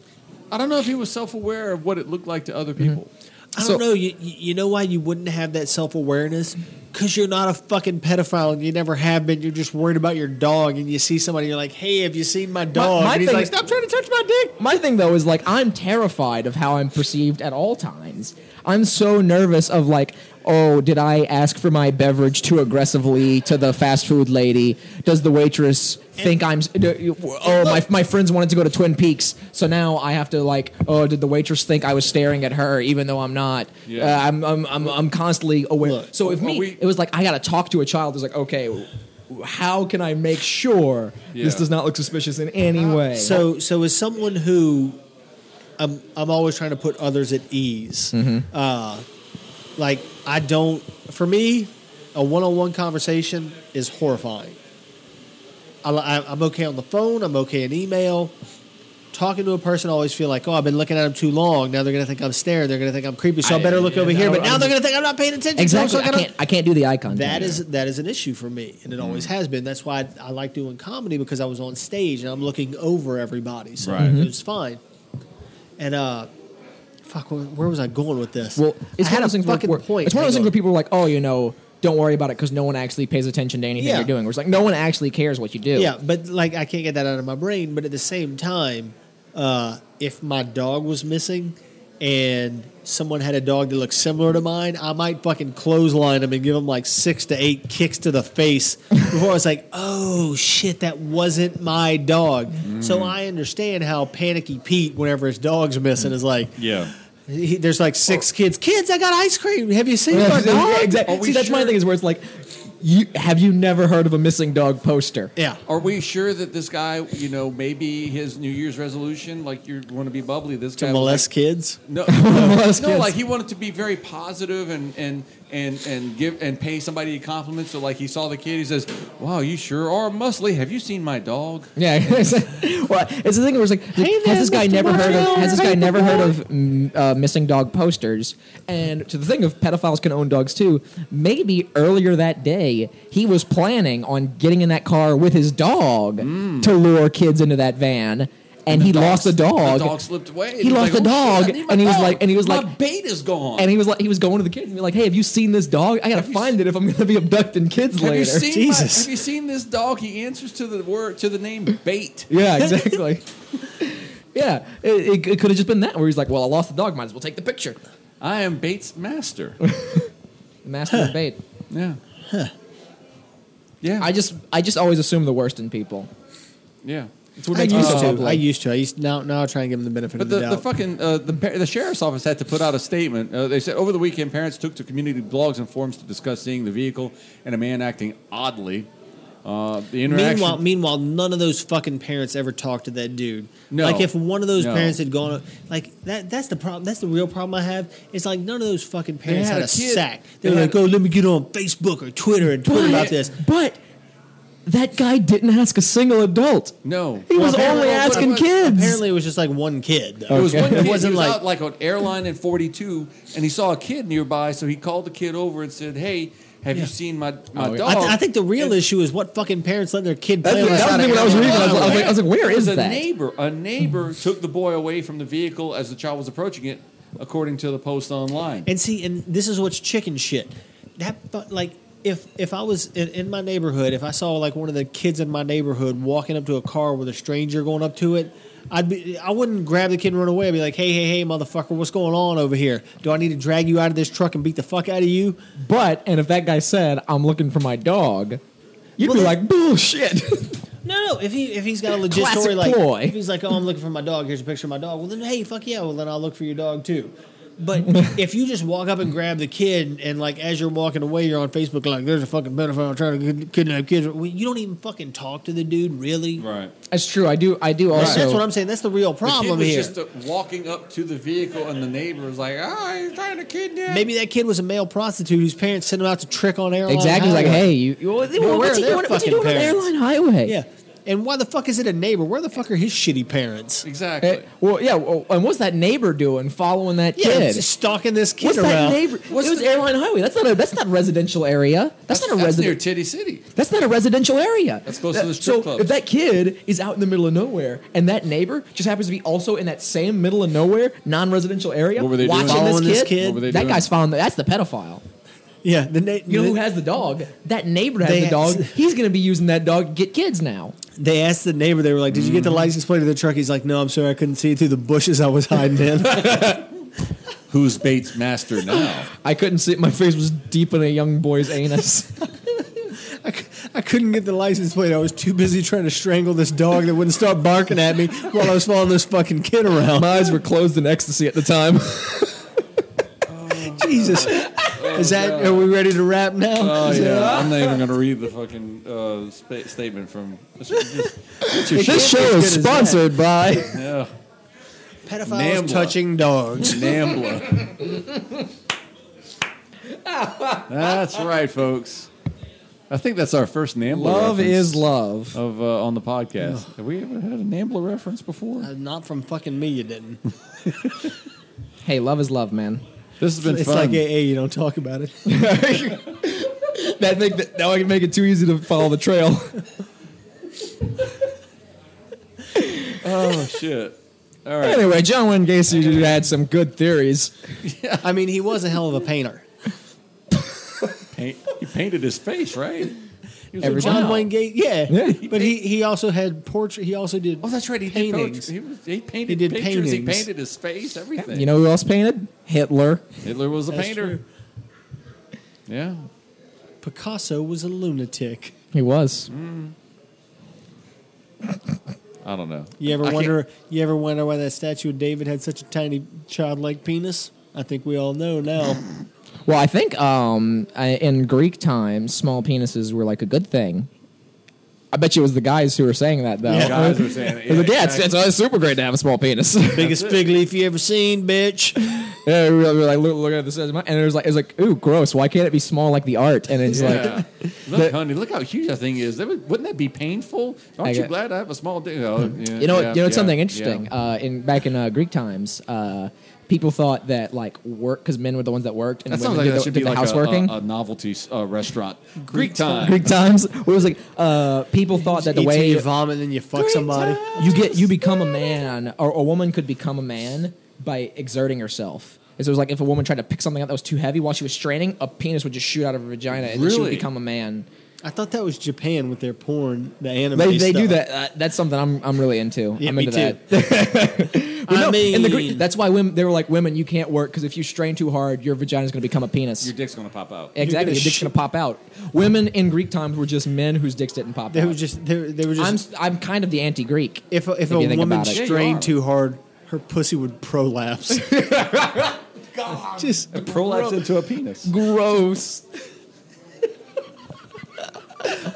Speaker 4: I don't know if he was self aware of what it looked like to other people.
Speaker 2: I don't
Speaker 5: so-
Speaker 2: know. You you you know why you wouldn't have that self awareness? Because you're not a fucking pedophile and you never have been. You're just worried about your dog and you see somebody. You're like, hey, have you seen my dog?
Speaker 5: my
Speaker 2: and he's
Speaker 5: thing
Speaker 2: like,
Speaker 5: is-
Speaker 2: stop trying to touch my dick.
Speaker 5: My thing though is like I'm terrified of how I'm perceived at all times. I'm so nervous of like, oh, did I ask for my beverage too aggressively to the fast food lady? Does the waitress think I'm? s- d- Oh, my my friends wanted to go to Twin Peaks, so now I have to like, oh, did the waitress think I was staring at her even though I'm not?
Speaker 4: Yeah.
Speaker 5: Uh, I'm, I'm I'm I'm constantly aware.
Speaker 2: Look,
Speaker 5: so if
Speaker 4: are
Speaker 5: me,
Speaker 4: we-
Speaker 5: it was like I got to talk to a child. It's like okay. w- How can I make sure this
Speaker 4: Yeah.
Speaker 5: does not look suspicious in any way?
Speaker 2: Uh, So, so as someone who, I'm, I'm always trying to put others at ease.
Speaker 5: Mm-hmm.
Speaker 2: Uh, like I don't. For me, a one-on-one conversation is horrifying. I, li- I, I'm okay on the phone. I'm okay in email. Talking to a person, I always feel like, oh, I've been looking at them too long. Now they're gonna think I'm staring. They're gonna think I'm creepy. So I,
Speaker 5: I-
Speaker 2: better look
Speaker 5: yeah,
Speaker 2: over
Speaker 5: no,
Speaker 2: here. But
Speaker 5: I'm-
Speaker 2: now they're gonna think I'm not paying attention. so
Speaker 5: Exactly.
Speaker 2: I'm still
Speaker 5: I
Speaker 2: gonna-
Speaker 5: can't. I can't do the eye contact.
Speaker 2: that is that is an issue for me, and it
Speaker 5: Mm-hmm.
Speaker 2: always has been. That's why I, I like doing comedy because I was on stage and I'm looking over everybody, so
Speaker 4: Right.
Speaker 5: Mm-hmm.
Speaker 4: Mhm.
Speaker 2: it was fine. And uh, fuck, where, where was I going with this?
Speaker 5: well. It's
Speaker 2: I
Speaker 5: one
Speaker 2: had
Speaker 5: of those
Speaker 2: a
Speaker 5: things. Where,
Speaker 2: fucking
Speaker 5: where-
Speaker 2: point.
Speaker 5: It's one of those
Speaker 2: Hang
Speaker 5: things where
Speaker 2: on.
Speaker 5: people are like, "Oh, you know, don't worry about it because no one actually pays attention to anything
Speaker 2: Yeah.
Speaker 5: you're doing." Where it's like, no one actually cares what you do.
Speaker 2: Yeah, but like I can't get that out of my brain. But at the same time, uh, if my dog was missing and someone had a dog that looked similar to mine, I might fucking clothesline him and give him like six to eight kicks to the face before I was like, oh shit, that wasn't my dog. So
Speaker 4: Mm.
Speaker 2: I understand how panicky Pete, whenever his dog's missing, is like,
Speaker 4: Yeah. Oh.
Speaker 2: he, there's like six kids. Kids, I got ice cream. Have you seen my dog?
Speaker 5: exactly.
Speaker 4: Are we
Speaker 5: See, that's my
Speaker 4: sure-
Speaker 5: thing is where it's like, you have you never heard of a missing dog poster?
Speaker 2: Yeah.
Speaker 4: Are we sure that this guy, you know, maybe his New Year's resolution, like you want to be bubbly, this guy
Speaker 2: To
Speaker 4: was like-
Speaker 2: molest kids.
Speaker 4: No, no,
Speaker 5: Molest kids.
Speaker 4: like he wanted to be very positive and and and and give and pay somebody a compliment. So like he saw the kid, he says, "Wow, you sure are muscly. Have you seen my dog?"
Speaker 5: Yeah, it's like- well, it's the thing where it's like, has
Speaker 2: there,
Speaker 5: this guy
Speaker 2: Mr.
Speaker 5: never heard of?
Speaker 2: Marshall.
Speaker 5: Has this guy
Speaker 2: Hey,
Speaker 5: never
Speaker 2: boy.
Speaker 5: heard of mm, uh, missing dog posters? And to the thing of pedophiles can own dogs too. Maybe earlier that day he was planning on getting in that car with his dog to lure kids into that van, and he lost the dog.
Speaker 4: Mm. The dog slipped away. and
Speaker 5: He lost
Speaker 4: was
Speaker 5: the
Speaker 4: "Oh,
Speaker 5: dog,
Speaker 4: shit, I need my
Speaker 5: and he was
Speaker 4: dog.
Speaker 5: like- and he was
Speaker 4: "My
Speaker 5: like-
Speaker 4: bait is gone."
Speaker 5: And he was like, he was going to the kids and be like, "Hey, have you seen this dog? I gotta find it if I'm gonna be abducting kids
Speaker 4: have
Speaker 5: later."
Speaker 4: you seen my-
Speaker 2: Jesus.
Speaker 4: have you seen this dog? He answers to the word to the name bait.
Speaker 5: Yeah, exactly. yeah, it, it, it could have just been that where he's like, "Well, I lost the dog. Might as well take the picture."
Speaker 4: I am bait's master.
Speaker 5: The master of bait.
Speaker 4: Yeah. Yeah.
Speaker 5: I just, I just always assume the worst in people.
Speaker 4: yeah.
Speaker 5: It's what
Speaker 2: I
Speaker 5: makes me
Speaker 2: used
Speaker 5: so
Speaker 2: to. I
Speaker 5: public.
Speaker 2: used to. I used now. Now I try and give them the benefit
Speaker 4: But
Speaker 2: of
Speaker 4: the,
Speaker 2: the,
Speaker 4: the
Speaker 2: doubt.
Speaker 4: fucking uh, the par- the sheriff's office had to put out a statement. Uh, they said over the weekend, parents took to community blogs and forums to discuss seeing the vehicle and a man acting oddly. Uh, the interaction.
Speaker 2: Meanwhile, meanwhile, none of those fucking parents ever talked to that dude.
Speaker 4: No.
Speaker 2: Like if one of those
Speaker 4: No.
Speaker 2: parents had gone, like that. That's the problem. That's the real problem I have. It's like none of those fucking parents
Speaker 4: had
Speaker 2: had,
Speaker 4: a
Speaker 2: a,
Speaker 4: kid.
Speaker 2: sack. They
Speaker 4: They
Speaker 2: were
Speaker 4: had
Speaker 2: like,
Speaker 4: a-
Speaker 2: "Oh, let me get on Facebook or Twitter and tweet about this."
Speaker 5: But that guy didn't ask a single adult.
Speaker 4: no,
Speaker 5: He was
Speaker 2: apparently-
Speaker 5: only
Speaker 2: well, what
Speaker 5: asking
Speaker 4: was-
Speaker 5: kids.
Speaker 2: Apparently, it was just like one kid. though.
Speaker 4: It was
Speaker 5: Okay.
Speaker 4: one
Speaker 5: It
Speaker 4: kid. He was
Speaker 2: wasn't like-
Speaker 4: out like on airline in 42, and he saw a kid nearby, so he called the kid over and said, "Hey, have you seen my my
Speaker 5: Oh, yeah.
Speaker 4: dog?"
Speaker 2: I, th- I think the real
Speaker 4: And-
Speaker 2: issue is what fucking parents let their kid play.
Speaker 5: That's-
Speaker 2: on the
Speaker 5: that was
Speaker 2: side
Speaker 5: the
Speaker 2: of
Speaker 5: thing when I was
Speaker 2: the
Speaker 5: reading it, I was like- I was
Speaker 2: highway.
Speaker 5: like- where
Speaker 4: It
Speaker 5: is
Speaker 4: was a
Speaker 5: that?
Speaker 4: neighbor? A neighbor took the boy away from the vehicle as the child was approaching it, according to the post online.
Speaker 2: And see, and this is what's chicken shit. That fu- like if if I was in, in my neighborhood, if I saw like one of the kids in my neighborhood walking up to a car with a stranger going up to it, I'd be I wouldn't grab the kid and run away. I'd be like, hey, hey, hey, motherfucker, what's going on over here? Do I need to drag you out of this truck and beat the fuck out of you?
Speaker 5: But and if that guy said, "I'm looking for my dog," you'd
Speaker 2: Well,
Speaker 5: be
Speaker 2: that-
Speaker 5: like, "Bullshit."
Speaker 2: No, no. If he if he's got a legit
Speaker 5: Classic
Speaker 2: story, like
Speaker 5: ploy.
Speaker 2: if he's like, oh, I'm looking for my dog. Here's a picture of my dog. Well, then hey, fuck yeah. Well, then I'll look for your dog too. But if you just walk up and grab the kid, and like as you're walking away, you're on Facebook like, "There's a fucking pedophile trying to kid- kidnap kids." Well, You don't even fucking talk to the dude, really.
Speaker 4: Right.
Speaker 5: That's true. I do. I do also.
Speaker 2: That's what I'm saying. That's the real
Speaker 4: the kid
Speaker 2: problem
Speaker 4: was
Speaker 2: here.
Speaker 4: just uh, walking up to the vehicle, and the neighbor was like, "Ah, he's trying to kidnap."
Speaker 2: Maybe that kid was a male prostitute whose parents sent him out to trick on airline.
Speaker 5: Exactly. Like,
Speaker 2: highway.
Speaker 5: hey, you. you what,
Speaker 2: where
Speaker 5: what's
Speaker 2: are
Speaker 5: he
Speaker 2: their
Speaker 5: doing, what's he
Speaker 2: fucking
Speaker 5: doing on the
Speaker 2: parents?
Speaker 5: airline highway?
Speaker 2: yeah. And why the fuck is it a neighbor? Where the fuck are his shitty parents?
Speaker 4: exactly.
Speaker 5: Eh, well, yeah. Well, and what's that neighbor doing following that
Speaker 2: Yeah,
Speaker 5: kid?
Speaker 2: just stalking this kid
Speaker 5: what's
Speaker 2: around.
Speaker 5: that neighbor?
Speaker 4: What's
Speaker 5: it was
Speaker 4: the-
Speaker 5: airline highway. That's not a. That's not residential area. That's, not a
Speaker 4: that's near
Speaker 5: residential.
Speaker 4: Titty City.
Speaker 5: That's not a residential area.
Speaker 4: That's close to the strip
Speaker 5: so
Speaker 4: clubs.
Speaker 5: if that kid is out in the middle of nowhere and that neighbor just happens to be also in that same middle of nowhere non-residential area
Speaker 4: What were they
Speaker 5: watching
Speaker 4: doing?
Speaker 5: this
Speaker 2: Following
Speaker 5: kid,
Speaker 2: this kid? What
Speaker 4: were they
Speaker 5: that
Speaker 4: doing?
Speaker 5: guy's following. The, that's the pedophile.
Speaker 2: Yeah, the na-
Speaker 5: You know who has the dog? That neighbor has
Speaker 2: They
Speaker 5: the dog.
Speaker 2: has-
Speaker 5: He's going to be using that dog to get kids now.
Speaker 2: They asked the neighbor. They were like, "Did you get
Speaker 5: Mm-hmm.
Speaker 2: the license plate of the truck?" He's like, "No, I'm sorry, I couldn't see it through the bushes I was hiding in."
Speaker 4: Who's Bates' master now?
Speaker 5: I couldn't see. My face was deep in a young boy's anus.
Speaker 2: I, c- I couldn't get the license plate. I was too busy trying to strangle this dog that wouldn't stop barking at me while I was following this fucking kid around.
Speaker 5: My eyes were closed in ecstasy at the time.
Speaker 2: Jesus, is that?
Speaker 5: Oh,
Speaker 2: Are we ready to wrap now?
Speaker 4: Oh
Speaker 2: Is that-
Speaker 4: yeah, I'm not even gonna read the fucking uh, sta- statement from. It's just- it's your
Speaker 5: this
Speaker 4: shit.
Speaker 5: show is
Speaker 2: as that.
Speaker 5: sponsored by.
Speaker 4: Yeah.
Speaker 2: Pedophiles
Speaker 4: Nambla.
Speaker 2: touching dogs.
Speaker 4: Nambla. that's right, folks. I think that's our first Nambla.
Speaker 5: Love
Speaker 4: reference
Speaker 5: is love.
Speaker 4: of uh, on the podcast. Have we ever had a Nambla reference before?
Speaker 2: Uh, Not from fucking me, you didn't.
Speaker 5: Hey, love is love, man.
Speaker 4: This has been
Speaker 2: It's
Speaker 4: fun.
Speaker 2: like AA, you don't talk about it.
Speaker 5: That make that, now I can make it too easy to follow the trail.
Speaker 4: oh shit! All right.
Speaker 5: anyway, John Wayne Gacy had some good theories.
Speaker 2: I mean, he was a hell of a painter.
Speaker 4: Paint, he painted his face, right? He was
Speaker 5: Every
Speaker 4: a-
Speaker 5: time.
Speaker 2: John
Speaker 5: Wow.
Speaker 2: Wayne Gates, yeah.
Speaker 5: Yeah.
Speaker 2: But he, he also had portrait. He also did.
Speaker 4: Oh, that's right. He did
Speaker 2: paintings.
Speaker 4: paintings. He, was, he painted
Speaker 2: He did
Speaker 4: pictures. He
Speaker 2: paintings.
Speaker 4: painted his face. Everything.
Speaker 5: You know who else painted? Hitler.
Speaker 4: Hitler was a
Speaker 2: That's
Speaker 4: painter.
Speaker 2: true.
Speaker 4: Yeah.
Speaker 2: Picasso was a lunatic.
Speaker 5: He was.
Speaker 4: I don't know.
Speaker 2: You ever
Speaker 4: I can't-
Speaker 2: wonder? You ever wonder why that statue of David had such a tiny childlike penis? I think we all know now.
Speaker 5: Well, I think um, I, in Greek times, small penises were like a good thing. I bet you it was the guys who were saying that though.
Speaker 4: The guys were saying,
Speaker 5: It was like, yeah, it's, it's, it's super great to have a small penis. yeah,
Speaker 2: Biggest fig leaf you ever seen, bitch.
Speaker 5: we were, we were like look, look at this, and it was like it was like ooh gross. Why can't it be small like the art? And it's like
Speaker 4: Yeah. look, honey, look how huge that thing is. That would, wouldn't that be painful? Aren't
Speaker 5: I
Speaker 4: you
Speaker 5: get-
Speaker 4: glad I have a small dick? Oh, yeah,
Speaker 5: you know
Speaker 4: yeah,
Speaker 5: you know it's
Speaker 4: yeah,
Speaker 5: something
Speaker 4: yeah.
Speaker 5: interesting. Uh, in back in uh, Greek times, uh, people thought that like work because men were the ones that worked and
Speaker 4: That sounds
Speaker 5: women did,
Speaker 4: like that
Speaker 5: the,
Speaker 4: should
Speaker 5: did
Speaker 4: be
Speaker 5: the
Speaker 4: like
Speaker 5: houseworking.
Speaker 4: a, a, a novelty uh, restaurant. Greek time.
Speaker 5: Greek times, where it was like uh, people thought that the
Speaker 2: Eat till
Speaker 5: way
Speaker 2: you vomit and then you fuck somebody.
Speaker 5: you get you become a man or a woman could become a man by exerting herself. And So it was like if a woman tried to pick something up that was too heavy while she was straining, a penis would just shoot out of her vagina and then she would
Speaker 4: Really?
Speaker 5: become a man.
Speaker 2: I thought that was Japan with their porn, the anime.
Speaker 5: They, they do
Speaker 2: stuff.
Speaker 5: that. Uh, that's something I'm I'm really into.
Speaker 2: Yeah,
Speaker 5: I'm
Speaker 2: me
Speaker 5: into
Speaker 2: too.
Speaker 5: that. But
Speaker 2: I
Speaker 5: no,
Speaker 2: mean,
Speaker 5: in the Greek, that's why women they were like women. You can't work because if you strain too hard, your vagina's going to become a penis.
Speaker 4: Your dick's gonna pop out.
Speaker 5: exactly,
Speaker 2: gonna
Speaker 5: your dick's
Speaker 2: sh-
Speaker 5: going to pop out. Women in Greek times were just men whose dicks didn't pop
Speaker 2: they
Speaker 5: out.
Speaker 2: were just they were, they were just
Speaker 5: I'm s- I'm kind of the anti-Greek.
Speaker 2: if a, if,
Speaker 5: you
Speaker 2: a
Speaker 5: think
Speaker 2: woman
Speaker 5: about it.
Speaker 4: Yeah, you
Speaker 2: strained
Speaker 4: are.
Speaker 2: too hard, her pussy would prolapse. Just
Speaker 4: Prolapse into a penis.
Speaker 5: Gross.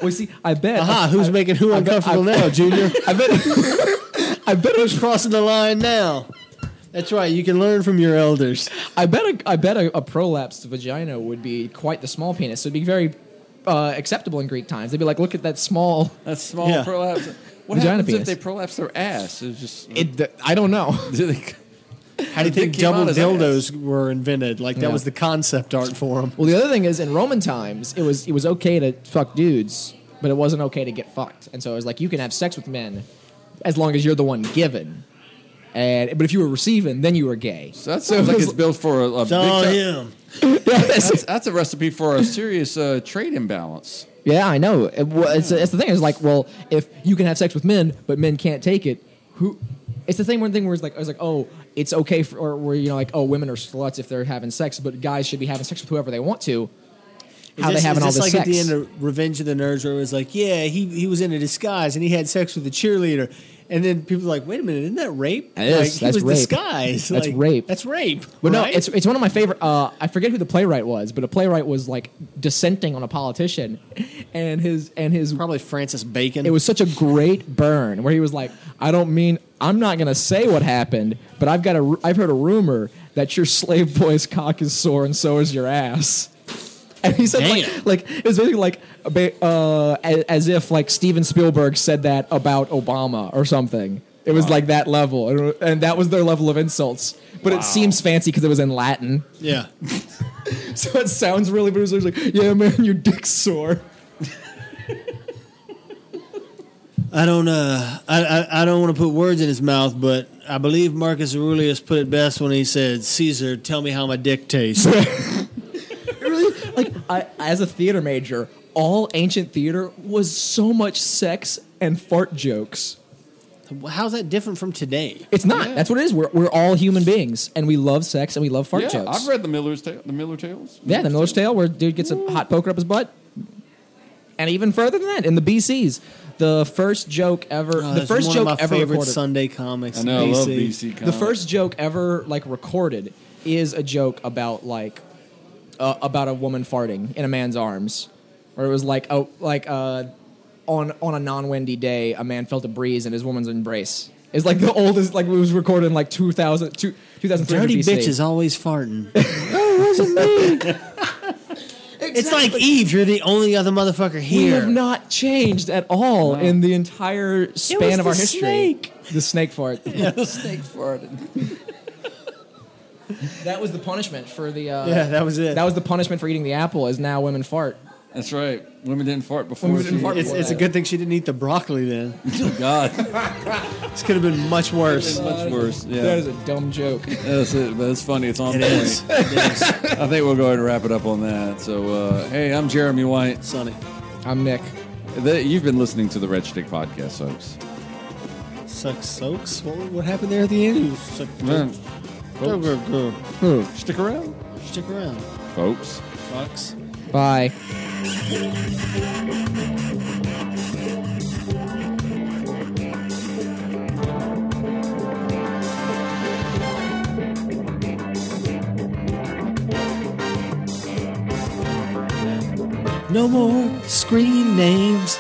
Speaker 5: well, see, I bet.
Speaker 2: aha, Ah, who's making who
Speaker 5: I oh, bet-
Speaker 2: uncomfortable
Speaker 5: I-
Speaker 2: now, Junior?
Speaker 5: I bet. I bet.
Speaker 2: Who's
Speaker 5: A,
Speaker 2: crossing the line now? That's right. You can learn from your elders.
Speaker 5: I bet. A, I bet a, a prolapsed vagina would be quite the small penis. It'd be very uh, acceptable in Greek times. They'd be like, look at that small.
Speaker 4: That's small
Speaker 2: Yeah.
Speaker 4: prolapse. What
Speaker 5: Vagina
Speaker 4: happens
Speaker 5: penis.
Speaker 4: if they prolapse their ass? It's just.
Speaker 5: It. I don't know.
Speaker 4: Do they-
Speaker 2: How do you think
Speaker 4: It came
Speaker 2: double
Speaker 4: out as
Speaker 2: dildos were invented? Like that
Speaker 5: Yeah.
Speaker 2: was the concept art for them.
Speaker 5: Well, the other thing is in Roman times, it was it was okay to fuck dudes, but it wasn't okay to get fucked. And so it was like you can have sex with men as long as you're the one given. And but if you were receiving, then you were gay.
Speaker 4: So that sounds like it's built for a, a big. time-
Speaker 2: him.
Speaker 4: That's, that's a recipe for a serious uh, trade imbalance.
Speaker 5: Yeah, I know. It, well, it's, it's the thing. It's like, well, if you can have sex with men, but men can't take it, who? It's the same one thing where it's like, it's like, oh, it's okay for, or where you know, like, oh, women are sluts if they're having sex, but guys should be having sex with whoever they want to. how they
Speaker 2: this,
Speaker 5: having all
Speaker 2: this
Speaker 5: this
Speaker 2: like
Speaker 5: sex.
Speaker 2: at the end of Revenge of the Nerds where it was like, yeah, he, he was in a disguise and he had sex with a cheerleader. And then people were like, wait a minute, isn't that rape?
Speaker 5: It is.
Speaker 2: Like,
Speaker 5: That's
Speaker 2: he was
Speaker 5: rape.
Speaker 2: disguised.
Speaker 5: That's
Speaker 2: Like,
Speaker 5: rape.
Speaker 2: That's rape.
Speaker 5: But no,
Speaker 2: right?
Speaker 5: it's it's one of my favorite. Uh, I forget who the playwright was, but a playwright was like dissenting on a politician, and his and his.
Speaker 2: probably Francis Bacon.
Speaker 5: It was such a great burn where he was like, "I don't mean I'm not gonna say what happened, but I've got a ru- I've heard a rumor that your slave boy's cock is sore and so is your ass." And he said,
Speaker 2: Damn.
Speaker 5: like, like it was basically like a ba- uh, as, as if like Steven Spielberg said that about Obama or something. It was like that level, and, and that was their level of insults. But it seems fancy because it was in Latin,
Speaker 2: yeah.
Speaker 5: so it sounds really. But it was like, "Yeah, man, your dick's sore."
Speaker 2: I don't uh I, I, I don't want to put words in his mouth, but I believe Marcus Aurelius put it best when he said, Caesar, tell me how my dick tastes.
Speaker 5: really like I, as a theater major all ancient theater was so much sex and fart jokes
Speaker 2: How's that different from today?
Speaker 5: it's not
Speaker 4: Yeah.
Speaker 5: that's what it is we're, we're all human beings and we love sex and we love fart
Speaker 4: yeah,
Speaker 5: jokes
Speaker 4: I've read the Miller's Tale. The Miller Tales.
Speaker 5: yeah the miller's tale where dude gets a hot poker up his butt and even further than that in the bc's the first joke ever
Speaker 2: Oh,
Speaker 5: the
Speaker 2: that's
Speaker 5: first
Speaker 2: one
Speaker 5: joke
Speaker 2: of my
Speaker 5: ever
Speaker 2: favorite
Speaker 5: recorded
Speaker 2: Sunday comics.
Speaker 4: I know. I love BC.
Speaker 5: the
Speaker 4: Comics.
Speaker 5: first joke ever like recorded is a joke about like uh, about a woman farting in a man's arms where it was like oh like uh on on a non-windy day a man felt a breeze in his woman's embrace it's like the oldest like it was recorded in like 2000 two, 2003
Speaker 2: Dirty
Speaker 5: BC.
Speaker 2: bitches always farting. oh, it wasn't me. It's like Eve, you're the only other motherfucker
Speaker 5: we
Speaker 2: here.
Speaker 5: have not changed at all in the entire
Speaker 2: was
Speaker 5: span of our
Speaker 2: the
Speaker 5: history
Speaker 2: snake.
Speaker 5: the snake fart
Speaker 4: snake farted.
Speaker 5: that was the punishment for the uh,
Speaker 2: yeah, that was it.
Speaker 5: that was the punishment for eating the apple is now women fart
Speaker 4: That's right. Women didn't fart before.
Speaker 5: Women didn't
Speaker 4: she-
Speaker 5: fart
Speaker 2: it's, it's a good thing she didn't eat the broccoli then.
Speaker 4: Oh, God,
Speaker 2: This could have been much worse.
Speaker 4: it's much worse. Yeah,
Speaker 5: that is a dumb joke
Speaker 4: that's it. But it's funny. It's on
Speaker 2: It
Speaker 4: point.
Speaker 2: is. It is.
Speaker 4: I think we'll go ahead and wrap it up on that. So, uh, hey, I'm Jeremy White.
Speaker 2: Sonny.
Speaker 5: I'm Nick.
Speaker 4: The, you've been listening to the Red Stick Podcast, folks.
Speaker 2: Suck soaks? What, what happened there at the end? You suck-
Speaker 4: Man.
Speaker 2: Go, go, go.
Speaker 4: Stick around,
Speaker 2: Stick around,
Speaker 4: folks.
Speaker 2: Fox.
Speaker 5: Bye.
Speaker 2: No more screen names.